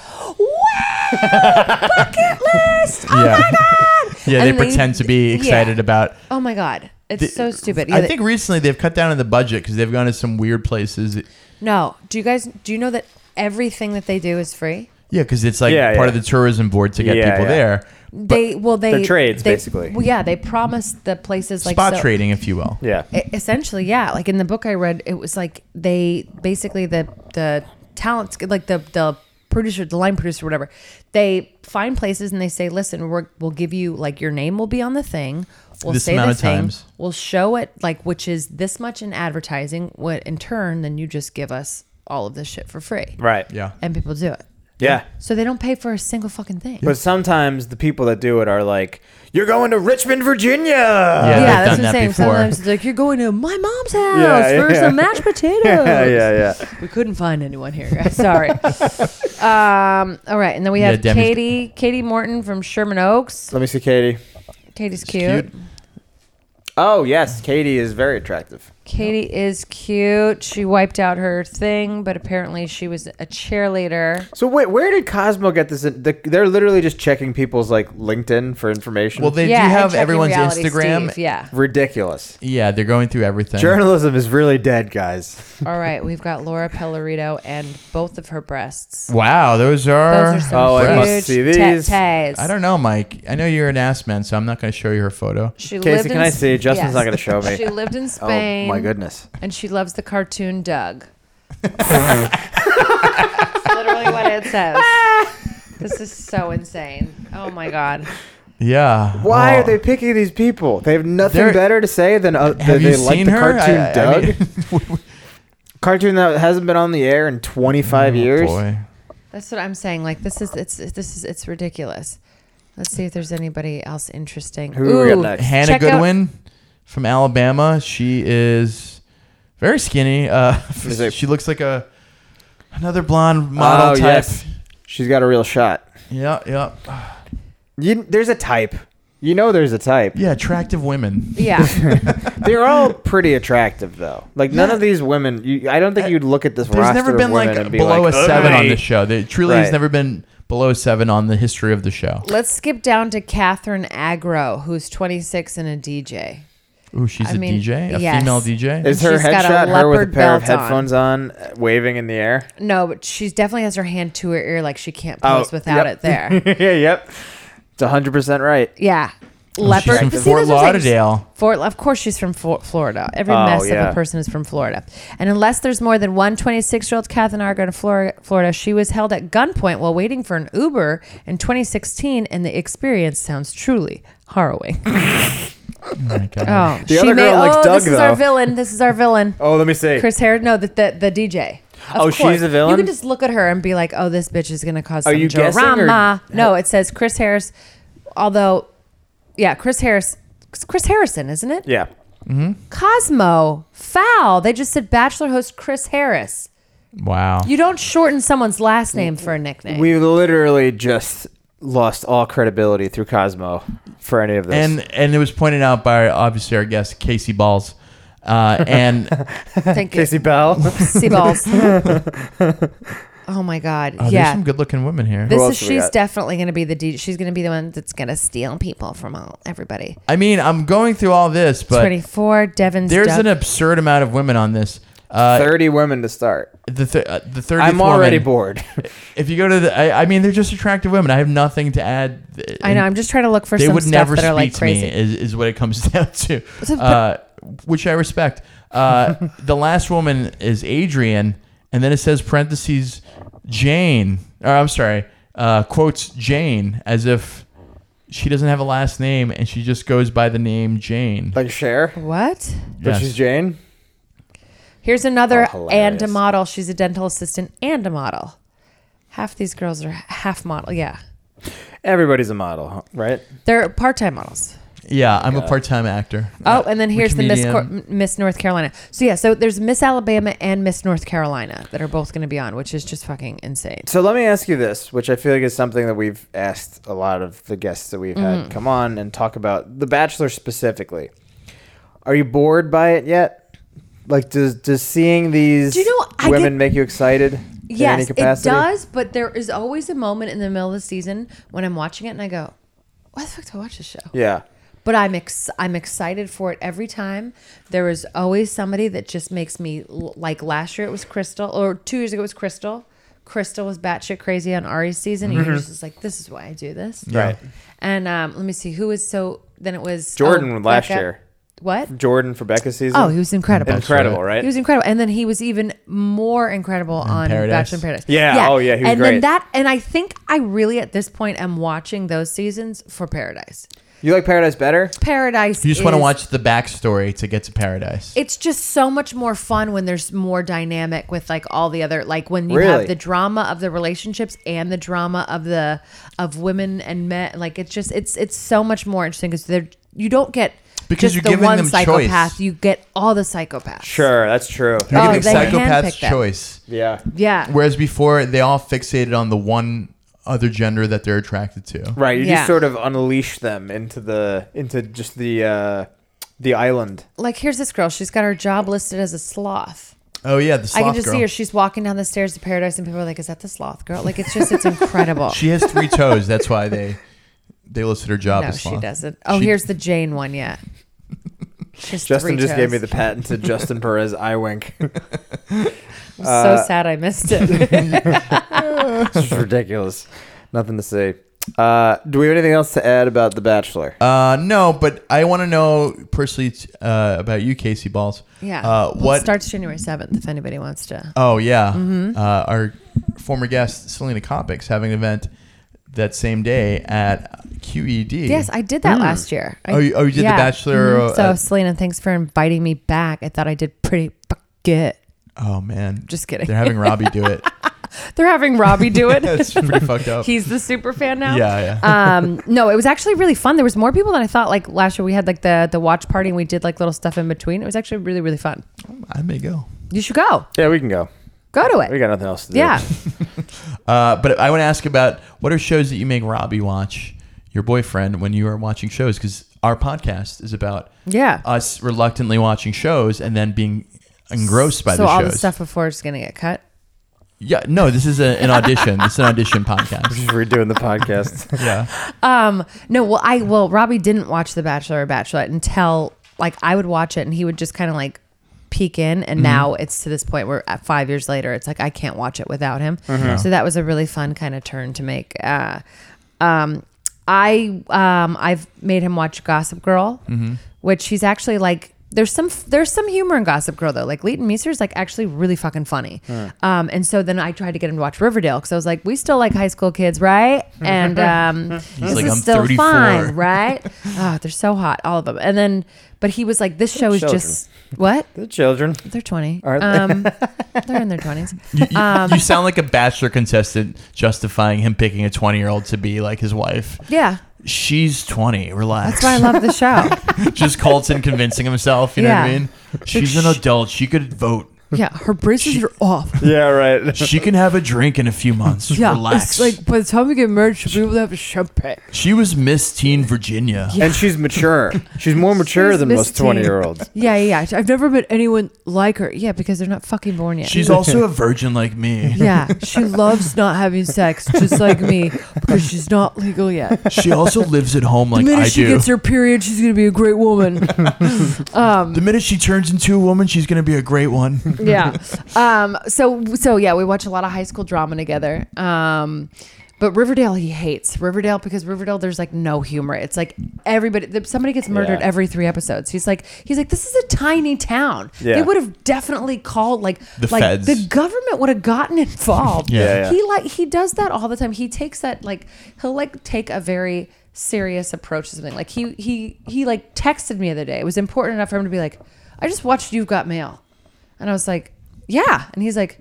Speaker 4: wow bucket list oh
Speaker 2: Yeah.
Speaker 4: my god
Speaker 2: yeah, they
Speaker 4: And then-
Speaker 2: pretend to be
Speaker 4: yeah.
Speaker 2: excited about.
Speaker 4: oh my god it's
Speaker 2: the-
Speaker 4: so stupid
Speaker 2: I
Speaker 4: Yeah,
Speaker 2: think recently they've cut down on the budget because they've gone to some weird places.
Speaker 4: no do you guys do you know that everything that they do is free
Speaker 2: Yeah, because it's like
Speaker 3: Yeah,
Speaker 2: part
Speaker 3: yeah.
Speaker 2: of the tourism board to get
Speaker 3: Yeah,
Speaker 2: people
Speaker 3: yeah.
Speaker 2: there.
Speaker 4: they well they
Speaker 3: They're trades,
Speaker 4: they-
Speaker 3: basically.
Speaker 4: well, yeah they promise the places like
Speaker 2: Spot
Speaker 4: so-
Speaker 2: trading, if you will.
Speaker 3: yeah,
Speaker 4: E- essentially yeah like in the book i read it was like they basically the the talents like the the producer the line producer whatever they find places and they say listen we're, we'll give you like your name will be on the thing we'll
Speaker 2: This
Speaker 4: say
Speaker 2: amount
Speaker 4: the
Speaker 2: of
Speaker 4: thing
Speaker 2: times.
Speaker 4: we'll show it like which is this much in advertising what in turn then you just give us all of this shit for free
Speaker 3: right,
Speaker 2: Yeah.
Speaker 4: and people do it
Speaker 3: yeah.
Speaker 4: so they don't pay for a single fucking thing
Speaker 3: But sometimes the people that do it are like, "You're going to Richmond, Virginia."
Speaker 2: Yeah,
Speaker 4: yeah,
Speaker 2: they've
Speaker 4: that's
Speaker 2: done
Speaker 4: what
Speaker 2: that
Speaker 4: I'm saying.
Speaker 2: before.
Speaker 4: Sometimes it's like you're going to my mom's house
Speaker 3: Yeah,
Speaker 4: for
Speaker 3: yeah.
Speaker 4: some mashed potatoes.
Speaker 3: yeah, yeah, yeah.
Speaker 4: We couldn't find anyone here. guys. Sorry. um, all right, and then we
Speaker 2: Yeah,
Speaker 4: have
Speaker 2: Demi's-
Speaker 4: Katie, Katie Morton from Sherman Oaks.
Speaker 3: Let me see, Katie.
Speaker 4: Katie's
Speaker 2: Cute.
Speaker 4: cute.
Speaker 3: Oh yes, Katie is very attractive.
Speaker 4: Katie is cute. She wiped out her thing, but apparently she was a cheerleader.
Speaker 3: So wait, where did Cosmo get this? In, the, they're literally just checking people's like LinkedIn for information.
Speaker 2: Well, they
Speaker 4: yeah,
Speaker 2: do
Speaker 4: and
Speaker 2: have
Speaker 4: checking
Speaker 2: everyone's
Speaker 4: reality
Speaker 2: Instagram.
Speaker 4: Steve, Yeah.
Speaker 3: ridiculous.
Speaker 2: Yeah, they're going through everything.
Speaker 3: Journalism is really dead, guys.
Speaker 4: All right, we've got Laura Pellerito and both of her breasts.
Speaker 2: Wow, those are.
Speaker 4: Those are some
Speaker 3: Oh,
Speaker 4: huge
Speaker 3: I must see these.
Speaker 4: tattoos.
Speaker 2: I don't know, Mike. I know you're an ass man, so I'm not going to show you her photo.
Speaker 4: She
Speaker 3: Casey,
Speaker 4: lived
Speaker 3: can
Speaker 4: in
Speaker 3: I
Speaker 4: S-
Speaker 3: see? Justin's not gonna show me.
Speaker 4: She lived in Spain.
Speaker 3: Oh my goodness.
Speaker 4: And she loves the cartoon Doug. That's literally what it says. This is so insane. Oh my god.
Speaker 2: Yeah.
Speaker 3: Why
Speaker 2: Oh.
Speaker 3: are they picking these people? They have nothing
Speaker 2: They're-
Speaker 3: better to say than uh, that
Speaker 2: Have
Speaker 3: they
Speaker 2: you
Speaker 3: like
Speaker 2: seen
Speaker 3: the
Speaker 2: her?
Speaker 3: cartoon
Speaker 2: I- I- I
Speaker 3: Doug.
Speaker 2: mean-
Speaker 3: cartoon that hasn't been on the air in 25 years.
Speaker 2: Oh, Boy.
Speaker 4: That's what I'm saying. Like this is it's this is it's ridiculous. Let's see if there's anybody else interesting.
Speaker 3: Who do we got next?
Speaker 2: Hannah
Speaker 4: Check out-
Speaker 2: Goodwin from Alabama. She is very skinny. Uh,
Speaker 3: Is it-
Speaker 2: she looks like a another blonde model
Speaker 3: Oh,
Speaker 2: type.
Speaker 3: yes. She's got a real shot.
Speaker 2: Yeah, yeah.
Speaker 3: You, there's a type. You know, there's a type.
Speaker 2: Yeah, attractive women.
Speaker 4: Yeah.
Speaker 3: They're all pretty attractive, though. Like none of these women. You, I don't think you'd look at this
Speaker 2: There's
Speaker 3: roster
Speaker 2: never
Speaker 3: of
Speaker 2: been
Speaker 3: women
Speaker 2: like
Speaker 3: and be
Speaker 2: below
Speaker 3: like,
Speaker 2: a seven on
Speaker 1: "Hey."
Speaker 2: this show. There truly has
Speaker 3: Right.
Speaker 2: never been below a seven on the history of the show.
Speaker 4: Let's skip down to Catherine Agro, who's 26 and a DJ.
Speaker 2: Ooh, she's
Speaker 4: I
Speaker 2: a
Speaker 4: mean,
Speaker 2: DJ, a
Speaker 4: yes.
Speaker 2: female DJ.
Speaker 3: Is her
Speaker 4: She's got a
Speaker 3: headshot her with a
Speaker 4: leopard
Speaker 3: pair of
Speaker 4: belt on.
Speaker 3: headphones on, uh, waving in the air?
Speaker 4: No, but she definitely has her hand to her ear like she can't
Speaker 3: Oh,
Speaker 4: pose without
Speaker 3: yep.
Speaker 4: it there.
Speaker 3: yeah, yep. It's 100% right.
Speaker 4: Yeah.
Speaker 3: Oh,
Speaker 2: she's
Speaker 4: Leopard.
Speaker 2: from
Speaker 4: See, that's
Speaker 2: Fort
Speaker 4: what I'm saying.
Speaker 2: Lauderdale.
Speaker 4: Fort, of course, she's from Fort, Florida. Every
Speaker 3: Oh,
Speaker 4: mess of
Speaker 3: yeah.
Speaker 4: a person is from Florida. And unless there's more than one 26 year old Catherine Argo in Flor- Florida, she was held at gunpoint while waiting for an Uber in 2016, and the experience sounds truly harrowing.
Speaker 2: Oh my God.
Speaker 4: Oh,
Speaker 3: The other girl likes
Speaker 4: oh,
Speaker 3: Doug,
Speaker 4: this is our
Speaker 3: though.
Speaker 4: villain. This is our villain.
Speaker 3: Oh, let me see.
Speaker 4: Chris Harrod, no, the, the, the DJ. Of
Speaker 3: Oh, she's
Speaker 4: course.
Speaker 3: the villain?
Speaker 4: You can just look at her and be like, oh, this bitch is going to cause some
Speaker 3: you guessing or-
Speaker 4: drama. No, it says Chris Harris, although, yeah, Chris Harris. it's Chris Harrison, isn't it?
Speaker 3: yeah.
Speaker 4: Cosmo, foul. They just said Bachelor host Chris Harris.
Speaker 2: Wow.
Speaker 4: You don't shorten someone's last name for a nickname.
Speaker 3: We literally just lost all credibility through Cosmo for any of this.
Speaker 2: and and it was pointed out by obviously our guest Casey Balls, uh, and
Speaker 4: Thank you.
Speaker 3: Casey Bell.
Speaker 4: Seaballs. oh my God.
Speaker 2: oh, there's
Speaker 4: yeah.
Speaker 2: some good-looking women here.
Speaker 4: This
Speaker 3: else
Speaker 4: is
Speaker 3: do we
Speaker 4: she's
Speaker 3: got?
Speaker 4: definitely going to be the DJ. She's going to be the one that's going to steal people from all everybody.
Speaker 2: I mean, I'm going through all this, but
Speaker 4: 24 Devin's
Speaker 2: there's
Speaker 4: Doug.
Speaker 2: an absurd amount of women on this. Uh,
Speaker 3: 30 women to start.
Speaker 2: the th- uh, the 30th
Speaker 3: I'm already
Speaker 2: woman-
Speaker 3: bored.
Speaker 2: If you go to the, I, I mean, they're just attractive women. I have nothing to add.
Speaker 4: I know. I'm just trying to look for
Speaker 2: they
Speaker 4: some
Speaker 2: would
Speaker 4: stuff
Speaker 2: never
Speaker 4: that
Speaker 2: speak
Speaker 4: are like
Speaker 2: to
Speaker 4: crazy.
Speaker 2: me. Is, is what it comes down to, uh, which I respect. Uh, the last woman is Adrian, and then it says parentheses Jane. Or I'm sorry, uh, quotes Jane as if she doesn't have a last name and she just goes by the name Jane.
Speaker 3: like Cher,
Speaker 4: What?
Speaker 3: but she's Jane.
Speaker 4: Here's another
Speaker 3: Oh,
Speaker 4: and a
Speaker 3: hilarious.
Speaker 4: model. She's a dental assistant and a model. Half these girls are half model. Yeah.
Speaker 3: Everybody's a model, right?
Speaker 4: They're part-time models.
Speaker 2: yeah, I'm a part-time actor.
Speaker 4: Oh, and then here's the Miss Cor-
Speaker 2: comedian.
Speaker 4: M- Miss North Carolina. So yeah, so there's Miss Alabama and Miss North Carolina that are both going to be on, which is just fucking insane.
Speaker 3: So let me ask you this, which I feel like is something that we've asked a lot of the guests that we've
Speaker 4: Mm-hmm.
Speaker 3: had come on and talk about The Bachelor specifically. Are you bored by it yet? Like, does does seeing these
Speaker 4: Do you know, I
Speaker 3: women
Speaker 4: get-
Speaker 3: make you excited? in any
Speaker 4: Yes, it
Speaker 3: capacity?
Speaker 4: does, but there is always a moment in the middle of the season when I'm watching it and I go, "Why the fuck do I watch this show?"
Speaker 3: Yeah,
Speaker 4: But I'm ex- I'm excited for it every time. There is always somebody that just makes me l- like. Last year it was Crystal, or two years ago it was Crystal. Crystal was batshit crazy on Ari's season,
Speaker 2: Mm-hmm.
Speaker 4: and you're just like, "This is why I do this."
Speaker 3: right.
Speaker 4: And um, let me see who was so. Then it was oh,
Speaker 3: Jordan last
Speaker 4: Becca-
Speaker 3: year.
Speaker 4: What?
Speaker 3: Jordan for Becca's season.
Speaker 4: Oh, he was incredible.
Speaker 3: incredible,
Speaker 2: right.
Speaker 3: right?
Speaker 4: He was incredible, and then he was even more incredible on
Speaker 2: Paradise.
Speaker 4: Bachelor in Paradise.
Speaker 3: Yeah, oh, yeah, he was
Speaker 4: and
Speaker 3: great.
Speaker 4: then that, and I think I really at this point am watching those seasons for Paradise.
Speaker 3: you like Paradise better?
Speaker 4: Paradise.
Speaker 2: You just want to
Speaker 4: is-
Speaker 2: watch the backstory to get to paradise.
Speaker 4: It's just so much more fun when there's more dynamic with like all the other like when you
Speaker 3: Really?
Speaker 4: have the drama of the relationships and the drama of the of women and men. Like it's just it's it's so much more interesting because they're you don't get
Speaker 2: Because
Speaker 4: just
Speaker 2: you're
Speaker 4: the
Speaker 2: giving
Speaker 4: one
Speaker 2: them choice.
Speaker 4: psychopath. You get all the psychopaths.
Speaker 3: Sure, that's true.
Speaker 2: You're
Speaker 4: Oh,
Speaker 2: giving
Speaker 4: they
Speaker 2: psychopaths
Speaker 4: handpicked them.
Speaker 2: choice.
Speaker 3: Yeah,
Speaker 4: Yeah.
Speaker 2: Whereas before, they all fixated on the one other gender that they're attracted to.
Speaker 3: right. You
Speaker 4: Yeah.
Speaker 3: just sort of unleash them into the into just the uh, the island.
Speaker 4: like here's this girl. She's got her job listed as a sloth.
Speaker 2: Oh yeah, the sloth
Speaker 4: I can just
Speaker 2: girl.
Speaker 4: see her. She's walking down the stairs to paradise, and people are like, "Is that the sloth girl?" Like it's just it's incredible.
Speaker 2: She has three toes. That's why they they listed her job
Speaker 4: no,
Speaker 2: as
Speaker 4: she
Speaker 2: sloth.
Speaker 4: doesn't. Oh,
Speaker 2: She-
Speaker 4: here's the Jane one. Yeah. She's
Speaker 3: Justin
Speaker 4: three
Speaker 3: just gave
Speaker 4: toes.
Speaker 3: me the patent to Justin Perez eye wink.
Speaker 4: I'm so sad I missed it.
Speaker 3: This is ridiculous. Nothing to say. Uh, do we have anything else to add about The Bachelor?
Speaker 2: Uh, no, but I want to know personally t- uh, about you, Casey Balls.
Speaker 4: Yeah.
Speaker 2: Uh,
Speaker 4: Well,
Speaker 2: what?
Speaker 4: it starts January seventh? If anybody wants to.
Speaker 2: oh yeah.
Speaker 4: Mm-hmm.
Speaker 2: Uh, our former guest Selena Copics having an event that same day at E QED.
Speaker 4: Yes, I did that last year. I,
Speaker 2: Oh, you- oh, you did the Bachelor,
Speaker 4: Mhm. So,
Speaker 2: uh,
Speaker 4: Selena, thanks for inviting me back. I thought I did pretty fuck good.
Speaker 2: Oh man.
Speaker 4: Just kidding.
Speaker 2: They're having Robbie do it.
Speaker 4: They're having Robbie do it.
Speaker 2: That's pretty fucked up.
Speaker 4: He's the super fan now.
Speaker 2: yeah, yeah.
Speaker 4: um no it was actually really fun there was more people than i thought like last year we had like the the watch party and we did like little stuff in between it was actually really really fun
Speaker 2: I may go.
Speaker 4: you should go
Speaker 3: Yeah, we can go.
Speaker 4: go to
Speaker 3: We
Speaker 4: it
Speaker 3: got nothing else to do.
Speaker 4: yeah
Speaker 2: Uh, but I want to ask about what are shows that you make Robbie watch? your boyfriend when you are watching shows because our podcast is about
Speaker 4: Yeah.
Speaker 2: us reluctantly watching shows and then being engrossed by
Speaker 4: so
Speaker 2: the
Speaker 4: all
Speaker 2: shows.
Speaker 4: the stuff before is gonna get cut.
Speaker 2: Yeah, no, this is a, an audition. it's an audition podcast.
Speaker 3: Just redoing the podcast.
Speaker 2: Yeah.
Speaker 4: Um, no, well, I well, Robbie didn't watch The Bachelor or Bachelorette until like I would watch it, and he would just kind of like peek in, and now it's to this point where at five years later, it's like I can't watch it without him. So that was a really fun kind of turn to make. Uh, um, I um, I've made him watch Gossip Girl, which he's actually like. There's some there's some humor in Gossip Girl though. Like Leighton Meester's like actually really fucking funny. Um, and so then I tried to get him to watch Riverdale because I was like, we still like high school kids, right? And um, this
Speaker 2: like,
Speaker 4: is
Speaker 2: "I'm
Speaker 4: still
Speaker 2: 34."
Speaker 4: fun, right? oh, they're so hot, all of them. And then, but he was like, this show is
Speaker 3: children.
Speaker 4: just what
Speaker 3: the children.
Speaker 4: they're twenty.
Speaker 3: Are they?
Speaker 4: Um, they're in their twenties.
Speaker 2: You, you-
Speaker 4: Um,
Speaker 2: you sound like a bachelor contestant justifying him picking a 20 year old to be like his wife.
Speaker 4: Yeah,
Speaker 2: She's 20. Relax.
Speaker 4: that's why I love the show.
Speaker 2: Just Colton convincing himself. You know what I
Speaker 4: Yeah.
Speaker 2: mean? She's an
Speaker 4: sh-
Speaker 2: adult. She could vote.
Speaker 4: Yeah, her braces are off.
Speaker 3: Yeah, right.
Speaker 2: She can have a drink in a few months.
Speaker 4: Yeah,
Speaker 2: Relax.
Speaker 4: it's like by the time we get married, she'll be able to have a champagne.
Speaker 2: she was Miss Teen Virginia.
Speaker 3: And she's mature. She's more mature
Speaker 4: She's
Speaker 3: than
Speaker 4: Miss
Speaker 3: most
Speaker 4: Teen.
Speaker 3: 20 year olds.
Speaker 4: Yeah, yeah, yeah. I've never met anyone like her. Yeah, because they're not fucking born yet.
Speaker 2: She's also a virgin like me.
Speaker 4: yeah, she loves not having sex, just like me, because she's not legal yet.
Speaker 2: She also lives at home
Speaker 4: The
Speaker 2: like
Speaker 4: minute
Speaker 2: I
Speaker 4: she
Speaker 2: do.
Speaker 4: gets her period, she's gonna be a great woman.
Speaker 2: the minute she turns into a woman, she's going to be a great one.
Speaker 4: yeah. Um. So so yeah, we watch a lot of high school drama together. Um. But Riverdale, he hates Riverdale because Riverdale, there's like no humor. It's like everybody, th- somebody gets murdered
Speaker 3: Yeah.
Speaker 4: every three episodes. He's like, he's like, this is a tiny town.
Speaker 3: Yeah.
Speaker 4: They would have definitely called like
Speaker 2: The
Speaker 4: like
Speaker 2: feds.
Speaker 4: the government would have gotten involved.
Speaker 2: Yeah. Yeah,
Speaker 3: yeah.
Speaker 4: He like he does that all the time. He takes that like he'll like take a very serious approach to something. Like he he he like texted me the other day. It was important enough for him to be like, I just watched You've Got Mail. And I was like, Yeah. And he's like,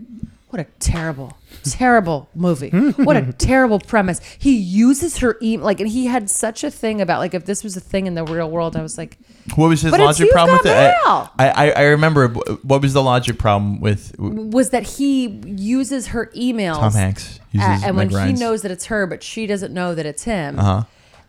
Speaker 4: What a terrible, terrible movie. What a terrible premise. He uses her email like and he had such a thing about like if this was a thing in the real world, I was like,
Speaker 2: What was his
Speaker 4: But it's
Speaker 2: logic
Speaker 4: you've
Speaker 2: problem
Speaker 4: got
Speaker 2: with it?
Speaker 4: mail.
Speaker 2: I, I, I remember. What was the logic problem with
Speaker 4: was that he uses her emails.
Speaker 2: Tom Hanks?
Speaker 4: Uh,
Speaker 2: uses
Speaker 4: and when
Speaker 2: Meg Ryan's.
Speaker 4: he knows that it's her, but she doesn't know that it's him,
Speaker 2: Uh-huh.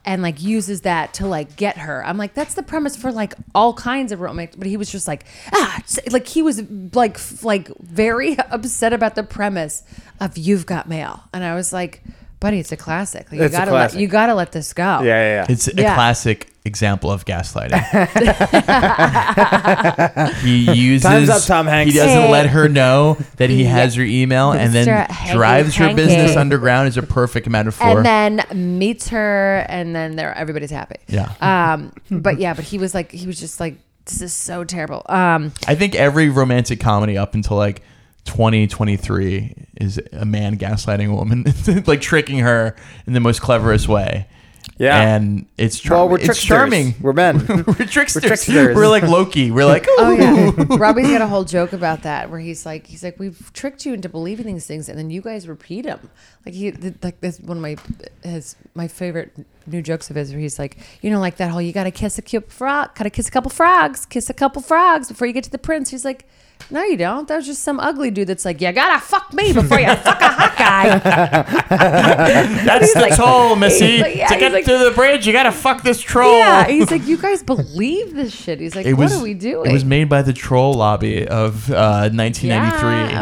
Speaker 4: and like uses that to like get her. I'm like, that's the premise for like all kinds of romantic. But he was just like, ah, it's- like he was like f- like very upset about the premise of you've got mail, and I was like, buddy, it's a classic. Like, you
Speaker 3: It's a
Speaker 4: gotta
Speaker 3: classic.
Speaker 4: let you gotta let this go.
Speaker 3: Yeah, yeah, yeah.
Speaker 2: It's a
Speaker 4: Yeah.
Speaker 2: classic example of gaslighting. he uses
Speaker 3: Time's up, Tom Hanks.
Speaker 2: He doesn't
Speaker 4: Hey.
Speaker 2: let her know that he has her email, and then
Speaker 4: Mr. Hanky
Speaker 2: drives her business
Speaker 4: Panky.
Speaker 2: underground. Is a perfect metaphor.
Speaker 4: and then meets her, and then they're everybody's happy.
Speaker 2: Yeah.
Speaker 4: Um. But yeah, but he was like, he was just like, this is so terrible. Um.
Speaker 2: I think every romantic comedy up until like 2023 is a man gaslighting a woman, like tricking her in the most cleverest way.
Speaker 3: Yeah.
Speaker 2: and it's char-
Speaker 3: well, we're
Speaker 2: it's
Speaker 3: tricksters.
Speaker 2: charming.
Speaker 3: We're men.
Speaker 2: We're tricksters. We're,
Speaker 3: tricksters.
Speaker 2: like Loki. We're like,
Speaker 4: Oh yeah, Robbie's got a whole joke about that where he's like, he's like, we've tricked you into believing these things, and then you guys repeat them. Like he, th- like this one of my his my favorite new jokes of his where he's like, you know, like that whole you got to kiss a cu- frog, gotta kiss a couple frogs, kiss a couple frogs before you get to the prince. He's like. No, you don't. That was just some ugly dude that's like, you gotta fuck me before you fuck a hot guy.
Speaker 2: That's the toll, Missy.
Speaker 4: he's like- yeah,
Speaker 2: to
Speaker 4: he's
Speaker 2: get
Speaker 4: like-
Speaker 2: to the bridge, you gotta fuck this troll.
Speaker 4: yeah, he's like, you guys believe this shit. He's like,
Speaker 2: It
Speaker 4: what
Speaker 2: was,
Speaker 4: are we doing?
Speaker 2: It was made by the troll lobby of uh, 1993.
Speaker 4: Yeah.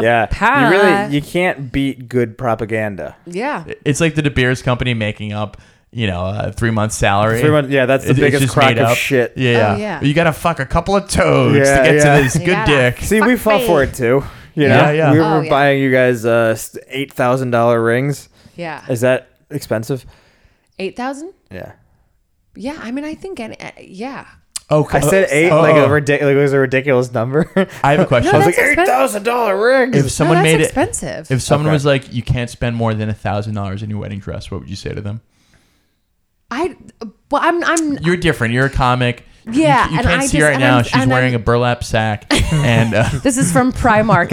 Speaker 3: yeah. You
Speaker 4: Pie.
Speaker 3: really you can't beat good propaganda.
Speaker 4: yeah,
Speaker 2: It's like the De Beers company making up, you know, a three month salary.
Speaker 3: Three month- yeah, that's the
Speaker 2: It- it's
Speaker 3: biggest
Speaker 2: just
Speaker 3: crock
Speaker 2: made
Speaker 3: of
Speaker 2: up.
Speaker 3: shit.
Speaker 2: Yeah.
Speaker 4: Oh, yeah.
Speaker 2: You gotta fuck a couple of toads
Speaker 3: Yeah,
Speaker 2: to get
Speaker 3: yeah.
Speaker 2: to this
Speaker 4: You
Speaker 2: good
Speaker 4: gotta-
Speaker 2: dick.
Speaker 3: See, we
Speaker 4: Fuck
Speaker 3: fought
Speaker 4: me.
Speaker 3: for it too. You know,
Speaker 2: Yeah, yeah.
Speaker 3: we were
Speaker 4: Oh, yeah.
Speaker 3: buying you guys uh, eight thousand dollar rings.
Speaker 4: yeah.
Speaker 3: Is that expensive?
Speaker 4: Eight thousand.
Speaker 3: Yeah.
Speaker 4: Yeah, I mean, I think, any, uh, yeah.
Speaker 2: okay.
Speaker 3: I said eight,
Speaker 2: Oh,
Speaker 3: like,
Speaker 2: oh.
Speaker 3: a ridic- like it was a ridiculous number. I
Speaker 2: I have a question.
Speaker 4: No,
Speaker 3: was like
Speaker 4: That's
Speaker 3: eight
Speaker 4: expensive.
Speaker 3: thousand dollar rings.
Speaker 2: if someone
Speaker 4: no, that's
Speaker 2: made it,
Speaker 4: expensive.
Speaker 2: if someone
Speaker 3: Okay.
Speaker 2: was like, you can't spend more than a thousand dollars in your wedding dress, what would you say to them?
Speaker 4: I, well, I'm, I'm,
Speaker 2: You're different. You're a comic.
Speaker 4: Yeah,
Speaker 2: you, you
Speaker 4: and
Speaker 2: can't
Speaker 4: I
Speaker 2: see
Speaker 4: just-
Speaker 2: right
Speaker 4: and
Speaker 2: now.
Speaker 4: I'm-
Speaker 2: She's
Speaker 4: and I'm-
Speaker 2: wearing a burlap sack, and uh,
Speaker 4: this is from Primark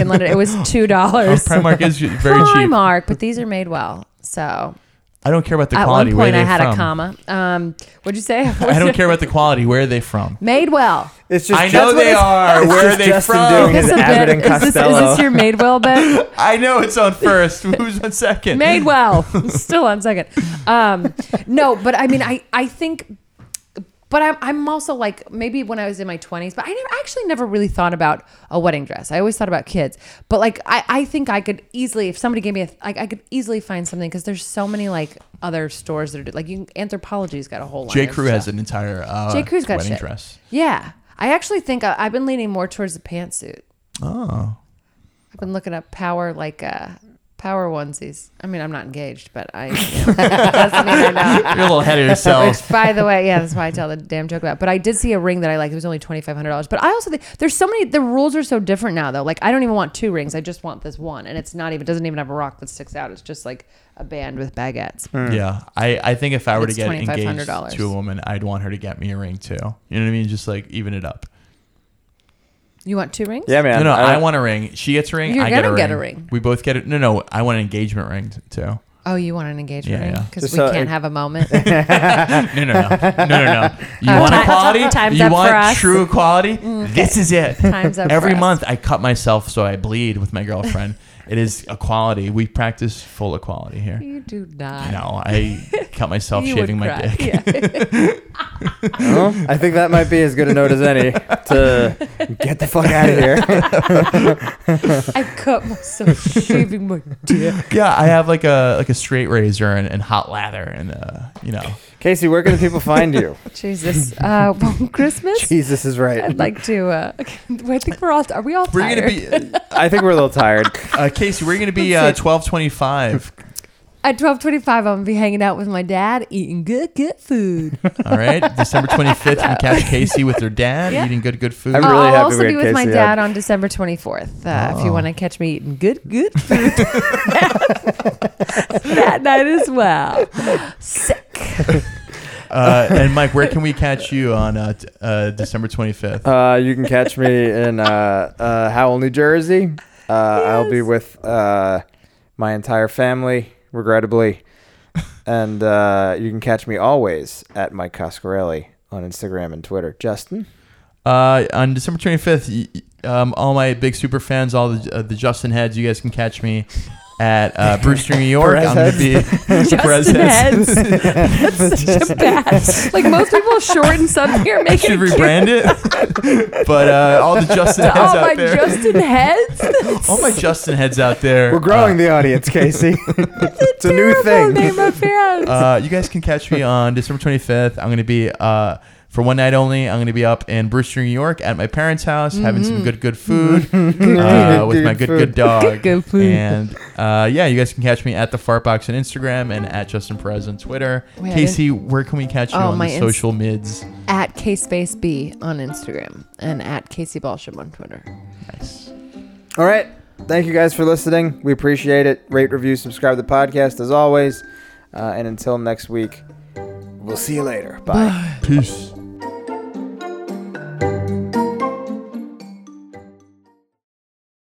Speaker 4: in London. It was $2.
Speaker 2: Primark is Oh, very cheap.
Speaker 4: Primark, but these are made well. So
Speaker 2: I don't care about the
Speaker 4: At
Speaker 2: quality.
Speaker 4: one
Speaker 2: where
Speaker 4: point, I
Speaker 2: they
Speaker 4: had
Speaker 2: from.
Speaker 4: a comma. Um, what'd you say?
Speaker 2: I don't care about the quality. Where are they from?
Speaker 4: Madewell.
Speaker 3: It's just
Speaker 2: I
Speaker 3: that's
Speaker 2: know
Speaker 3: what
Speaker 2: they
Speaker 3: it's-
Speaker 2: are.
Speaker 3: it's
Speaker 2: Where are
Speaker 3: just
Speaker 2: they
Speaker 3: Justin
Speaker 2: from?
Speaker 3: doing
Speaker 2: Is
Speaker 3: his
Speaker 4: a
Speaker 3: Abbott and
Speaker 4: Is this, is
Speaker 3: Costello.
Speaker 4: this your Madewell bit?
Speaker 2: I know it's on first. Who's on second?
Speaker 4: Madewell. Still on second. Um, no, but I mean, I, I think, but I'm, I'm also like, maybe when I was in my 20s, but I never, I actually never really thought about a wedding dress. I always thought about kids. But like, I, I think I could easily, if somebody gave me a, like, I could easily find something because there's so many like other stores that are, like, you, can- Anthropologie's got a whole line.
Speaker 2: J.
Speaker 4: of
Speaker 2: Crew has
Speaker 4: stuff.
Speaker 2: an entire uh,
Speaker 4: J. Crew's got
Speaker 2: wedding
Speaker 4: shit.
Speaker 2: dress.
Speaker 4: Yeah. I actually think I, I've been leaning more towards the pantsuit.
Speaker 2: Oh,
Speaker 4: I've been looking up power like uh power onesies. I mean, I'm not engaged, but I. That's neither now.
Speaker 2: you're a little ahead of yourself.
Speaker 4: Which, by the way, yeah, that's why I tell the damn joke about. But I did see a ring that I liked. It was only twenty five hundred dollars. But I also think there's so many. The rules are so different now, though. Like I don't even want two rings. I just want this one, and it's not even doesn't even have a rock that sticks out. It's just like a band with baguettes.
Speaker 2: yeah, I, I think if I were to
Speaker 4: Hmm. It's
Speaker 2: get engaged
Speaker 4: $2,500.
Speaker 2: to a woman, I'd want her to get me a ring too. You know what I mean? Just like even it up.
Speaker 4: You want two rings?
Speaker 3: Yeah, man.
Speaker 2: no, no,
Speaker 3: I
Speaker 2: I,
Speaker 3: don't-
Speaker 2: want a ring. She gets a ring.
Speaker 4: You're
Speaker 2: I get a,
Speaker 4: gonna
Speaker 2: ring.
Speaker 4: get a ring.
Speaker 2: We both get it. No, no, I want an engagement ring t- too.
Speaker 4: Oh, you want an engagement
Speaker 2: Yeah,
Speaker 4: ring?
Speaker 2: yeah.
Speaker 4: Because
Speaker 3: So-
Speaker 4: we can't have a moment.
Speaker 2: No, no, no, no, no, no. You
Speaker 4: Uh,
Speaker 2: want
Speaker 4: ti-
Speaker 2: equality?
Speaker 4: time's
Speaker 2: you
Speaker 4: up for
Speaker 2: want
Speaker 4: us. Mm.
Speaker 2: true equality? This is it.
Speaker 4: Time's up
Speaker 2: Every
Speaker 4: for us.
Speaker 2: month, I cut myself so I bleed with my girlfriend. it is equality. We practice full equality here.
Speaker 4: you do not.
Speaker 2: No, I cut myself
Speaker 4: You would
Speaker 2: shaving my
Speaker 4: cry.
Speaker 2: dick.
Speaker 4: Yeah.
Speaker 3: Well, I think that might be as good a note as any to get the fuck out of here.
Speaker 4: I cut myself shaving my dick.
Speaker 2: Yeah, I have like a like a straight razor and, and hot lather and uh, you know.
Speaker 3: Casey, where can the people find you?
Speaker 4: Jesus. Uh, well, Christmas.
Speaker 3: Jesus is
Speaker 4: I'd
Speaker 3: right.
Speaker 4: like to. Uh, I think we're all. Are we all?
Speaker 2: We're gonna
Speaker 4: tired?
Speaker 2: be uh,
Speaker 3: I think we're a little tired.
Speaker 2: uh, Casey. We're gonna be uh, twelve twenty five.
Speaker 4: at twelve twenty-five. I'm gonna be hanging out with my dad, eating good, good food.
Speaker 2: All right, December twenty fifth. We catch Casey with her dad
Speaker 4: Yeah.
Speaker 2: eating good good food.
Speaker 3: I'm
Speaker 4: Uh,
Speaker 3: really
Speaker 4: I'll
Speaker 3: happy
Speaker 4: also
Speaker 3: we had
Speaker 4: be with my
Speaker 3: Casey
Speaker 4: dad on December twenty-fourth. Uh, If you
Speaker 2: Oh.
Speaker 4: want to catch me eating good, good food that night as well. Sick.
Speaker 2: Uh, and Mike, where can we catch you on uh, t- uh, December 25th?
Speaker 3: Uh, you can catch me in uh, uh, Howell, New Jersey. Uh, I'll be
Speaker 4: Yes.
Speaker 3: with uh, my entire family, regrettably. And uh, you can catch me always at Mike Coscarelli on Instagram and Twitter. Justin?
Speaker 2: Uh, on December 25th, y- y- um, all my big super fans, all the, uh, the Justin heads, you guys can catch me at uh, Brewster, New York.
Speaker 3: Perez
Speaker 2: I'm going to
Speaker 3: heads.
Speaker 2: be Perez
Speaker 4: Justin heads. That's such a bad. Like most people shorten something or make
Speaker 2: Should
Speaker 4: it cute.
Speaker 2: rebrand it. but uh, all the Justin heads
Speaker 4: all
Speaker 2: out
Speaker 4: my
Speaker 2: there.
Speaker 4: Justin
Speaker 3: Oh
Speaker 4: heads.
Speaker 2: all my Justin heads out there.
Speaker 3: We're growing
Speaker 2: uh,
Speaker 3: the audience, Casey. it's a new
Speaker 4: Terrible
Speaker 3: thing.
Speaker 4: name of fans.
Speaker 2: uh, you guys can catch me on December 25th. I'm going to be. Uh, for one night only, I'm going to be up in Brewster, New York, at my parents' house, having
Speaker 4: Mm-hmm.
Speaker 2: some good, good food. uh, with my good good dog.
Speaker 4: Good, good food.
Speaker 2: And uh, yeah, you guys can catch me at the Fart Box on Instagram and at Justin Perez on Twitter.
Speaker 4: Wait, I
Speaker 2: Casey, where can we catch you
Speaker 4: Oh,
Speaker 2: on
Speaker 4: my
Speaker 2: the
Speaker 4: ins-
Speaker 2: social mids?
Speaker 4: at KSpaceB on Instagram and at Casey Balsham on Twitter.
Speaker 2: Nice.
Speaker 3: All right. Thank you guys for listening. We appreciate it. Rate, review, subscribe to the podcast as always. Uh, and until next week, we'll see you later. Bye.
Speaker 2: Peace.